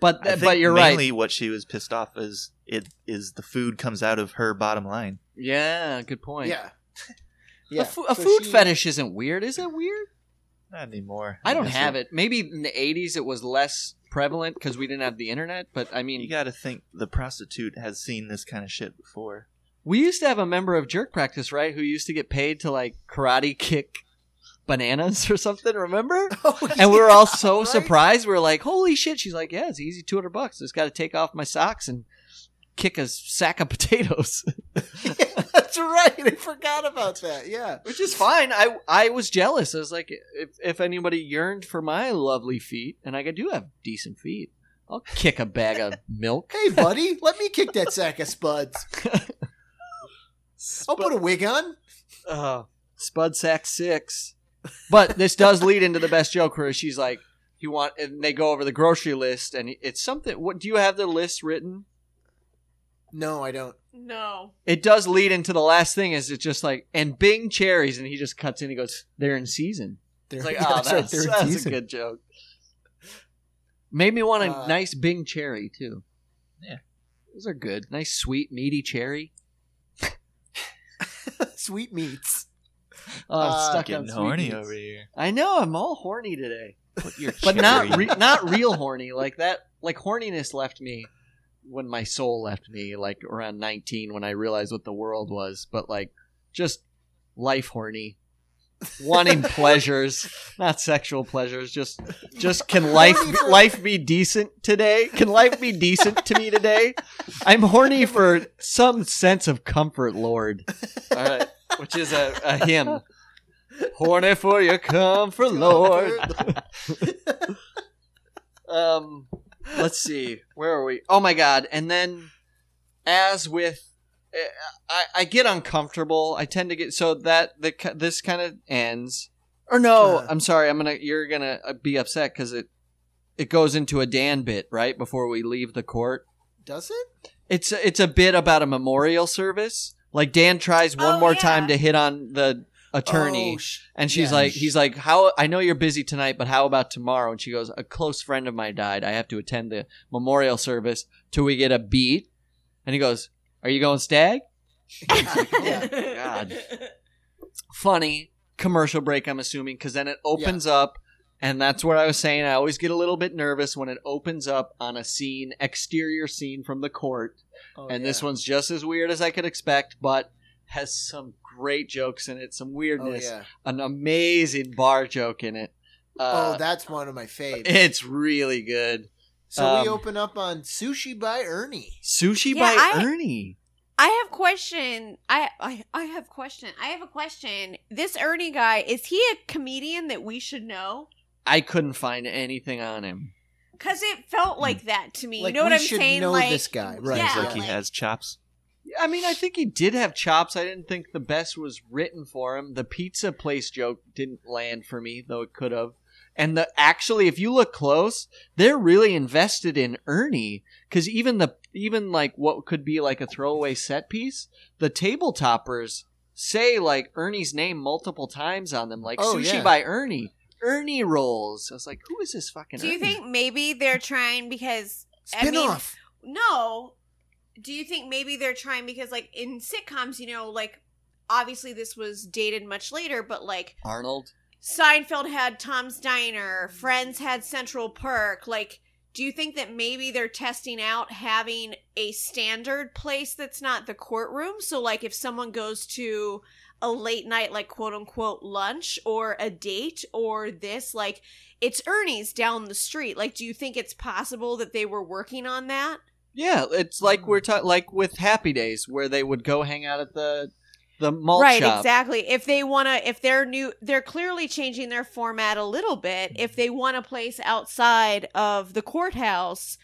Speaker 1: But
Speaker 3: I think
Speaker 1: but you're right.
Speaker 3: Mainly, what she was pissed off is it is the food comes out of her bottom line.
Speaker 1: Yeah. Good point.
Speaker 2: Yeah. Yeah.
Speaker 1: A, fu- a
Speaker 2: So
Speaker 1: food
Speaker 2: she-
Speaker 1: fetish isn't weird, is it weird?
Speaker 3: Not anymore.
Speaker 1: I don't have it. Maybe in the '80s it was less prevalent because we didn't have the internet. But I mean,
Speaker 3: You got to think the prostitute has seen this kind of shit before.
Speaker 1: we used to have a member of Jerk Practice, right, who used to get paid to like karate kick bananas or something. Remember?
Speaker 2: Oh,
Speaker 1: And we were all so
Speaker 2: right?
Speaker 1: surprised. We were like, "Holy shit!" She's like, "Yeah, it's easy, two hundred bucks. Just got to take off my socks and kick a sack of potatoes."
Speaker 2: yeah, that's right. I forgot about that. Yeah.
Speaker 1: which is fine. I I was jealous. I was like, if if anybody yearned for my lovely feet, and I do have decent feet, I'll kick a bag of milk.
Speaker 2: Hey, buddy, let me kick that sack of spuds. I'll put a wig on.
Speaker 1: Uh, Spud Sack Six. But this does lead into the best joke where she's like, "You want?" And they go over the grocery list, and it's something. What do you have the list written?
Speaker 2: No, I don't.
Speaker 4: No.
Speaker 1: It does lead into the last thing. Is it's just like and Bing cherries, and he just cuts in. He goes, "They're in season."
Speaker 2: They're,
Speaker 1: It's like, oh, that's,
Speaker 2: right,
Speaker 1: that's,
Speaker 2: they're in
Speaker 1: a
Speaker 2: season.
Speaker 1: good joke. Made me want a
Speaker 2: Uh,
Speaker 1: nice Bing cherry too.
Speaker 3: Yeah.
Speaker 1: those are good. Nice sweet meaty cherry.
Speaker 2: sweet meats.
Speaker 1: Oh,
Speaker 2: Uh,
Speaker 1: stuck on
Speaker 3: Getting
Speaker 1: sweet
Speaker 3: horny
Speaker 1: meats.
Speaker 3: over here.
Speaker 1: I know. I'm all horny today,
Speaker 3: Put your
Speaker 1: but not
Speaker 3: cherry-
Speaker 1: re- not real horny like that. Like horniness left me when my soul left me, like around 19 when I realized what the world was. But like just life horny, wanting pleasures, not sexual pleasures, just just can life
Speaker 2: Horny for-
Speaker 1: life be decent today? Can life be decent to me today? I'm horny for some sense of comfort, Lord. All right, which is a, a hymn. Horny for your comfort, Lord. Um, let's see, where are we? Oh my God! And then, as with, eh, I, I get uncomfortable. I tend to get so that the ki- this kind of ends. Or no,
Speaker 2: Uh.
Speaker 1: I'm sorry. I'm gonna you're gonna uh, be upset because it it goes into a Dan bit right before we leave the court.
Speaker 2: Does it?
Speaker 1: It's a- it's a bit about a memorial service. Like Dan tries one
Speaker 4: Oh,
Speaker 1: more
Speaker 4: yeah.
Speaker 1: time to hit on the attorney,
Speaker 2: Oh, sh-
Speaker 1: and she's
Speaker 2: yeah.
Speaker 1: like, he's like, how I know you're busy tonight, but how about tomorrow? And she goes, a close friend of mine died. I have to attend the memorial service till we get a beat. And he goes, are you going stag?
Speaker 2: Oh, yeah.
Speaker 1: God. funny commercial break i'm assuming because then it opens up and that's what i was saying i always get a little bit nervous when it opens up on a scene exterior scene from the court
Speaker 2: Oh,
Speaker 1: and this
Speaker 2: yeah.
Speaker 1: one's just as weird as i could expect but has some great jokes in it some
Speaker 2: Oh,
Speaker 1: weirdness
Speaker 2: yeah.
Speaker 1: an amazing bar joke in it uh,
Speaker 2: oh, that's one of my faves.
Speaker 1: it's really good
Speaker 2: So we
Speaker 1: um,
Speaker 2: open up on Sushi by Ernie.
Speaker 1: sushi
Speaker 4: Yeah,
Speaker 1: by
Speaker 4: I-
Speaker 1: ernie
Speaker 4: I have question. I, I I have question. I have a question. This Ernie guy is he a comedian that we should know?
Speaker 1: i couldn't find anything on him
Speaker 4: Because it felt like that to me.
Speaker 2: Mm. Like,
Speaker 4: you know what
Speaker 2: we
Speaker 4: I'm
Speaker 2: should
Speaker 4: saying?
Speaker 2: know
Speaker 4: like
Speaker 2: this guy,
Speaker 4: yeah,
Speaker 2: right,
Speaker 3: Seems
Speaker 2: yeah,
Speaker 3: like he has chops.
Speaker 1: I mean, I think he did have chops. I didn't think the best was written for him. The pizza place joke didn't land for me, though it could have. And the actually, if you look close, they're really invested in Ernie because even the even like what could be like a throwaway set piece, the table toppers say like Ernie's name multiple times on them, like
Speaker 2: Oh,
Speaker 1: sushi
Speaker 2: yeah.
Speaker 1: by Ernie, Ernie rolls. I was like, who is this fucking?
Speaker 4: Do you
Speaker 1: Ernie?
Speaker 4: think maybe they're trying because I mean-
Speaker 2: Spin off.
Speaker 4: no? Do you think maybe they're trying because like in sitcoms, you know, like obviously this was dated much later, but like
Speaker 1: Arnold?
Speaker 4: Seinfeld had Tom's Diner, Friends had Central Park. Like, do you think that maybe they're testing out having a standard place that's not the courtroom? So, like, if someone goes to a late night, like, quote unquote, lunch or a date or this, like, it's Ernie's down the street. Like, do you think it's possible that they were working on that?
Speaker 1: Yeah, it's like we're ta- like with Happy Days where they would go hang out at the the malt
Speaker 4: right,
Speaker 1: shop.
Speaker 4: exactly. If they want to, if they're new, they're clearly changing their format a little bit.
Speaker 1: Mm-hmm.
Speaker 4: If they want a place outside of the courthouse,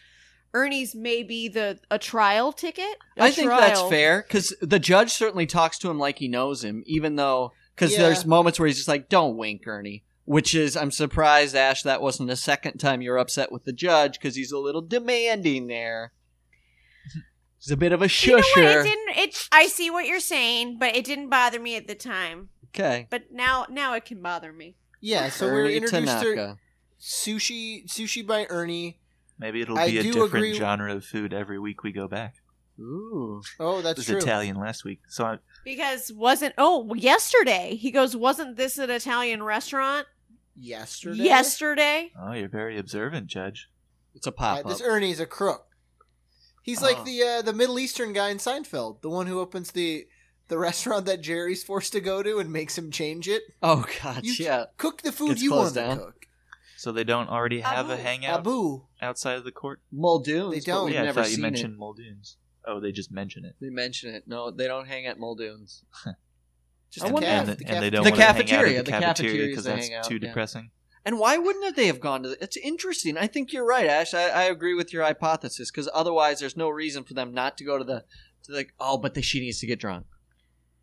Speaker 4: Ernie's may be the a trial ticket. I
Speaker 1: I think that's fair because the judge certainly talks to him like he knows him, even though because
Speaker 2: Yeah.
Speaker 1: there's moments where he's just like, "Don't wink, Ernie," which is I'm surprised Ash that wasn't the second time you're upset with the judge because he's a little demanding there. He's a bit of a
Speaker 4: You know
Speaker 1: shusher.
Speaker 4: what? It didn't. It. I see what you're saying, but it didn't bother me at the time.
Speaker 1: okay,
Speaker 4: But now, now it can bother me.
Speaker 2: Yeah, so we're
Speaker 1: Ernie
Speaker 2: introduced to
Speaker 1: Tanaka.
Speaker 2: sushi sushi by Ernie.
Speaker 3: Maybe it'll
Speaker 2: I
Speaker 3: be a
Speaker 2: do
Speaker 3: different
Speaker 2: agree-
Speaker 3: genre of food every week we go back.
Speaker 1: Ooh,
Speaker 2: Oh,
Speaker 3: It
Speaker 2: that's
Speaker 3: was
Speaker 2: true.
Speaker 3: Italian last week, so I,
Speaker 4: Because wasn't oh yesterday he goes wasn't this an Italian restaurant
Speaker 2: Yesterday.
Speaker 4: yesterday?
Speaker 3: oh, you're very observant, Judge.
Speaker 1: it's a
Speaker 2: Uh,
Speaker 1: pop up.
Speaker 2: this Ernie's a crook. He's
Speaker 1: Oh.
Speaker 2: like the uh, the Middle Eastern guy in Seinfeld, the one who opens the the restaurant that Jerry's forced to go to and makes him change it.
Speaker 1: oh god,
Speaker 2: You-
Speaker 1: yeah.
Speaker 2: Cook the food
Speaker 1: Gets
Speaker 2: you want
Speaker 1: closed down.
Speaker 2: to cook.
Speaker 3: So they don't already have a
Speaker 4: Abu.
Speaker 3: hangout
Speaker 2: Abu.
Speaker 3: outside of the court.
Speaker 1: Muldoon's.
Speaker 2: They
Speaker 1: but
Speaker 2: don't.
Speaker 1: we've
Speaker 3: yeah, I
Speaker 1: never
Speaker 3: thought you
Speaker 1: seen
Speaker 3: mentioned
Speaker 1: it.
Speaker 3: Muldoon's. Oh, they just mention it.
Speaker 1: They mention it. No, they don't hang at Muldoon's.
Speaker 2: Just
Speaker 1: I
Speaker 2: the
Speaker 1: wonder-
Speaker 2: caf,
Speaker 3: and,
Speaker 2: the
Speaker 3: and they
Speaker 2: caf-
Speaker 3: don't
Speaker 1: The
Speaker 3: want to hang out
Speaker 1: cafeteria,
Speaker 3: at
Speaker 1: the
Speaker 3: the
Speaker 1: cafeteria
Speaker 3: cafeteria
Speaker 1: is
Speaker 3: because
Speaker 1: the
Speaker 3: that's
Speaker 1: hangout,
Speaker 3: too
Speaker 1: yeah.
Speaker 3: depressing.
Speaker 1: And why wouldn't they have gone to? The, it's interesting. I think you're right, Ash. I, I agree with your hypothesis because otherwise, there's no reason for them not to go to the. To like, oh, but the, she needs to get drunk.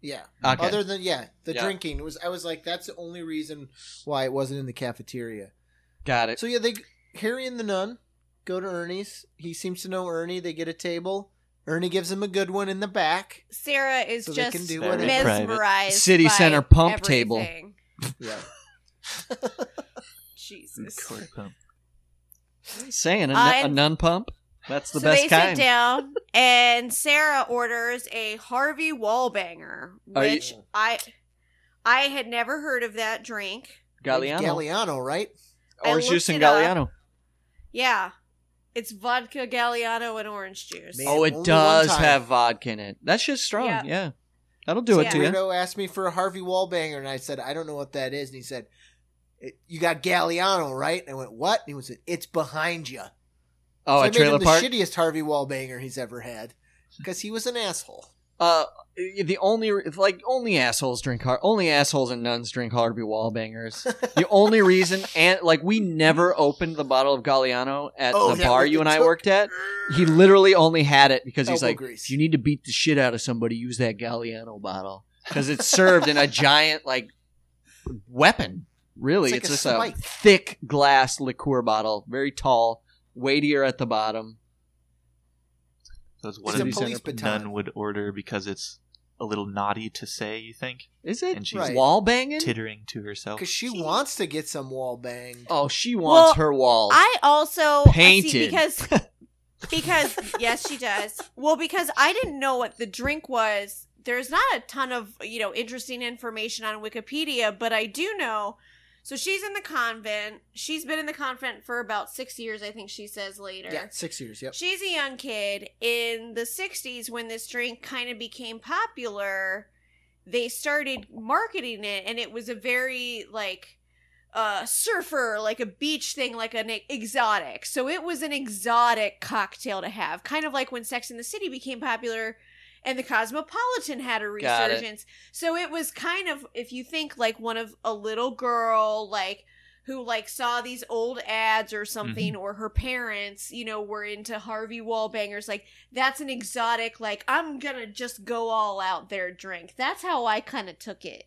Speaker 2: Yeah.
Speaker 1: Okay.
Speaker 2: Other than yeah, the
Speaker 1: Yeah.
Speaker 2: drinking was. I was like, that's the only reason why it wasn't in the cafeteria.
Speaker 1: Got it.
Speaker 2: So yeah, they Harry and the nun go to Ernie's. He seems to know Ernie. They get a table. Ernie gives him a good one in the back.
Speaker 4: Sarah is
Speaker 2: So they
Speaker 4: just
Speaker 2: can do
Speaker 3: Very
Speaker 2: whatever.
Speaker 3: private.
Speaker 4: mesmerized.
Speaker 1: City
Speaker 4: by
Speaker 1: center pump table.
Speaker 4: everything.
Speaker 2: Yeah.
Speaker 4: Jesus.
Speaker 3: Court pump.
Speaker 1: Saying a,
Speaker 4: Uh,
Speaker 1: nu- a
Speaker 4: and-
Speaker 1: nun pump. That's the
Speaker 4: so
Speaker 1: best
Speaker 4: they
Speaker 1: kind.
Speaker 4: sit down, and Sarah orders a Harvey Wallbanger,
Speaker 1: Are you-
Speaker 4: which I I had never heard of that drink.
Speaker 1: Galliano.
Speaker 2: Galliano, right?
Speaker 4: I
Speaker 1: Orange
Speaker 4: looked
Speaker 1: juice and
Speaker 4: it up.
Speaker 1: Galliano.
Speaker 4: Yeah, it's vodka Galliano and orange juice.
Speaker 2: Man,
Speaker 1: Oh,
Speaker 2: Only
Speaker 1: it
Speaker 2: one
Speaker 1: does
Speaker 2: time.
Speaker 1: have vodka in it. That's just strong. Yeah.
Speaker 4: Yeah.
Speaker 1: That'll do it
Speaker 4: Yeah.
Speaker 1: to you.
Speaker 2: Weirdo asked me for a Harvey Wallbanger, and I said, I don't know what that is. And he said, "It- You got Galliano, right? And I went, What? And he was like, It's behind you.
Speaker 1: Oh,
Speaker 2: I
Speaker 1: a
Speaker 2: made
Speaker 1: trailer
Speaker 2: him the
Speaker 1: park.
Speaker 2: shittiest Harvey Wallbanger he's ever had because he was an asshole.
Speaker 1: uh, the only like only assholes drink har- only assholes and nuns drink Harvey Wallbangers. the only reason and like we never opened the bottle of Galliano at
Speaker 2: Oh,
Speaker 1: the
Speaker 2: yeah,
Speaker 1: bar
Speaker 2: we
Speaker 1: you and I
Speaker 2: took-
Speaker 1: worked at. He literally only had it because he's
Speaker 2: Elbow
Speaker 1: like,
Speaker 2: grease.
Speaker 1: if you need to beat the shit out of somebody, use that Galliano bottle because it's served in a giant like weapon. Really,
Speaker 2: It's like
Speaker 1: it's,
Speaker 2: a
Speaker 1: just
Speaker 2: spike.
Speaker 1: a thick glass liqueur bottle, very tall, weightier at the bottom.
Speaker 3: So it's one
Speaker 1: It's
Speaker 3: of
Speaker 1: a
Speaker 3: these
Speaker 2: police
Speaker 3: things
Speaker 2: baton.
Speaker 3: none would order because it's a little naughty to say. You think
Speaker 1: Is it
Speaker 3: And she's-
Speaker 2: Right.
Speaker 1: wall banging?
Speaker 3: tittering to herself?
Speaker 2: Because she wants to get some wall banged.
Speaker 1: oh, she wants
Speaker 4: Well,
Speaker 1: her walls.
Speaker 4: I also uh, see,
Speaker 1: Painted.
Speaker 4: because because yes, she does. Well, because I didn't know what the drink was. There's not a ton of you know interesting information on Wikipedia, but I do know. So she's in the convent. She's been in the convent for about six years, I think she says later.
Speaker 2: Yeah, six years. Yep.
Speaker 4: She's a young kid. In the 60s, when this drink kind of became popular, they started marketing it, and it was a very, like, uh, surfer, like a beach thing, like an exotic. So it was an exotic cocktail to have, kind of like when Sex in the City became popular and the Cosmopolitan had a
Speaker 1: Got it.
Speaker 4: resurgence. So it was kind of, if you think, like one of a little girl, like, who like saw these old ads or
Speaker 2: Mm-hmm.
Speaker 4: something or her parents you know were into harvey wallbangers like that's an exotic like i'm gonna just go all out there drink that's how i kind of took it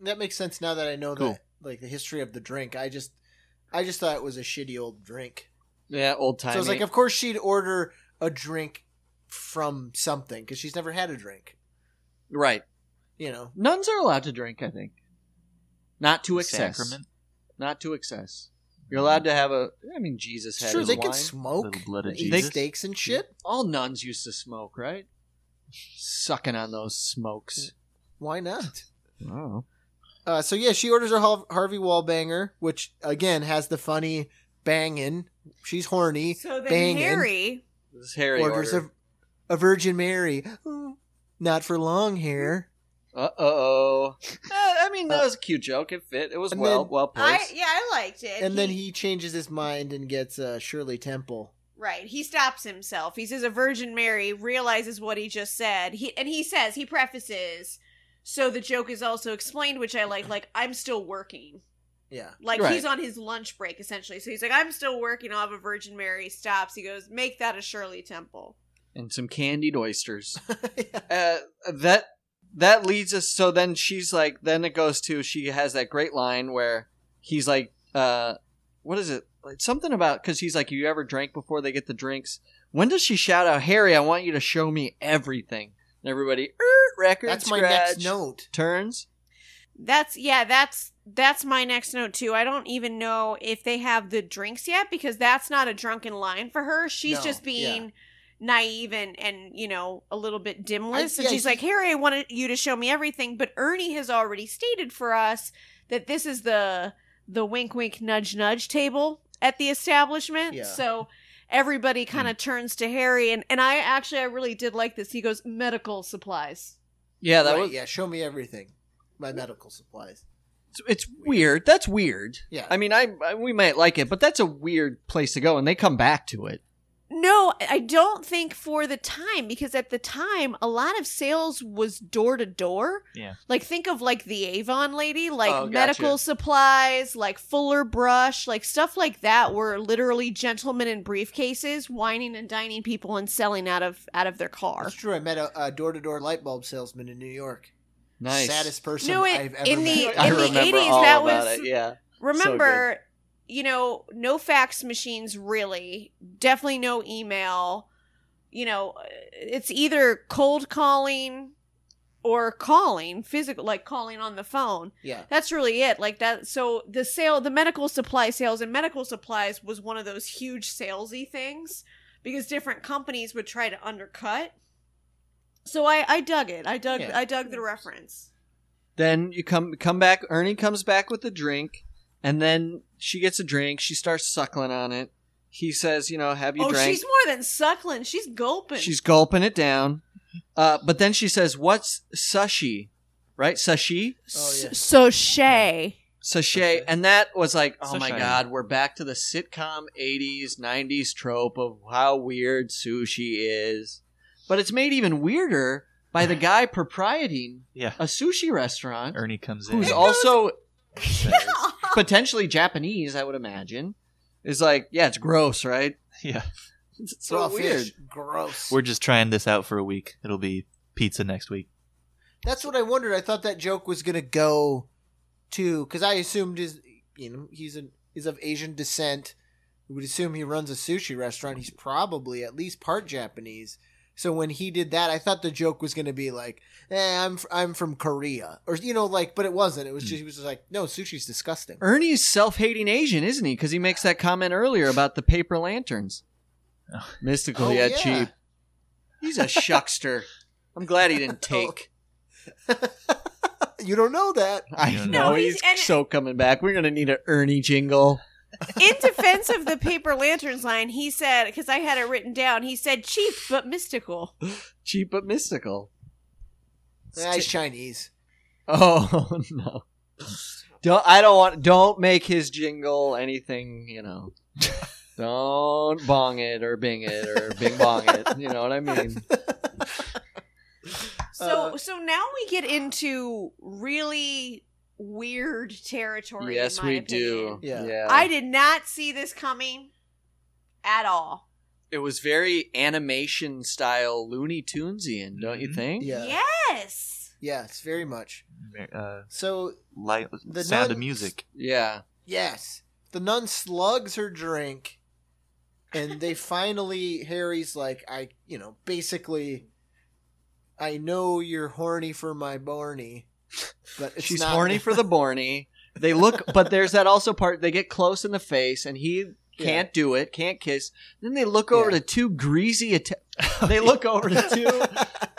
Speaker 2: That makes sense now that I know
Speaker 3: Cool.
Speaker 2: that, like the history of the drink. I just I just thought it was a shitty old drink.
Speaker 1: Yeah, old time.
Speaker 2: So I was like, of course she'd order a drink from something because she's never had a drink.
Speaker 1: right.
Speaker 2: You know,
Speaker 1: Nuns are allowed to drink, I think. Not to excess.
Speaker 3: Sacrament,
Speaker 1: Not to excess. You're allowed to have a. I mean, Jesus had
Speaker 2: sure
Speaker 1: his
Speaker 2: they
Speaker 1: wine.
Speaker 2: can smoke,
Speaker 3: little blood of
Speaker 2: eat
Speaker 3: Jesus.
Speaker 2: steaks and shit.
Speaker 1: All nuns used to smoke, right? Sucking on those smokes.
Speaker 2: Why not?
Speaker 1: Oh.
Speaker 2: Uh, so yeah, she orders her Har- Harvey Wallbanger, which again has the funny banging. She's horny.
Speaker 4: So then
Speaker 2: Banging.
Speaker 4: Harry
Speaker 1: This is Harry
Speaker 2: orders
Speaker 1: order.
Speaker 2: a, a Virgin Mary. Mm, Not for long hair.
Speaker 1: Uh oh. I mean, that was a cute joke. It fit. It was
Speaker 2: Uh, And
Speaker 1: well
Speaker 2: then-
Speaker 1: well
Speaker 4: I
Speaker 1: placed.
Speaker 4: yeah, I liked it.
Speaker 2: And then he changes his mind and gets uh, Shirley Temple.
Speaker 4: Right. He stops himself. He says a Virgin Mary realizes what he just said. He and he says he prefaces so the joke is also explained, which I like. Like I'm still working.
Speaker 2: Yeah.
Speaker 4: Like
Speaker 1: Right.
Speaker 4: he's on his lunch break essentially. So he's like, I'm still working. I'll have a Virgin Mary. Stops. He goes, make that a Shirley Temple.
Speaker 1: and some candied oysters. uh, that that leads us. So then she's like. Then it goes to she has that great line where he's like, uh, "What is it? Like something about?" Because he's like, "You ever drank before they get the drinks?" When does she shout out, "Harry, I want you to show me everything"? And everybody, er, record
Speaker 2: That's my
Speaker 1: scratch,
Speaker 2: next note.
Speaker 1: turns.
Speaker 4: That's yeah. That's that's my next note too. I don't even know if they have the drinks yet because that's not a drunken line for her. She's
Speaker 2: No,
Speaker 4: just being naive and and you know a little bit dimless.
Speaker 2: I-
Speaker 4: and
Speaker 2: yeah,
Speaker 4: she's like,
Speaker 2: she-
Speaker 4: Harry, I wanted you to show me everything, but Ernie has already stated for us that this is the the wink wink nudge nudge table at the establishment.
Speaker 2: Yeah. Hmm.
Speaker 4: So everybody kind of turns to Harry and and I actually I really did like this. He goes medical supplies.
Speaker 1: Yeah, that
Speaker 2: Right,
Speaker 1: was.
Speaker 2: yeah, show me everything. My medical supplies.
Speaker 1: It's weird. That's weird.
Speaker 2: Yeah.
Speaker 1: I mean, I, I we might like it, but that's a weird place to go, and they come back to it.
Speaker 4: No, I don't think for the time because at the time a lot of sales was door to door.
Speaker 3: Yeah.
Speaker 4: Like think of like the Avon lady, like
Speaker 1: Oh, gotcha.
Speaker 4: medical supplies, like Fuller Brush, like stuff like that were literally gentlemen in briefcases whining and dining people and selling out of out of their car.
Speaker 2: That's true. I met a, a door-to-door light bulb salesman in New York.
Speaker 1: Nice.
Speaker 2: Saddest person
Speaker 4: No, it-
Speaker 2: I've ever
Speaker 4: in the-
Speaker 2: met.
Speaker 1: I
Speaker 4: in the
Speaker 1: remember
Speaker 4: 80s,
Speaker 1: all
Speaker 4: that
Speaker 1: about
Speaker 4: was-
Speaker 1: it. Yeah.
Speaker 4: Remember, you know, no fax machines really, definitely no email. You know, uh, it's either cold calling or calling physical like calling on the phone.
Speaker 2: yeah.
Speaker 4: That's really it. Like that so the sale the medical supply sales and medical supplies was one of those huge salesy things because different companies would try to undercut. So I I dug it. I dug
Speaker 2: Yeah.
Speaker 4: I dug the reference.
Speaker 1: Then you come come back. Ernie comes back with a drink, and then she gets a drink. She starts suckling on it. He says, "You know, have you
Speaker 4: oh,
Speaker 1: drank?"
Speaker 4: she's more than suckling. She's gulping.
Speaker 1: She's gulping it down. Uh, but then she says, "What's sushi?" Right, sushi,
Speaker 2: Oh, yeah.
Speaker 4: S- so Shay.
Speaker 1: sachet, and that was like, oh my
Speaker 3: Sachet.
Speaker 1: god, we're back to the sitcom '80s, '90s trope of how weird sushi is. But it's made even weirder by the guy proprieting
Speaker 3: Yeah.
Speaker 1: a sushi restaurant,
Speaker 3: Ernie comes in.
Speaker 1: Uh, who's
Speaker 3: and
Speaker 1: also
Speaker 3: says-
Speaker 1: potentially Japanese, I would imagine, is like, yeah, it's gross, right?
Speaker 3: yeah.
Speaker 1: It's it's
Speaker 2: Raw
Speaker 1: so weird.
Speaker 2: fish. Gross.
Speaker 3: We're just trying this out for a week. It'll be pizza next week.
Speaker 2: That's what I wondered. I thought that joke was gonna go to because I assumed his, you know, he's an he's of Asian descent. We would assume he runs a sushi restaurant. He's probably at least part Japanese. So when he did that, I thought the joke was gonna be like, eh, "I'm f- I'm from Korea," or you know, like, but it wasn't. It
Speaker 1: Hmm.
Speaker 2: was just he was just like, "No, sushi's disgusting."
Speaker 1: Ernie's self-hating Asian, isn't he? Because he makes that comment earlier about the paper lanterns.
Speaker 3: Oh.
Speaker 1: Mystical
Speaker 2: Oh,
Speaker 1: yet
Speaker 2: yeah.
Speaker 1: cheap. He's a shuckster. I'm glad he didn't take.
Speaker 2: You don't know that.
Speaker 1: I
Speaker 3: No,
Speaker 1: know
Speaker 4: he's-
Speaker 1: he's,
Speaker 4: and-
Speaker 1: so coming back. We're gonna need an Ernie jingle.
Speaker 4: In defense of the paper lanterns line, he said, because I had it written down, he said cheap but mystical.
Speaker 1: Cheap but mystical.
Speaker 2: Ah, he's Chinese.
Speaker 1: Oh no. Don't I don't want don't make his jingle anything, you know. Don't bong it or bing it or bing bong it. You know what I mean?
Speaker 4: So
Speaker 1: Uh,
Speaker 4: so now we get into really weird territory. in
Speaker 1: yes,
Speaker 4: my
Speaker 1: we do.
Speaker 4: opinion.
Speaker 2: Yeah.
Speaker 4: I did not see this coming at all.
Speaker 1: it was very animation style Looney Tunesian, don't you
Speaker 3: Mhm.
Speaker 1: think?
Speaker 2: Yeah, yeah,
Speaker 4: Yes.
Speaker 2: it's very much.
Speaker 3: Uh,
Speaker 2: So
Speaker 3: light,
Speaker 2: The
Speaker 3: sound
Speaker 2: nuns-
Speaker 3: of music.
Speaker 1: Yeah.
Speaker 2: yes, The nun slugs her drink, and they finally Harry's like, I, you know, basically, I know you're horny for my Barney, but it's
Speaker 1: She's
Speaker 2: not-
Speaker 1: horny for the Borny. They look, but there's that also part. They get close in the face, and he can't do it, can't kiss. Then they look over
Speaker 2: Yeah.
Speaker 1: to two greasy. Ita- they look over to two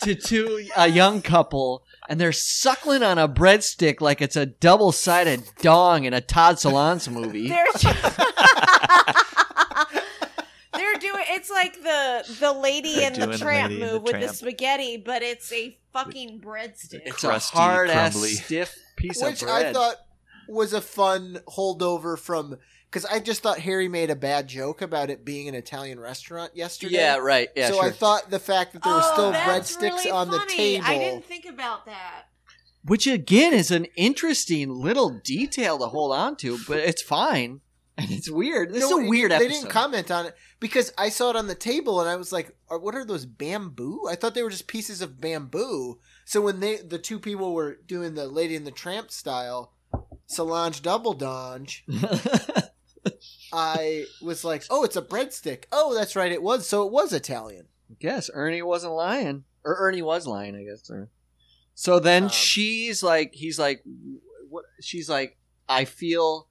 Speaker 1: to two a young couple, and they're suckling on a breadstick like it's a double sided dong in a Todd Solondz movie.
Speaker 4: They're they're doing it's like the the lady
Speaker 3: They're
Speaker 4: in the
Speaker 3: doing the
Speaker 4: tramp
Speaker 3: lady and the
Speaker 4: move with the
Speaker 3: tramp.
Speaker 4: spaghetti, but it's a fucking breadstick.
Speaker 1: it's
Speaker 3: crusty,
Speaker 1: a hard
Speaker 3: crumbly.
Speaker 1: ass stiff piece
Speaker 2: which
Speaker 1: of bread.
Speaker 2: I thought was a fun holdover from because I just thought Harry made a bad joke about it being an Italian restaurant yesterday.
Speaker 1: yeah, right. Yeah,
Speaker 2: so
Speaker 1: sure.
Speaker 2: I thought the fact that there were
Speaker 4: oh,
Speaker 2: still
Speaker 4: that's
Speaker 2: breadsticks
Speaker 4: really
Speaker 2: on the
Speaker 4: funny.
Speaker 2: table.
Speaker 4: I didn't think about that.
Speaker 1: which again is an interesting little detail to hold on to, but it's fine and it's weird. This
Speaker 2: No,
Speaker 1: is
Speaker 2: it-
Speaker 1: a weird
Speaker 2: they
Speaker 1: episode.
Speaker 2: didn't comment on it because I saw it on the table and I was like, are, "What are those bamboo?" I thought they were just pieces of bamboo. So when they the two people were doing the Lady in the Tramp style Solange double donge, I was like, "Oh, it's a breadstick. Oh, that's right, it was. So it was Italian."
Speaker 1: guess Ernie wasn't lying, or Ernie was lying, I guess. Or... So then
Speaker 2: Um,
Speaker 1: she's like, he's like, wh- what? She's like, I feel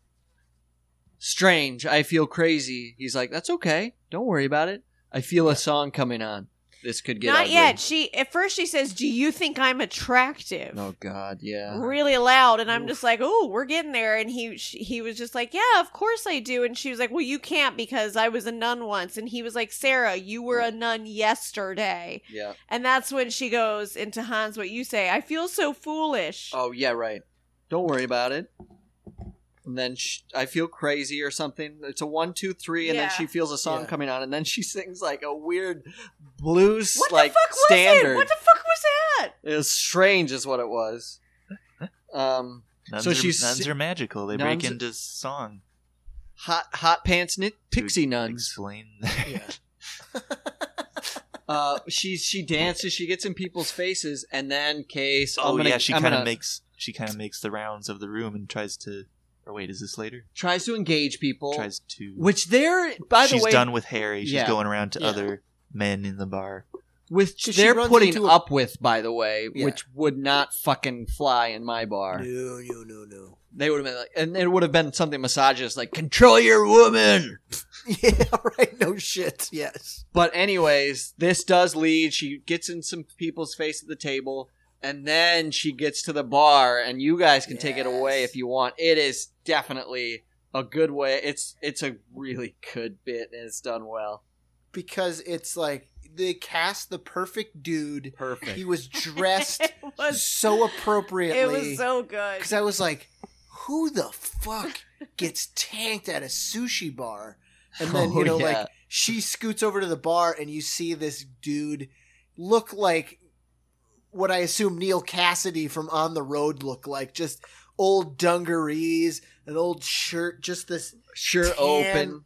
Speaker 1: strange. I feel crazy. He's like, that's okay. Don't worry about it. I feel a song coming on. This could get
Speaker 4: Not
Speaker 1: ugly."
Speaker 4: yet. She at first she says, "Do you think I'm attractive?"
Speaker 1: Oh God, yeah.
Speaker 4: Really loud, and I'm just like, "Oh, we're getting there." And he she, he was just like, "Yeah, of course I do." And she was like, "Well, you can't because I was a nun once." And he was like, "Sarah, you were a nun yesterday."
Speaker 1: Yeah.
Speaker 4: And that's when she goes into Hans, what you say. I feel so foolish.
Speaker 1: Oh yeah, right. Don't worry about it. And then sh I feel crazy or something. It's a one, two, three, and then
Speaker 4: Yeah.
Speaker 1: she feels a song
Speaker 2: Yeah.
Speaker 1: coming on, and then she sings like a weird blues
Speaker 4: what
Speaker 1: like
Speaker 4: the fuck was
Speaker 1: standard.
Speaker 4: it? What the fuck was that?
Speaker 1: It was strange, is what it was. Um,
Speaker 3: Nuns,
Speaker 1: So
Speaker 3: are,
Speaker 1: she's-
Speaker 3: nuns are magical. They break
Speaker 1: nuns-
Speaker 3: into song.
Speaker 1: hot hot pants knit
Speaker 3: to
Speaker 1: pixie nuns.
Speaker 3: Explain.
Speaker 2: Yeah.
Speaker 1: Uh, she she dances, she gets in people's faces, and then case.
Speaker 3: oh
Speaker 1: I'm gonna,
Speaker 3: yeah, she
Speaker 1: I'm
Speaker 3: kind of
Speaker 1: gonna-
Speaker 3: makes she kind of makes the rounds of the room and tries to. Or wait, is this later?
Speaker 1: tries to engage people,
Speaker 3: tries to.
Speaker 1: which they're by the
Speaker 3: she's
Speaker 1: way
Speaker 3: done with Harry. She's
Speaker 1: Yeah.
Speaker 3: going around to
Speaker 2: Yeah.
Speaker 3: other men in the bar.
Speaker 1: which
Speaker 2: She
Speaker 1: they're
Speaker 2: runs
Speaker 1: putting
Speaker 2: into a-
Speaker 1: up with, by the way,
Speaker 2: Yeah.
Speaker 1: which would not fucking fly in my bar.
Speaker 2: No, no, no, no.
Speaker 1: They would have been like, and it would have been something misogynist, like control your woman.
Speaker 2: Yeah, right. No shit. Yes.
Speaker 1: But anyways, this does lead. She gets in some people's face at the table, and then she gets to the bar, and you guys can take it away
Speaker 2: Yes.
Speaker 1: if you want. It is definitely a good way. It's it's a really good bit, and it's done well.
Speaker 2: because it's like they cast the perfect dude.
Speaker 1: Perfect.
Speaker 2: He was dressed
Speaker 4: It was
Speaker 2: so appropriately.
Speaker 4: it was so good.
Speaker 2: because I was like, who the fuck gets tanked at a sushi bar? And then
Speaker 1: Oh,
Speaker 2: you know,
Speaker 1: yeah.
Speaker 2: like she scoots over to the bar, and you see this dude look like what I assume Neil Cassidy from On the Road look like, just old dungarees, an old shirt, just this
Speaker 1: Sure,
Speaker 2: Tan-
Speaker 1: open.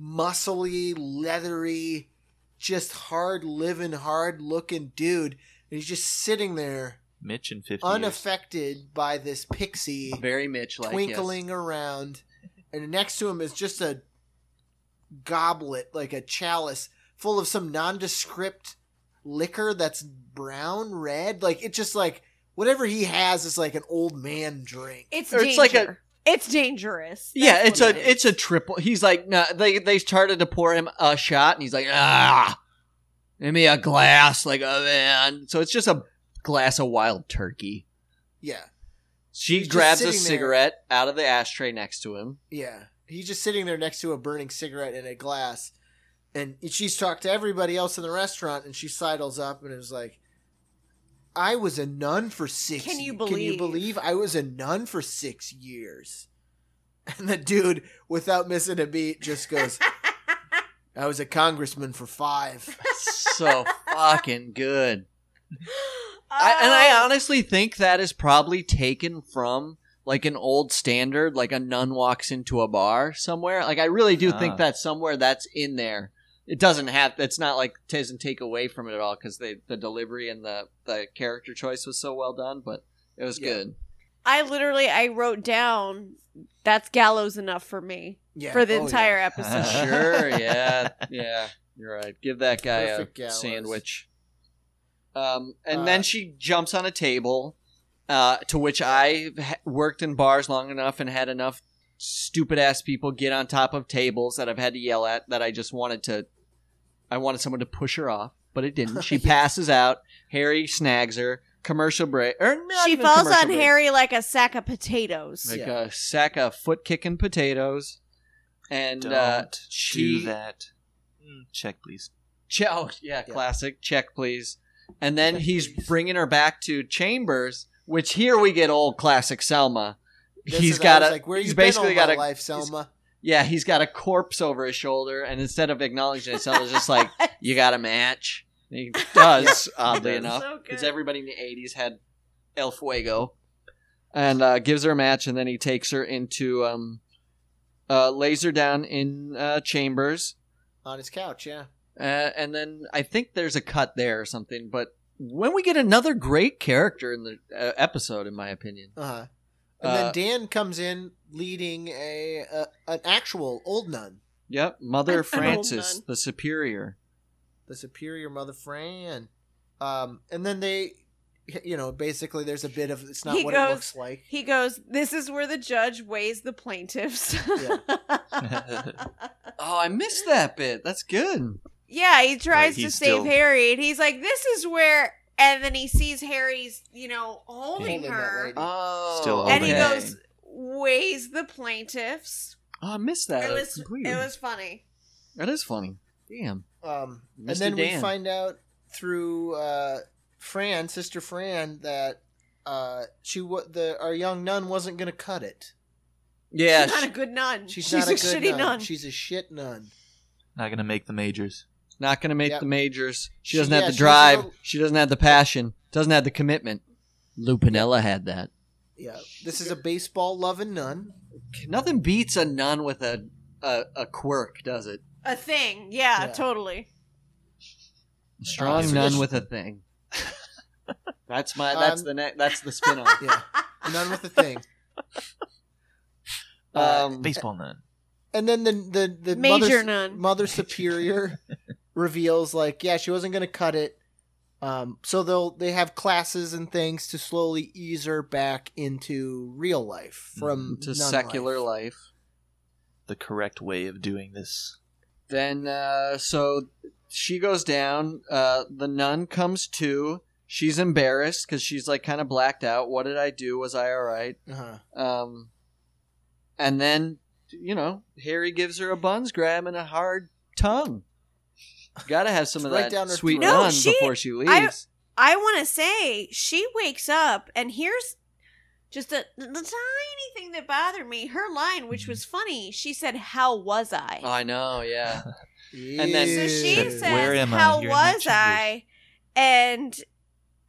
Speaker 2: muscly, leathery, just hard living, hard looking dude. And he's just sitting there,
Speaker 3: Mitch and fifty. years.
Speaker 2: unaffected by this pixie
Speaker 1: Very Mitch like
Speaker 2: twinkling around. And next to him is just a goblet, like a chalice, full of some nondescript liquor that's brown, red. Like, it's just like whatever he has is like an old man drink.
Speaker 4: it's
Speaker 1: Or
Speaker 4: danger.
Speaker 1: it's like a-
Speaker 4: it's dangerous.
Speaker 1: Yeah,
Speaker 4: That's
Speaker 1: it's
Speaker 4: what it
Speaker 1: a
Speaker 4: is.
Speaker 1: it's a triple. He's like, no, they they started to pour him a shot, and he's like, ah, give me a glass, like oh man. So it's just a glass of wild turkey.
Speaker 2: Yeah.
Speaker 1: She
Speaker 2: He's just
Speaker 1: grabs a
Speaker 2: sitting there.
Speaker 1: cigarette out of the ashtray next to him.
Speaker 2: Yeah. He's just sitting there next to a burning cigarette and a glass. And she's talked to everybody else in the restaurant and she sidles up and is like, I was a nun for six
Speaker 4: Can you
Speaker 2: Can you
Speaker 4: believe?
Speaker 2: believe I was a nun for six years? And the dude, without missing a beat, just goes, I was a congressman for five.
Speaker 1: So fucking good. I, and
Speaker 4: Oh.
Speaker 1: I honestly think that is probably taken from like an old standard, like a nun walks into a bar somewhere. Like I really do
Speaker 3: Ah.
Speaker 1: think that somewhere that's in there. It doesn't have. It's not like doesn't take away from it at all because they the delivery and the the character choice was so well done, but it was
Speaker 2: Yeah.
Speaker 1: good.
Speaker 4: I literally I wrote down that's gallows enough for me.
Speaker 2: Yeah.
Speaker 4: for the
Speaker 2: Oh, yeah.
Speaker 4: entire episode.
Speaker 1: sure. Yeah. Yeah. You're right. Give that guy
Speaker 2: Perfect
Speaker 1: a
Speaker 2: gallows.
Speaker 1: sandwich. Um, and
Speaker 2: Uh,
Speaker 1: then she jumps on a table, uh, to which I ha- worked in bars long enough and had enough stupid ass people get on top of tables that I've had to yell at that I just wanted to. I wanted someone to push her off, but it didn't. She passes out. Harry snags her. Commercial break. Or not
Speaker 4: She
Speaker 1: even
Speaker 4: falls
Speaker 1: commercial
Speaker 4: on
Speaker 1: break.
Speaker 4: Harry like a sack of potatoes.
Speaker 1: like
Speaker 2: Yeah.
Speaker 1: a sack of foot kicking potatoes. And
Speaker 3: Don't
Speaker 1: uh,
Speaker 3: do
Speaker 1: she
Speaker 3: that. Mm, Check, please.
Speaker 1: Che- oh, yeah,
Speaker 2: Yeah.
Speaker 1: classic. Check, please. And then
Speaker 2: Check,
Speaker 1: he's
Speaker 2: please.
Speaker 1: bringing her back to Chambers, which here we get old classic Selma.
Speaker 2: This
Speaker 1: he's
Speaker 2: is- I
Speaker 1: got
Speaker 2: was
Speaker 1: a
Speaker 2: like, where
Speaker 1: he's
Speaker 2: you
Speaker 1: basically
Speaker 2: been all
Speaker 1: got
Speaker 2: my
Speaker 1: a-
Speaker 2: life, Selma.
Speaker 1: yeah, he's got a corpse over his shoulder, and instead of acknowledging it, Selma's just like, "You got a match?" And he does, oddly
Speaker 3: does.
Speaker 1: enough,
Speaker 4: So good.
Speaker 1: because everybody in the '80s had El Fuego, and uh, gives her a match, and then he takes her into um, uh, lays her down in uh, Chambers,
Speaker 2: On his couch, yeah.
Speaker 1: Uh, and then I think there's a cut there or something. But when we get another great character in the uh, episode, in my opinion,
Speaker 2: Uh-huh. And
Speaker 1: Uh,
Speaker 2: then Dan comes in leading a, a an actual old nun,
Speaker 1: yep, Mother
Speaker 4: An- an old
Speaker 1: Francis,
Speaker 4: nun.
Speaker 1: the superior.
Speaker 2: the superior mother Fran. Um, and then they, you know, basically there's a bit of it's not
Speaker 4: He
Speaker 2: what
Speaker 4: goes-
Speaker 2: it looks like.
Speaker 4: He goes, This is where the judge weighs the plaintiffs.
Speaker 1: Oh, I missed that bit. That's good.
Speaker 4: yeah, he tries
Speaker 3: Right, he's
Speaker 4: to save
Speaker 3: still-
Speaker 4: Harry, and he's like, This is where. And then he sees Harry's, you know, holding
Speaker 2: Holding that
Speaker 4: her.
Speaker 2: lady.
Speaker 1: Oh,
Speaker 3: Still
Speaker 4: And he
Speaker 3: Okay.
Speaker 4: goes, Weighs the plaintiffs.
Speaker 1: "Oh, I missed that.
Speaker 4: It
Speaker 1: That's
Speaker 4: was,
Speaker 1: weird.
Speaker 4: it was funny.
Speaker 1: that is funny. Damn.
Speaker 2: Um,
Speaker 1: Mr.
Speaker 2: and then
Speaker 1: Dan.
Speaker 2: we find out through uh, Fran, Sister Fran, that uh, she wa- the our young nun wasn't going to cut it.
Speaker 1: Yeah,
Speaker 4: she's not
Speaker 1: sh-
Speaker 4: a good nun.
Speaker 2: She's,
Speaker 4: she's
Speaker 2: not
Speaker 4: a,
Speaker 2: a, good
Speaker 4: shitty
Speaker 2: nun.
Speaker 4: nun.
Speaker 2: She's a shit nun.
Speaker 3: Not gonna make the majors.
Speaker 1: not gonna make
Speaker 2: Yep.
Speaker 1: the majors. She
Speaker 2: She-
Speaker 1: doesn't
Speaker 2: yeah,
Speaker 1: have the
Speaker 2: she's
Speaker 1: drive.
Speaker 2: a-
Speaker 1: She doesn't have the passion. Doesn't have the commitment. Lupinella had that.
Speaker 2: Yeah, this is a baseball loving nun.
Speaker 1: Nothing beats a nun with a a, a quirk, does it?
Speaker 4: a thing. Yeah,
Speaker 2: Yeah.
Speaker 4: totally.
Speaker 1: Strong
Speaker 2: Uh, so
Speaker 1: nun
Speaker 2: this-
Speaker 1: with a thing. that's my.
Speaker 2: Um,
Speaker 1: That's the ne- That's the spinoff.
Speaker 2: Yeah, nun with a thing.
Speaker 1: Um,
Speaker 3: Uh, Baseball nun.
Speaker 2: And then the the the
Speaker 4: Major
Speaker 2: mother,
Speaker 4: nun.
Speaker 2: mother superior reveals like, yeah, she wasn't going to cut it. Um, so they'll they have classes and things to slowly ease her back into real life from
Speaker 1: to
Speaker 2: nun
Speaker 1: secular
Speaker 2: life.
Speaker 1: life.
Speaker 3: The correct way of doing this.
Speaker 1: Then uh, so she goes down. Uh, the nun comes to. She's embarrassed because she's like kind of blacked out. What did I do? Was I all right?
Speaker 2: Uh-huh.
Speaker 1: Um, and then you know Harry gives her a buns grab and a hard tongue. Got to have some
Speaker 2: It's
Speaker 1: of
Speaker 2: right
Speaker 1: that
Speaker 2: down her
Speaker 1: sweet
Speaker 2: throat.
Speaker 4: No,
Speaker 1: nun
Speaker 4: she-
Speaker 1: before she leaves.
Speaker 4: I- I want to say she wakes up and here's just a the tiny thing that bothered me. Her line, which was funny, she said, "How was I?"
Speaker 1: Oh, I know, yeah.
Speaker 2: And
Speaker 1: then-
Speaker 4: so she
Speaker 3: Where
Speaker 4: says,
Speaker 3: am I?
Speaker 4: "How
Speaker 3: You're in my
Speaker 4: was I?" And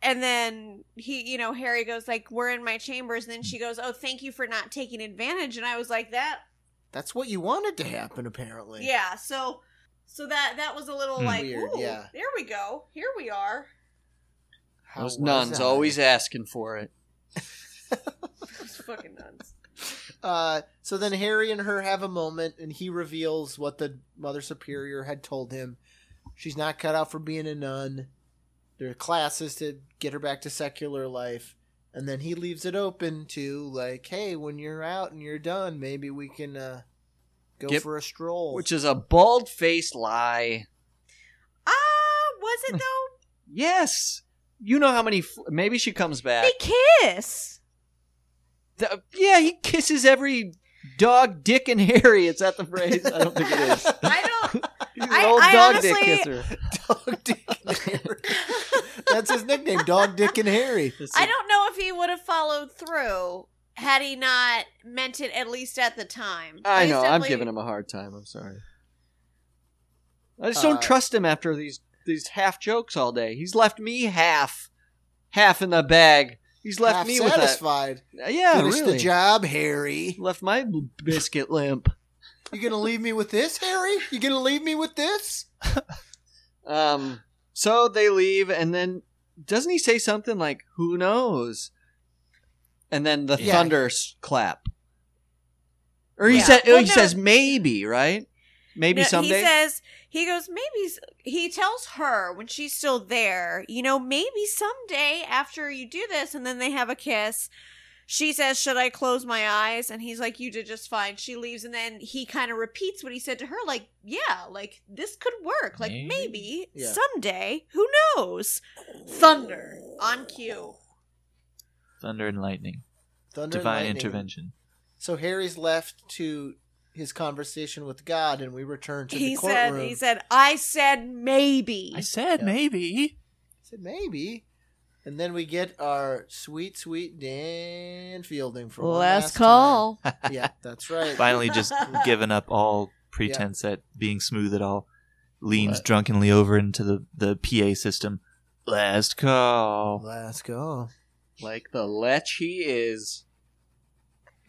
Speaker 4: and then he, you know, Harry goes like, "We're in my chambers." And then she goes, "Oh, thank you for not taking advantage." And I was like, "That,
Speaker 2: That's what you wanted to happen, apparently.
Speaker 4: yeah." So so that that was a little
Speaker 3: Hmm.
Speaker 4: like,
Speaker 2: Weird,
Speaker 4: Ooh,
Speaker 2: yeah.
Speaker 4: There we go. Here we are.
Speaker 2: How
Speaker 1: Those
Speaker 2: was
Speaker 1: nuns
Speaker 2: I?
Speaker 1: always asking for it.
Speaker 4: Those fucking nuns.
Speaker 2: Uh, so then Harry and her have a moment, and he reveals what the Mother Superior had told him. She's not cut out for being a nun. There are classes to get her back to secular life. And then he leaves it open to, like, hey, when you're out and you're done, maybe we can uh, go
Speaker 1: Get-
Speaker 2: for a stroll.
Speaker 1: Which is a bald faced lie.
Speaker 4: Ah, was it though?
Speaker 1: Yes. You know how many. F- Maybe she comes back.
Speaker 4: They kiss.
Speaker 1: Th- yeah, he kisses every dog, dick, and Harry. It's at the phrase. I don't think it is.
Speaker 4: I don't.
Speaker 1: He's an
Speaker 4: I-
Speaker 1: old
Speaker 4: I
Speaker 1: dog dick
Speaker 4: honestly-
Speaker 1: kisser.
Speaker 2: Dog Dick and Harry. That's his nickname, Dog Dick and Harry.
Speaker 4: I don't know if he would have followed through had he not meant it at least at the time.
Speaker 1: I
Speaker 4: He's
Speaker 1: know. I'm
Speaker 4: definitely-
Speaker 1: giving him a hard time. I'm sorry. I just don't
Speaker 2: Uh,
Speaker 1: trust him after these these half jokes all day. He's left me half, half in the bag. He's left
Speaker 2: Half
Speaker 1: me with that.
Speaker 2: satisfied.
Speaker 1: Yeah,
Speaker 2: Finish
Speaker 1: really.
Speaker 2: the job, Harry.
Speaker 1: Left my biscuit limp.
Speaker 2: You gonna leave me with this, Harry? You gonna leave me with this?
Speaker 1: Um, so they leave, and then doesn't he say something like "Who knows?" And then the
Speaker 3: Yeah.
Speaker 1: thunder s- clap, Or he
Speaker 4: Yeah.
Speaker 1: said
Speaker 4: Well,
Speaker 1: he
Speaker 4: no.
Speaker 1: says maybe, right? Maybe
Speaker 4: No,
Speaker 1: someday.
Speaker 4: He says he goes maybe s- he tells her when she's still there, you know, maybe someday after you do this and then they have a kiss. She says, "Should I close my eyes?" and he's like, "You did just fine." She leaves and then he kind of repeats what he said to her like, "Yeah, like this could work. Like
Speaker 3: Maybe.
Speaker 4: maybe,
Speaker 2: Yeah.
Speaker 4: someday, who knows?" Thunder on cue.
Speaker 3: Thunder and lightning.
Speaker 2: Thunder and
Speaker 3: Divine
Speaker 2: lightning.
Speaker 3: intervention.
Speaker 2: So Harry's left to his conversation with God, and we return to
Speaker 4: He
Speaker 2: the courtroom.
Speaker 4: said he said, "I said maybe."
Speaker 3: I said
Speaker 2: Yeah.
Speaker 3: maybe.
Speaker 2: I said maybe, and then we get our sweet, sweet Dan Fielding for one last
Speaker 4: Last call.
Speaker 2: time. yeah, that's right.
Speaker 3: Finally, just giving up all pretense at being smooth at all. Leans
Speaker 2: What?
Speaker 3: drunkenly over into the, the PA system. Last call.
Speaker 2: Last call.
Speaker 1: like the lech he is.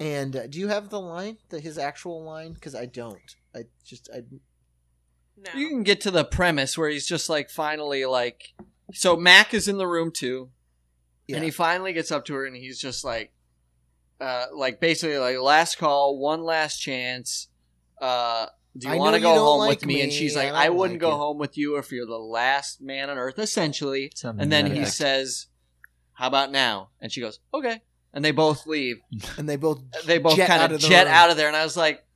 Speaker 2: And uh, do you have the line, the, his actual line? Because I don't. I just I
Speaker 4: No.
Speaker 1: You can get to the premise where he's just like finally like so Mac is in the room too,
Speaker 2: yeah.
Speaker 1: and he finally gets up to her and he's just like uh like basically like last call, one last chance. Uh do
Speaker 2: I
Speaker 1: you
Speaker 2: know
Speaker 1: want to
Speaker 2: you
Speaker 1: go
Speaker 2: don't
Speaker 1: home
Speaker 2: like
Speaker 1: with me? And
Speaker 2: me,
Speaker 1: she's
Speaker 2: I
Speaker 1: like,
Speaker 2: don't
Speaker 1: I, wouldn't
Speaker 2: like
Speaker 1: go
Speaker 2: you."
Speaker 1: home with you if you're the last man on earth, essentially.
Speaker 3: Something
Speaker 1: And
Speaker 3: to
Speaker 1: then
Speaker 3: that
Speaker 1: he
Speaker 3: effect.
Speaker 1: says, How about now? And she goes, Okay. And they both leave.
Speaker 2: and they both
Speaker 1: they both
Speaker 2: jet
Speaker 1: kind
Speaker 2: out
Speaker 1: of
Speaker 2: of the
Speaker 1: jet
Speaker 2: room.
Speaker 1: out of there, and I was like,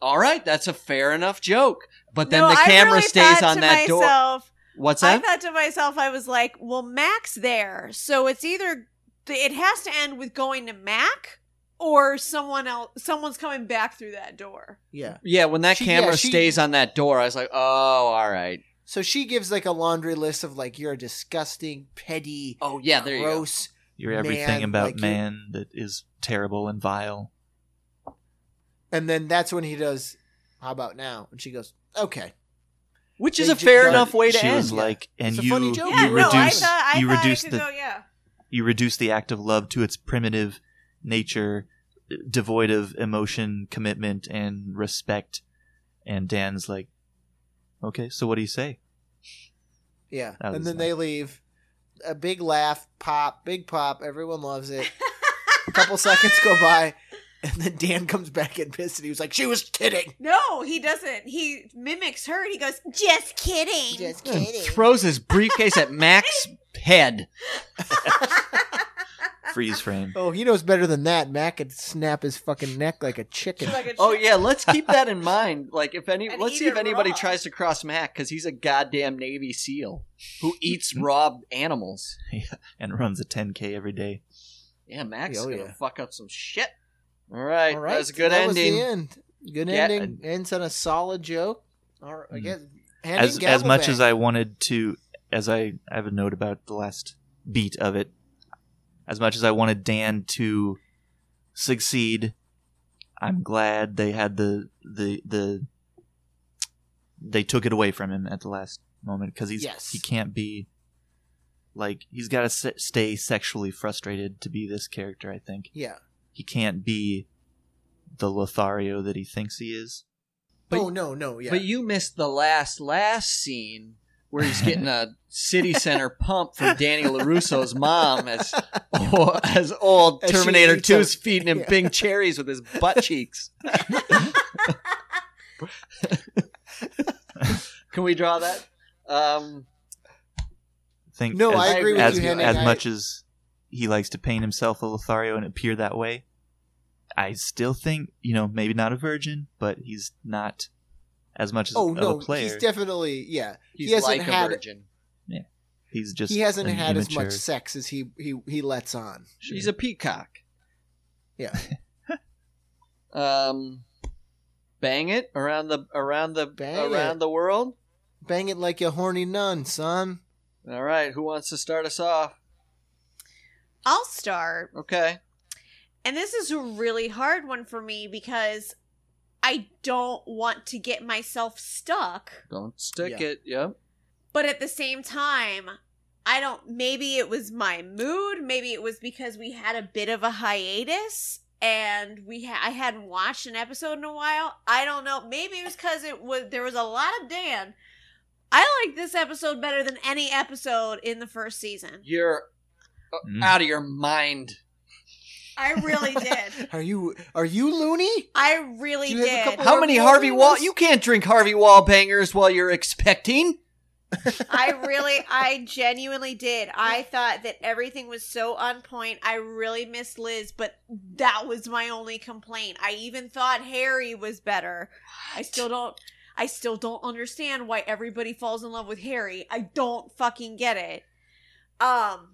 Speaker 1: "All right, that's a fair enough joke." But then
Speaker 4: No,
Speaker 1: the
Speaker 4: I
Speaker 1: camera
Speaker 4: really
Speaker 1: stays
Speaker 4: thought
Speaker 1: on
Speaker 4: to
Speaker 1: that door.
Speaker 4: myself,
Speaker 1: What's
Speaker 4: I
Speaker 1: that?
Speaker 4: thought to myself, I was like, well, Mac's there. So it's either, it has to end with going to Mac or someone else, someone's coming back through that door.
Speaker 2: Yeah.
Speaker 1: yeah, when that
Speaker 2: She- yeah,
Speaker 1: camera
Speaker 2: she-
Speaker 1: stays on that door, I was like, "Oh, all right."
Speaker 2: So she gives like a laundry list of like you're a disgusting, petty,
Speaker 1: Oh yeah, there you go.
Speaker 2: gross.
Speaker 3: You're everything
Speaker 2: Man,
Speaker 3: about
Speaker 2: like you-
Speaker 3: man that is terrible and vile.
Speaker 2: And then that's when he does. How about now? And she goes, okay.
Speaker 1: Which is
Speaker 2: They
Speaker 1: a
Speaker 2: ju-
Speaker 1: fair
Speaker 2: but
Speaker 1: enough way to
Speaker 3: she
Speaker 1: end.
Speaker 3: was like, and
Speaker 2: It's a
Speaker 3: you,
Speaker 2: funny
Speaker 3: you
Speaker 2: joke.
Speaker 4: Yeah, no,
Speaker 3: reduce,
Speaker 4: I thought, I
Speaker 3: you
Speaker 4: thought
Speaker 3: reduce
Speaker 4: I could
Speaker 3: the
Speaker 4: go, yeah.
Speaker 3: you reduce the act of love to its primitive nature, devoid of emotion, commitment, and respect. And Dan's like, okay, so what do you say?
Speaker 2: Yeah.
Speaker 3: That
Speaker 2: and
Speaker 3: was
Speaker 2: then
Speaker 3: nice.
Speaker 2: they leave. A big laugh, pop, big pop. Everyone loves it. A couple seconds go by, and then Dan comes back and pissed, and he was like, "She was kidding."
Speaker 4: No, he doesn't. He mimics her and he goes, just kidding.
Speaker 1: And throws his briefcase at Mac's head.
Speaker 3: Freeze frame.
Speaker 2: Oh, he knows better than that. Mac could snap his fucking neck like a chicken.
Speaker 4: Like a
Speaker 1: Oh
Speaker 4: chick.
Speaker 1: yeah, let's keep that in mind. Like if any,
Speaker 4: And
Speaker 1: let's
Speaker 4: eat
Speaker 1: see if
Speaker 4: it
Speaker 1: anybody
Speaker 4: raw.
Speaker 1: tries to cross Mac because he's a goddamn Navy SEAL who eats raw animals.
Speaker 3: and runs a 10K every day.
Speaker 1: Yeah, Mac's
Speaker 2: Oh,
Speaker 1: gonna
Speaker 2: yeah.
Speaker 1: fuck up some shit. All right,
Speaker 2: All right,
Speaker 1: that was a good
Speaker 2: that was
Speaker 1: ending.
Speaker 2: the end. Good
Speaker 1: Yeah.
Speaker 2: ending. Ends on a solid joke. All right, I
Speaker 3: Mm.
Speaker 2: guess.
Speaker 3: As as much as I wanted to, as I, I have a note about the last beat of it, as much as I wanted Dan to succeed, I'm glad they had the the the they took it away from him at the last moment because he's
Speaker 2: Yes.
Speaker 3: he can't be like he's got to se- stay sexually frustrated to be this character. I think
Speaker 2: yeah.
Speaker 3: he can't be the Lothario that he thinks he is.
Speaker 1: But-
Speaker 2: oh no, no, yeah.
Speaker 1: But you missed the last last scene where he's getting a city center pump from Danny LaRusso's mom as as old
Speaker 2: As she
Speaker 1: Terminator
Speaker 2: eats a-
Speaker 1: 2's feeding him
Speaker 2: yeah.
Speaker 1: Bing cherries with his butt cheeks. Can we draw that? Um,
Speaker 3: think
Speaker 2: No,
Speaker 3: as,
Speaker 2: I agree
Speaker 1: with
Speaker 3: as,
Speaker 1: you, Henning.
Speaker 3: as
Speaker 2: I-
Speaker 3: much as he likes to paint himself a Lothario and appear that way, I still think you know maybe not a virgin, but he's not as much as
Speaker 2: oh
Speaker 3: of
Speaker 2: no,
Speaker 3: a player.
Speaker 2: he's definitely yeah.
Speaker 1: he's
Speaker 2: hasn't
Speaker 1: like
Speaker 2: had-
Speaker 1: a virgin.
Speaker 3: He's just
Speaker 2: he hasn't
Speaker 3: an
Speaker 2: had as
Speaker 3: immature-
Speaker 2: much sex as he he he lets on.
Speaker 3: sure.
Speaker 1: He's a peacock.
Speaker 2: Yeah.
Speaker 1: um, bang it around the around the
Speaker 2: Bang
Speaker 1: around
Speaker 2: it.
Speaker 1: the world.
Speaker 2: Bang it like a horny nun, son.
Speaker 1: All right, who wants to start us off?
Speaker 4: I'll start.
Speaker 1: Okay.
Speaker 4: And this is a really hard one for me because I don't want to get myself stuck.
Speaker 1: Don't stick
Speaker 2: Yeah.
Speaker 1: it. Yep.
Speaker 4: But at the same time, I don't, maybe it was my mood. Maybe it was because we had a bit of a hiatus and we ha- I hadn't watched an episode in a while. I don't know. Maybe it was because it was, there was a lot of Dan. I like this episode better than any episode in the first season.
Speaker 1: You're
Speaker 3: Mm.
Speaker 1: out of your mind.
Speaker 4: I really did.
Speaker 2: Are you are you loony?
Speaker 4: I really
Speaker 2: Do you have a
Speaker 4: did.
Speaker 2: couple-
Speaker 1: How many Harvey
Speaker 2: Harvey
Speaker 1: Wall?
Speaker 2: Wallbangers?
Speaker 1: You can't drink Harvey Wall bangers while you're expecting.
Speaker 4: I really, I genuinely did. I thought that everything was so on point. I really missed Liz, but that was my only complaint. I even thought Harry was better. I still don't. I still don't understand why everybody falls in love with Harry. I don't fucking get it. Um,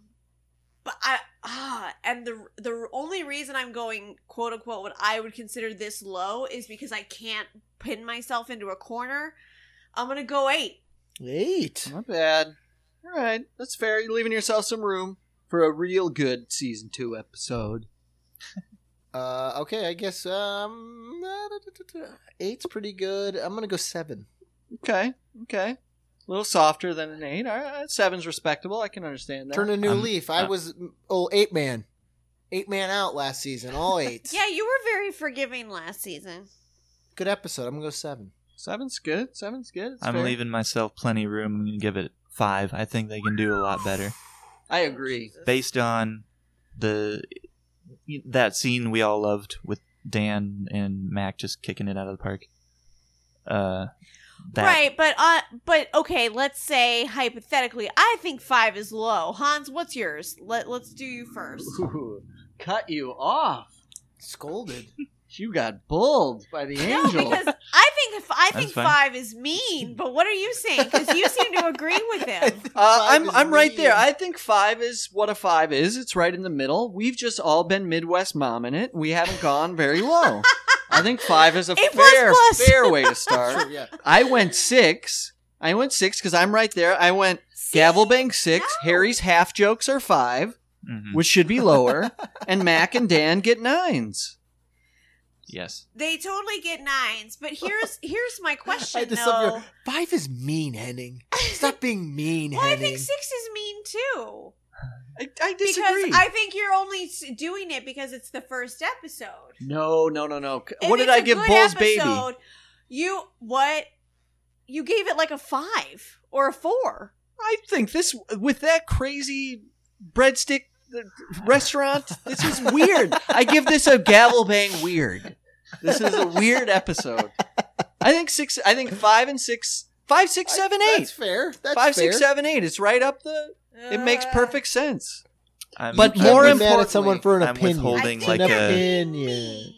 Speaker 4: but I ah, and the the only reason I'm going quote unquote what I would consider this low is because I can't pin myself into a corner. I'm gonna go eight.
Speaker 2: Eight.
Speaker 1: Not bad. All right, that's fair. You're leaving yourself some room for a real good season two episode.
Speaker 2: Uh, okay, I guess um, eight's pretty good. I'm gonna go seven.
Speaker 1: Okay, okay. A little softer than an eight. All right, seven's respectable. I can understand that.
Speaker 2: Turn a new
Speaker 3: Um,
Speaker 2: leaf. I
Speaker 3: uh,
Speaker 2: was oh eight man, eight man out last season. All eight.
Speaker 4: Yeah, you were very forgiving last season.
Speaker 2: Good episode. I'm gonna go seven.
Speaker 1: Seven's good. Seven's good. It's
Speaker 3: I'm
Speaker 1: fair.
Speaker 3: leaving myself plenty of room. I'm going to give it five. I think they can do a lot better
Speaker 1: I agree.
Speaker 3: based on the that scene we all loved with Dan and Mac just kicking it out of the park. Uh, that,
Speaker 4: Right, but uh but okay, let's say hypothetically, I think 5 is low. Hans, what's yours? Let let's do you first.
Speaker 1: Ooh, cut you off.
Speaker 2: Scolded.
Speaker 1: You got bulled by the
Speaker 4: No,
Speaker 1: angel.
Speaker 4: because I think if I think
Speaker 3: fine.
Speaker 4: 5 is mean, but what are you saying? Cuz you seem to agree with him.
Speaker 1: Uh,
Speaker 2: Five
Speaker 1: I'm
Speaker 2: is
Speaker 1: I'm right
Speaker 2: mean.
Speaker 1: there. I think five is what a five is. It's right in the middle. We've just all been Midwest momming it. We haven't gone very low. I think five is a
Speaker 4: A plus
Speaker 1: fair
Speaker 4: plus.
Speaker 1: fair way to
Speaker 2: Sure,
Speaker 1: start.
Speaker 2: yeah.
Speaker 1: I went six. I went six because I'm right there. I went
Speaker 4: See?
Speaker 1: gavel bang six.
Speaker 4: No.
Speaker 1: Harry's half jokes are five,
Speaker 3: Mhm.
Speaker 1: which should be lower, and Mac and Dan get nines.
Speaker 3: yes.
Speaker 4: They totally get 9s, but here's here's my
Speaker 2: I
Speaker 4: question
Speaker 2: just
Speaker 4: though.
Speaker 2: love your five is mean, Henning. Stop being mean,
Speaker 4: well, I
Speaker 2: Henning.
Speaker 4: think 6 is mean too.
Speaker 1: I, I disagree.
Speaker 4: Because I think you're only s- doing it because it's the first episode.
Speaker 1: no, no, no, no. C-
Speaker 4: If
Speaker 1: What did
Speaker 4: it's
Speaker 1: I
Speaker 4: a
Speaker 1: give
Speaker 4: good
Speaker 1: Bull's baby?
Speaker 4: episode, You what? You gave it like a five or a four.
Speaker 1: I think this with that crazy breadstick uh, restaurant. This is weird. I give this a gavel bang weird. This is a weird episode. I think six. I think five and six. Five, six, seven,
Speaker 2: I-
Speaker 1: eight.
Speaker 2: That's fair. Uh, That's
Speaker 1: Five,
Speaker 2: fair.
Speaker 1: six, seven, eight. It's right up the. It makes
Speaker 4: Uh,
Speaker 1: perfect sense.
Speaker 3: I'm,
Speaker 1: But
Speaker 2: You
Speaker 3: I'm
Speaker 2: can't
Speaker 1: more
Speaker 2: be
Speaker 3: with-
Speaker 1: important-
Speaker 2: mad at someone for an
Speaker 3: I'm
Speaker 2: opinion.
Speaker 3: withholding
Speaker 4: I
Speaker 3: like
Speaker 4: think
Speaker 2: an
Speaker 4: that's
Speaker 3: a.
Speaker 2: opinion.
Speaker 4: mean.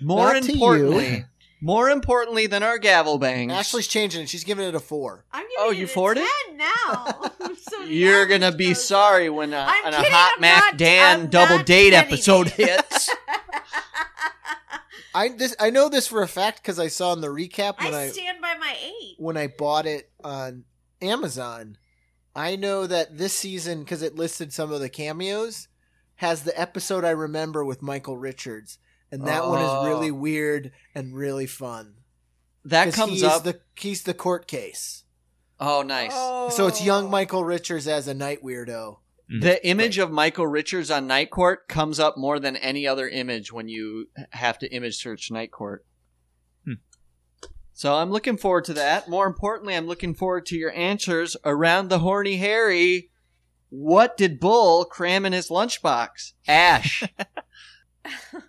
Speaker 1: More
Speaker 2: Not to you.
Speaker 1: importantly, more importantly than our gavel bangs.
Speaker 2: Ashley's changing it. She's giving it a four.
Speaker 4: I'm giving
Speaker 1: Oh,
Speaker 4: it
Speaker 1: you
Speaker 4: a
Speaker 1: forward it?
Speaker 4: 10 now. So the
Speaker 1: You're gonna
Speaker 4: average
Speaker 1: be
Speaker 4: goes
Speaker 1: sorry when a,
Speaker 4: I'm
Speaker 1: on a
Speaker 4: kidding,
Speaker 1: hot
Speaker 4: I'm
Speaker 1: Mac
Speaker 4: not-
Speaker 1: Dan
Speaker 4: I'm
Speaker 1: double
Speaker 4: not
Speaker 1: date
Speaker 4: kidding.
Speaker 1: episode hits.
Speaker 4: up.
Speaker 2: I this I know this for a fact because I saw in the recap when I,
Speaker 4: I stand by my eight.
Speaker 2: when I bought it on Amazon. I know that this season because it listed some of the cameos has the episode I remember with Michael Richards, and that one
Speaker 1: Oh.
Speaker 2: is really weird and really fun.
Speaker 1: That
Speaker 2: 'Cause
Speaker 1: comes
Speaker 2: he's
Speaker 1: up.
Speaker 2: The, he's the court case,
Speaker 1: oh, nice.
Speaker 2: so it's young Michael Richards as a night weirdo.
Speaker 1: The image of Michael Richards on Night Court comes up more than any other image when you have to image search Night Court.
Speaker 3: Hmm.
Speaker 1: So I'm looking forward to that. More importantly, I'm looking forward to your answers around the horny Harry. What did Bull cram in his lunchbox? Ash.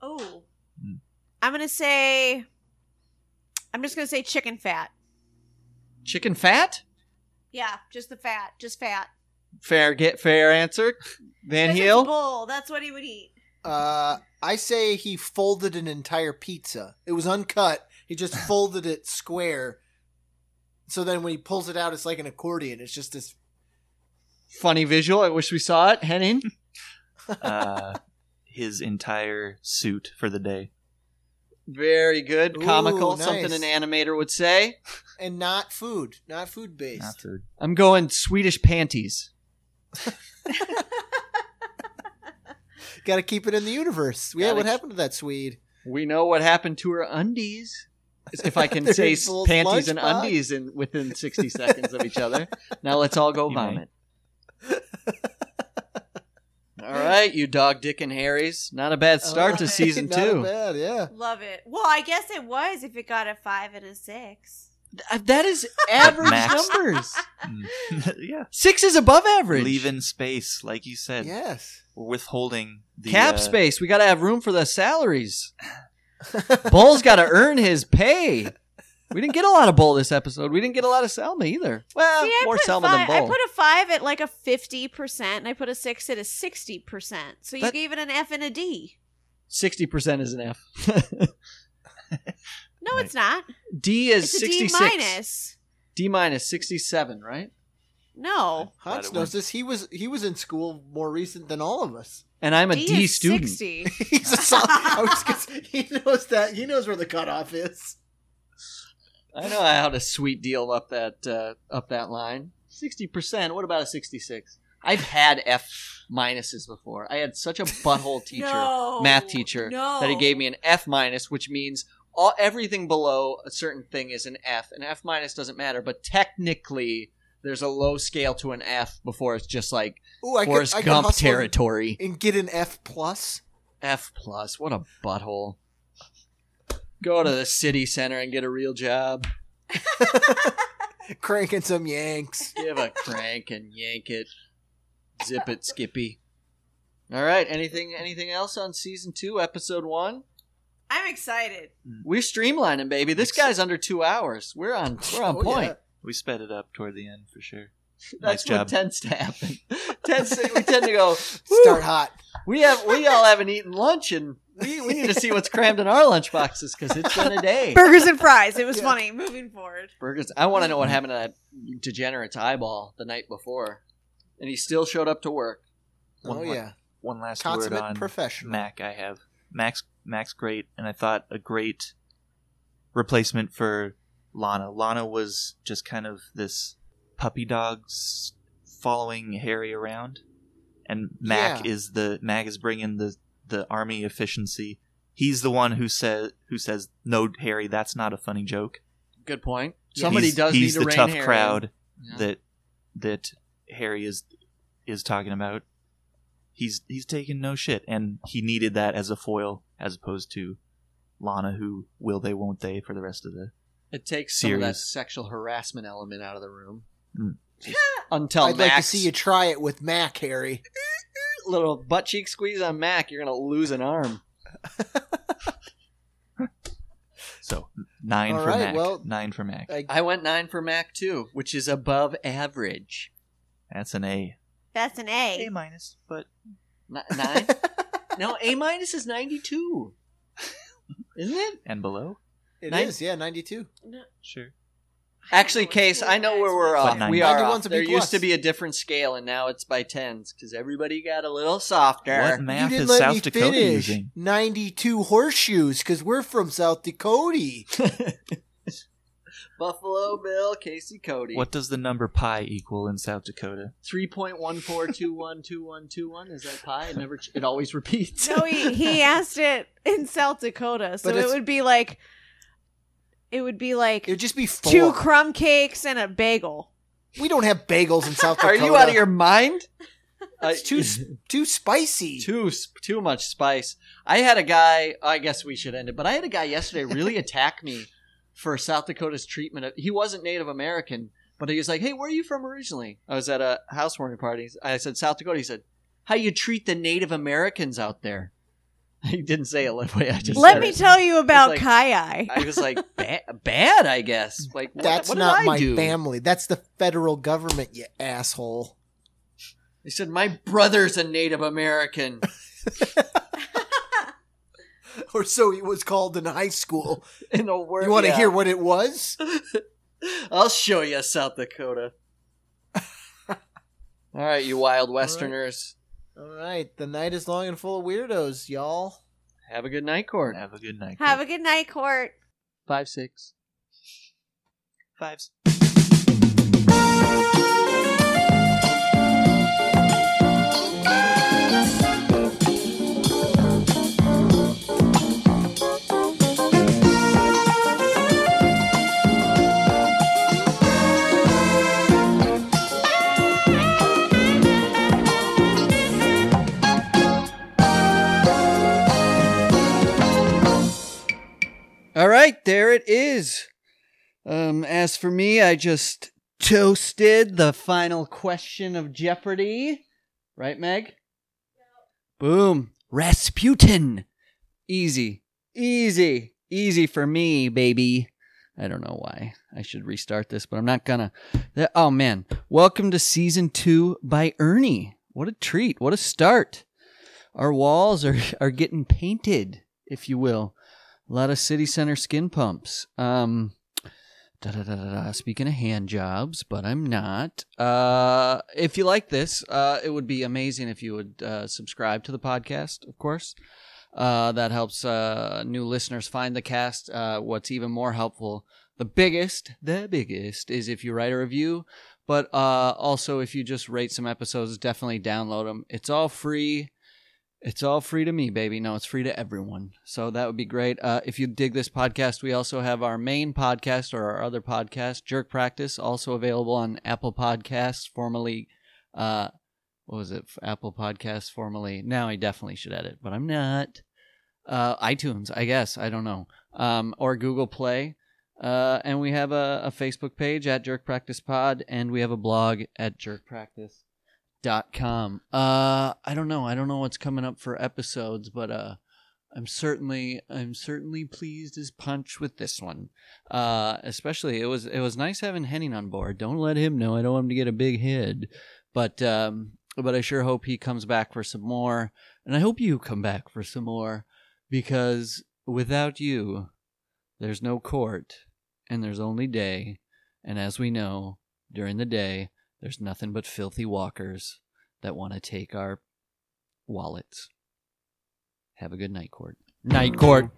Speaker 4: Oh,
Speaker 3: Mm.
Speaker 4: I'm gonna say. I'm just gonna say chicken fat.
Speaker 1: Chicken fat?
Speaker 4: Yeah, just the fat, just fat.
Speaker 1: Fair get fair answer. Van
Speaker 4: 'Cause it's
Speaker 1: Heel.
Speaker 4: bull. That's what he would eat.
Speaker 2: Uh, I say he folded an entire pizza. It was uncut. He just folded it square. So then when he pulls it out, it's like an accordion. It's just this.
Speaker 1: Funny visual. I wish we saw it. Henning.
Speaker 3: uh, his entire suit for the day.
Speaker 1: Very good.
Speaker 2: Ooh,
Speaker 1: Comical.
Speaker 2: nice.
Speaker 1: Something an animator would say.
Speaker 2: And not food. Not food based.
Speaker 3: Not food.
Speaker 1: I'm going Swedish panties.
Speaker 2: Gotta keep it in the universe. Yeah,
Speaker 1: Gotta
Speaker 2: what
Speaker 1: keep-
Speaker 2: happened to that Swede?
Speaker 1: We know what happened to her undies. If I can
Speaker 2: They're
Speaker 1: say
Speaker 2: in Bull's
Speaker 1: panties and
Speaker 2: lunchbox.
Speaker 1: undies in within 60 seconds of each other. Now let's all go
Speaker 3: You may.
Speaker 1: vomit. all right, you dog, Dick, and Harry's. Not a bad start to
Speaker 4: Alright,
Speaker 1: season
Speaker 2: Not
Speaker 1: two.
Speaker 2: Bad, yeah.
Speaker 4: Love it. Well, I guess it was if it got a five and a six.
Speaker 1: Th- Uh, That is average
Speaker 3: Max.
Speaker 1: numbers.
Speaker 3: Mm. yeah.
Speaker 1: Six is above average.
Speaker 3: Leaving space, like you said.
Speaker 2: Yes.
Speaker 3: We're withholding the
Speaker 1: cap
Speaker 3: uh,
Speaker 1: space. We got to have room for the salaries. Bull's got to earn his pay. We didn't get a lot of Bull this episode. We didn't get a lot of Selma either. Well,
Speaker 4: See, I
Speaker 1: Uh, more
Speaker 4: put
Speaker 1: Selma
Speaker 4: five,
Speaker 1: than
Speaker 4: I
Speaker 1: Bull.
Speaker 4: put a five at like a fifty percent, and I put a six at a sixty percent. So you
Speaker 1: That-
Speaker 4: gave it an F and a D.
Speaker 1: Sixty percent is an F.
Speaker 4: No,
Speaker 3: Right.
Speaker 4: it's not.
Speaker 1: D is
Speaker 4: It's a D
Speaker 1: sixty-six.
Speaker 4: minus.
Speaker 1: D minus sixty-seven, right?
Speaker 4: No,
Speaker 3: Glad
Speaker 2: Hans
Speaker 3: it
Speaker 2: knows this. He was he was in school more recent than all of us.
Speaker 1: And I'm a D
Speaker 4: D is
Speaker 1: student.
Speaker 4: sixty.
Speaker 2: He's a solid. I was gonna, he knows that. He knows where the cutoff is.
Speaker 1: I know how to sweet deal up that uh, up that line. Sixty percent. What about a sixty-six? I've had F minuses before. I had such a butthole teacher,
Speaker 4: No.
Speaker 1: math teacher,
Speaker 4: No.
Speaker 1: that he gave me an F minus, which means all everything below a certain thing is an F. An F minus doesn't matter, but technically there's a low scale to an F before it's just like
Speaker 2: Ooh, I
Speaker 1: Forrest
Speaker 2: could, I could
Speaker 1: Gump
Speaker 2: hustle
Speaker 1: territory.
Speaker 2: and get an F plus.
Speaker 1: F plus. What a butthole. Go to the city center and get a real job.
Speaker 2: Cranking some yanks.
Speaker 1: Give a crank and yank it. Zip it, Skippy. All right. Anything anything else on season two, episode one?
Speaker 4: I'm excited.
Speaker 1: We're streamlining, baby. This
Speaker 3: Excellent.
Speaker 1: guy's under two hours. We're on we're on
Speaker 2: Oh,
Speaker 1: point.
Speaker 2: yeah.
Speaker 3: We sped it up toward the end for sure.
Speaker 1: That's
Speaker 3: nice job.
Speaker 1: what tends to happen. tends to, we tend to go.
Speaker 2: Start
Speaker 1: Start.
Speaker 2: hot.
Speaker 1: We have we all haven't eaten lunch, and we, we need to see what's crammed in our lunch boxes because it's been a day.
Speaker 4: Burgers and fries. It was
Speaker 2: Yeah.
Speaker 4: funny. Moving forward.
Speaker 1: Burgers. I want to
Speaker 3: Mm-hmm.
Speaker 1: know what happened to that degenerate's eyeball the night before, and he still showed up to work.
Speaker 3: One
Speaker 2: oh
Speaker 3: more
Speaker 2: yeah,
Speaker 3: One last word
Speaker 2: consummate
Speaker 3: on
Speaker 2: professional.
Speaker 3: Mac. I have Max. Max great, and I thought a great replacement for Lana. Lana was just kind of this puppy dogs following Harry around, and Mac
Speaker 2: Yeah.
Speaker 3: is the Mac is bringing the the army efficiency. He's the one who says who says no, Harry. That's not a funny joke.
Speaker 1: Good point.
Speaker 2: Yeah.
Speaker 1: Somebody
Speaker 3: he's,
Speaker 1: does
Speaker 3: he's
Speaker 1: need to
Speaker 3: the
Speaker 1: rein
Speaker 3: tough
Speaker 1: Harry in.
Speaker 3: crowd
Speaker 1: Yeah.
Speaker 3: that that Harry is is talking about. He's he's taking no shit, and he needed that as a foil, as opposed to Lana, who will they, won't they, for the rest of the.
Speaker 1: It takes some of that
Speaker 3: series.
Speaker 1: sexual harassment element out of the room.
Speaker 3: Mm.
Speaker 1: Until
Speaker 2: I'd
Speaker 1: Oh, Max,
Speaker 2: like to see you try it with Mac, Harry.
Speaker 1: little butt cheek squeeze on Mac, you're gonna lose an arm.
Speaker 3: So nine
Speaker 2: All
Speaker 3: for
Speaker 2: right,
Speaker 3: Mac,
Speaker 2: well-
Speaker 3: nine for Mac.
Speaker 2: I,
Speaker 1: I went nine for Mac too, which is above average.
Speaker 3: That's an A.
Speaker 4: That's an A.
Speaker 3: A minus, but
Speaker 1: N- nine? no, A minus is ninety two, isn't it?
Speaker 3: and below,
Speaker 2: it
Speaker 1: Nine-
Speaker 2: is, yeah, ninety-two.
Speaker 3: sure.
Speaker 1: Actually, Case, I know where we're
Speaker 3: But
Speaker 1: off.
Speaker 3: nine.
Speaker 1: We are off.
Speaker 2: 91's a B
Speaker 1: There used
Speaker 2: plus.
Speaker 1: to be a different scale, and now it's by tens because everybody got a little
Speaker 3: What
Speaker 1: softer.
Speaker 3: math
Speaker 2: you didn't
Speaker 3: is
Speaker 2: let
Speaker 3: South
Speaker 2: me
Speaker 3: Dakota
Speaker 2: finish.
Speaker 3: using?
Speaker 2: Ninety-two horseshoes, because we're from South Dakota.
Speaker 1: Buffalo Bill, Casey Cody.
Speaker 3: What does the number pi equal in South Dakota?
Speaker 1: Three point one four two one two one two one is that pi? It never. ch- It always repeats.
Speaker 4: No, he, he asked it in South Dakota, so
Speaker 2: But
Speaker 4: it
Speaker 2: it's-
Speaker 4: would be like it would be like
Speaker 2: It would just be four.
Speaker 4: two crumb cakes and a bagel.
Speaker 2: we don't have bagels in South
Speaker 1: Are
Speaker 2: Dakota.
Speaker 1: you out of your mind?
Speaker 2: It's too s- too spicy?
Speaker 1: too s- too much spice. I had a guy. oh, I guess we should end it. But I had a guy yesterday really attack me for South Dakota's treatment. Of, he wasn't Native American, but he was like, "Hey, where are you from originally?" I was at a housewarming party. I said South Dakota. He said, "How you treat the Native Americans out there?" He didn't say it that way. I just
Speaker 4: Let
Speaker 1: said
Speaker 4: me
Speaker 1: it.
Speaker 4: tell you about
Speaker 1: like-
Speaker 4: Kai Eye.
Speaker 1: I was like, ba- bad, I guess. Like, what,
Speaker 2: That's
Speaker 1: what did
Speaker 2: not
Speaker 1: I
Speaker 2: my
Speaker 1: do?
Speaker 2: family. That's the federal government, you asshole.
Speaker 1: He said, my brother's a Native American.
Speaker 2: Or so he was called in high school.
Speaker 1: In a word,
Speaker 2: You want to
Speaker 1: yeah.
Speaker 2: hear what it was?
Speaker 1: I'll show you South Dakota. All right, you wild Westerners.
Speaker 2: All right, the night is long and full of weirdos, y'all.
Speaker 1: Have a good night, Court.
Speaker 3: Have a good night.
Speaker 4: Have a good night, Court.
Speaker 1: Five, six.
Speaker 3: fives.
Speaker 1: All right, there it is. Um, as for me, I just toasted the final question of Jeopardy. Right, Meg? Boom. Rasputin. Easy. Easy. Easy for me, baby. I don't know why I should restart this, but I'm not gonna. Th- Oh, man. Welcome to season two by Ernie. What a treat. What a start. Our walls are, are getting painted, if you will. A lot of city center skin pumps. Um, Da, da, da, da, da. Speaking of hand jobs, but I'm not. Uh, if you like this, uh, it would be amazing if you would uh, subscribe to the podcast, of course. Uh, that helps uh, new listeners find the cast. Uh, what's even more helpful, the biggest, the biggest, is if you write a review, but uh, also if you just rate some episodes, definitely download them. It's all free. It's all free to me, baby. No, it's free to everyone. So that would be great. Uh, if you dig this podcast, we also have our main podcast or our other podcast, Jerk Practice, also available on Apple Podcasts, formerly, uh, what was it? Apple Podcasts, formerly. Now I definitely should edit, but I'm not. Uh, iTunes, I guess. I don't know. Um, or Google Play. Uh, and we have a, a Facebook page at Jerk Practice Pod, and we have a blog at Jerk Practice dot com. Uh, I don't know. I don't know what's coming up for episodes, but uh, I'm certainly I'm certainly pleased as punch with this one. Uh, especially it was it was nice having Henning on board. Don't let him know. I don't want him to get a big head, but um, but I sure hope he comes back for some more, and I hope you come back for some more because without you, there's no court and there's only day, and as we know, during the day there's nothing but filthy walkers that want to take our wallets. Have a good night, Court. Night, Court.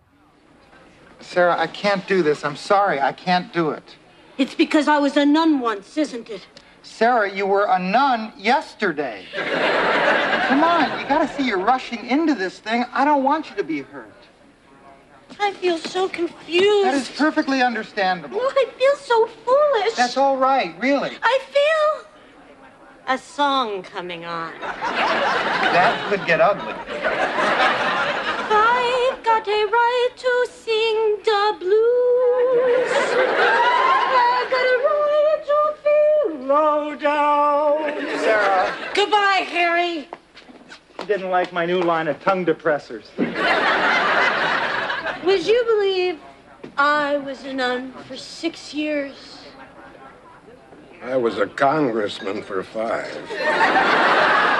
Speaker 5: Sarah, I can't do this. I'm sorry. I can't do it.
Speaker 6: It's because I was a nun once, isn't it?
Speaker 5: Sarah, you were a nun yesterday. Come on, you gotta see you're rushing into this thing. I don't want you to be hurt.
Speaker 6: I feel so confused.
Speaker 5: That is perfectly understandable.
Speaker 6: No, I feel so foolish.
Speaker 5: That's all right, really.
Speaker 6: I feel a song coming on.
Speaker 5: That could get ugly.
Speaker 6: I've got a right to sing the blues. I've got a right to feel low down.
Speaker 5: Sarah,
Speaker 6: Goodbye, Harry.
Speaker 5: you didn't like my new line of tongue depressors.
Speaker 6: Would you believe I was a nun for six years?
Speaker 7: I was a congressman for five.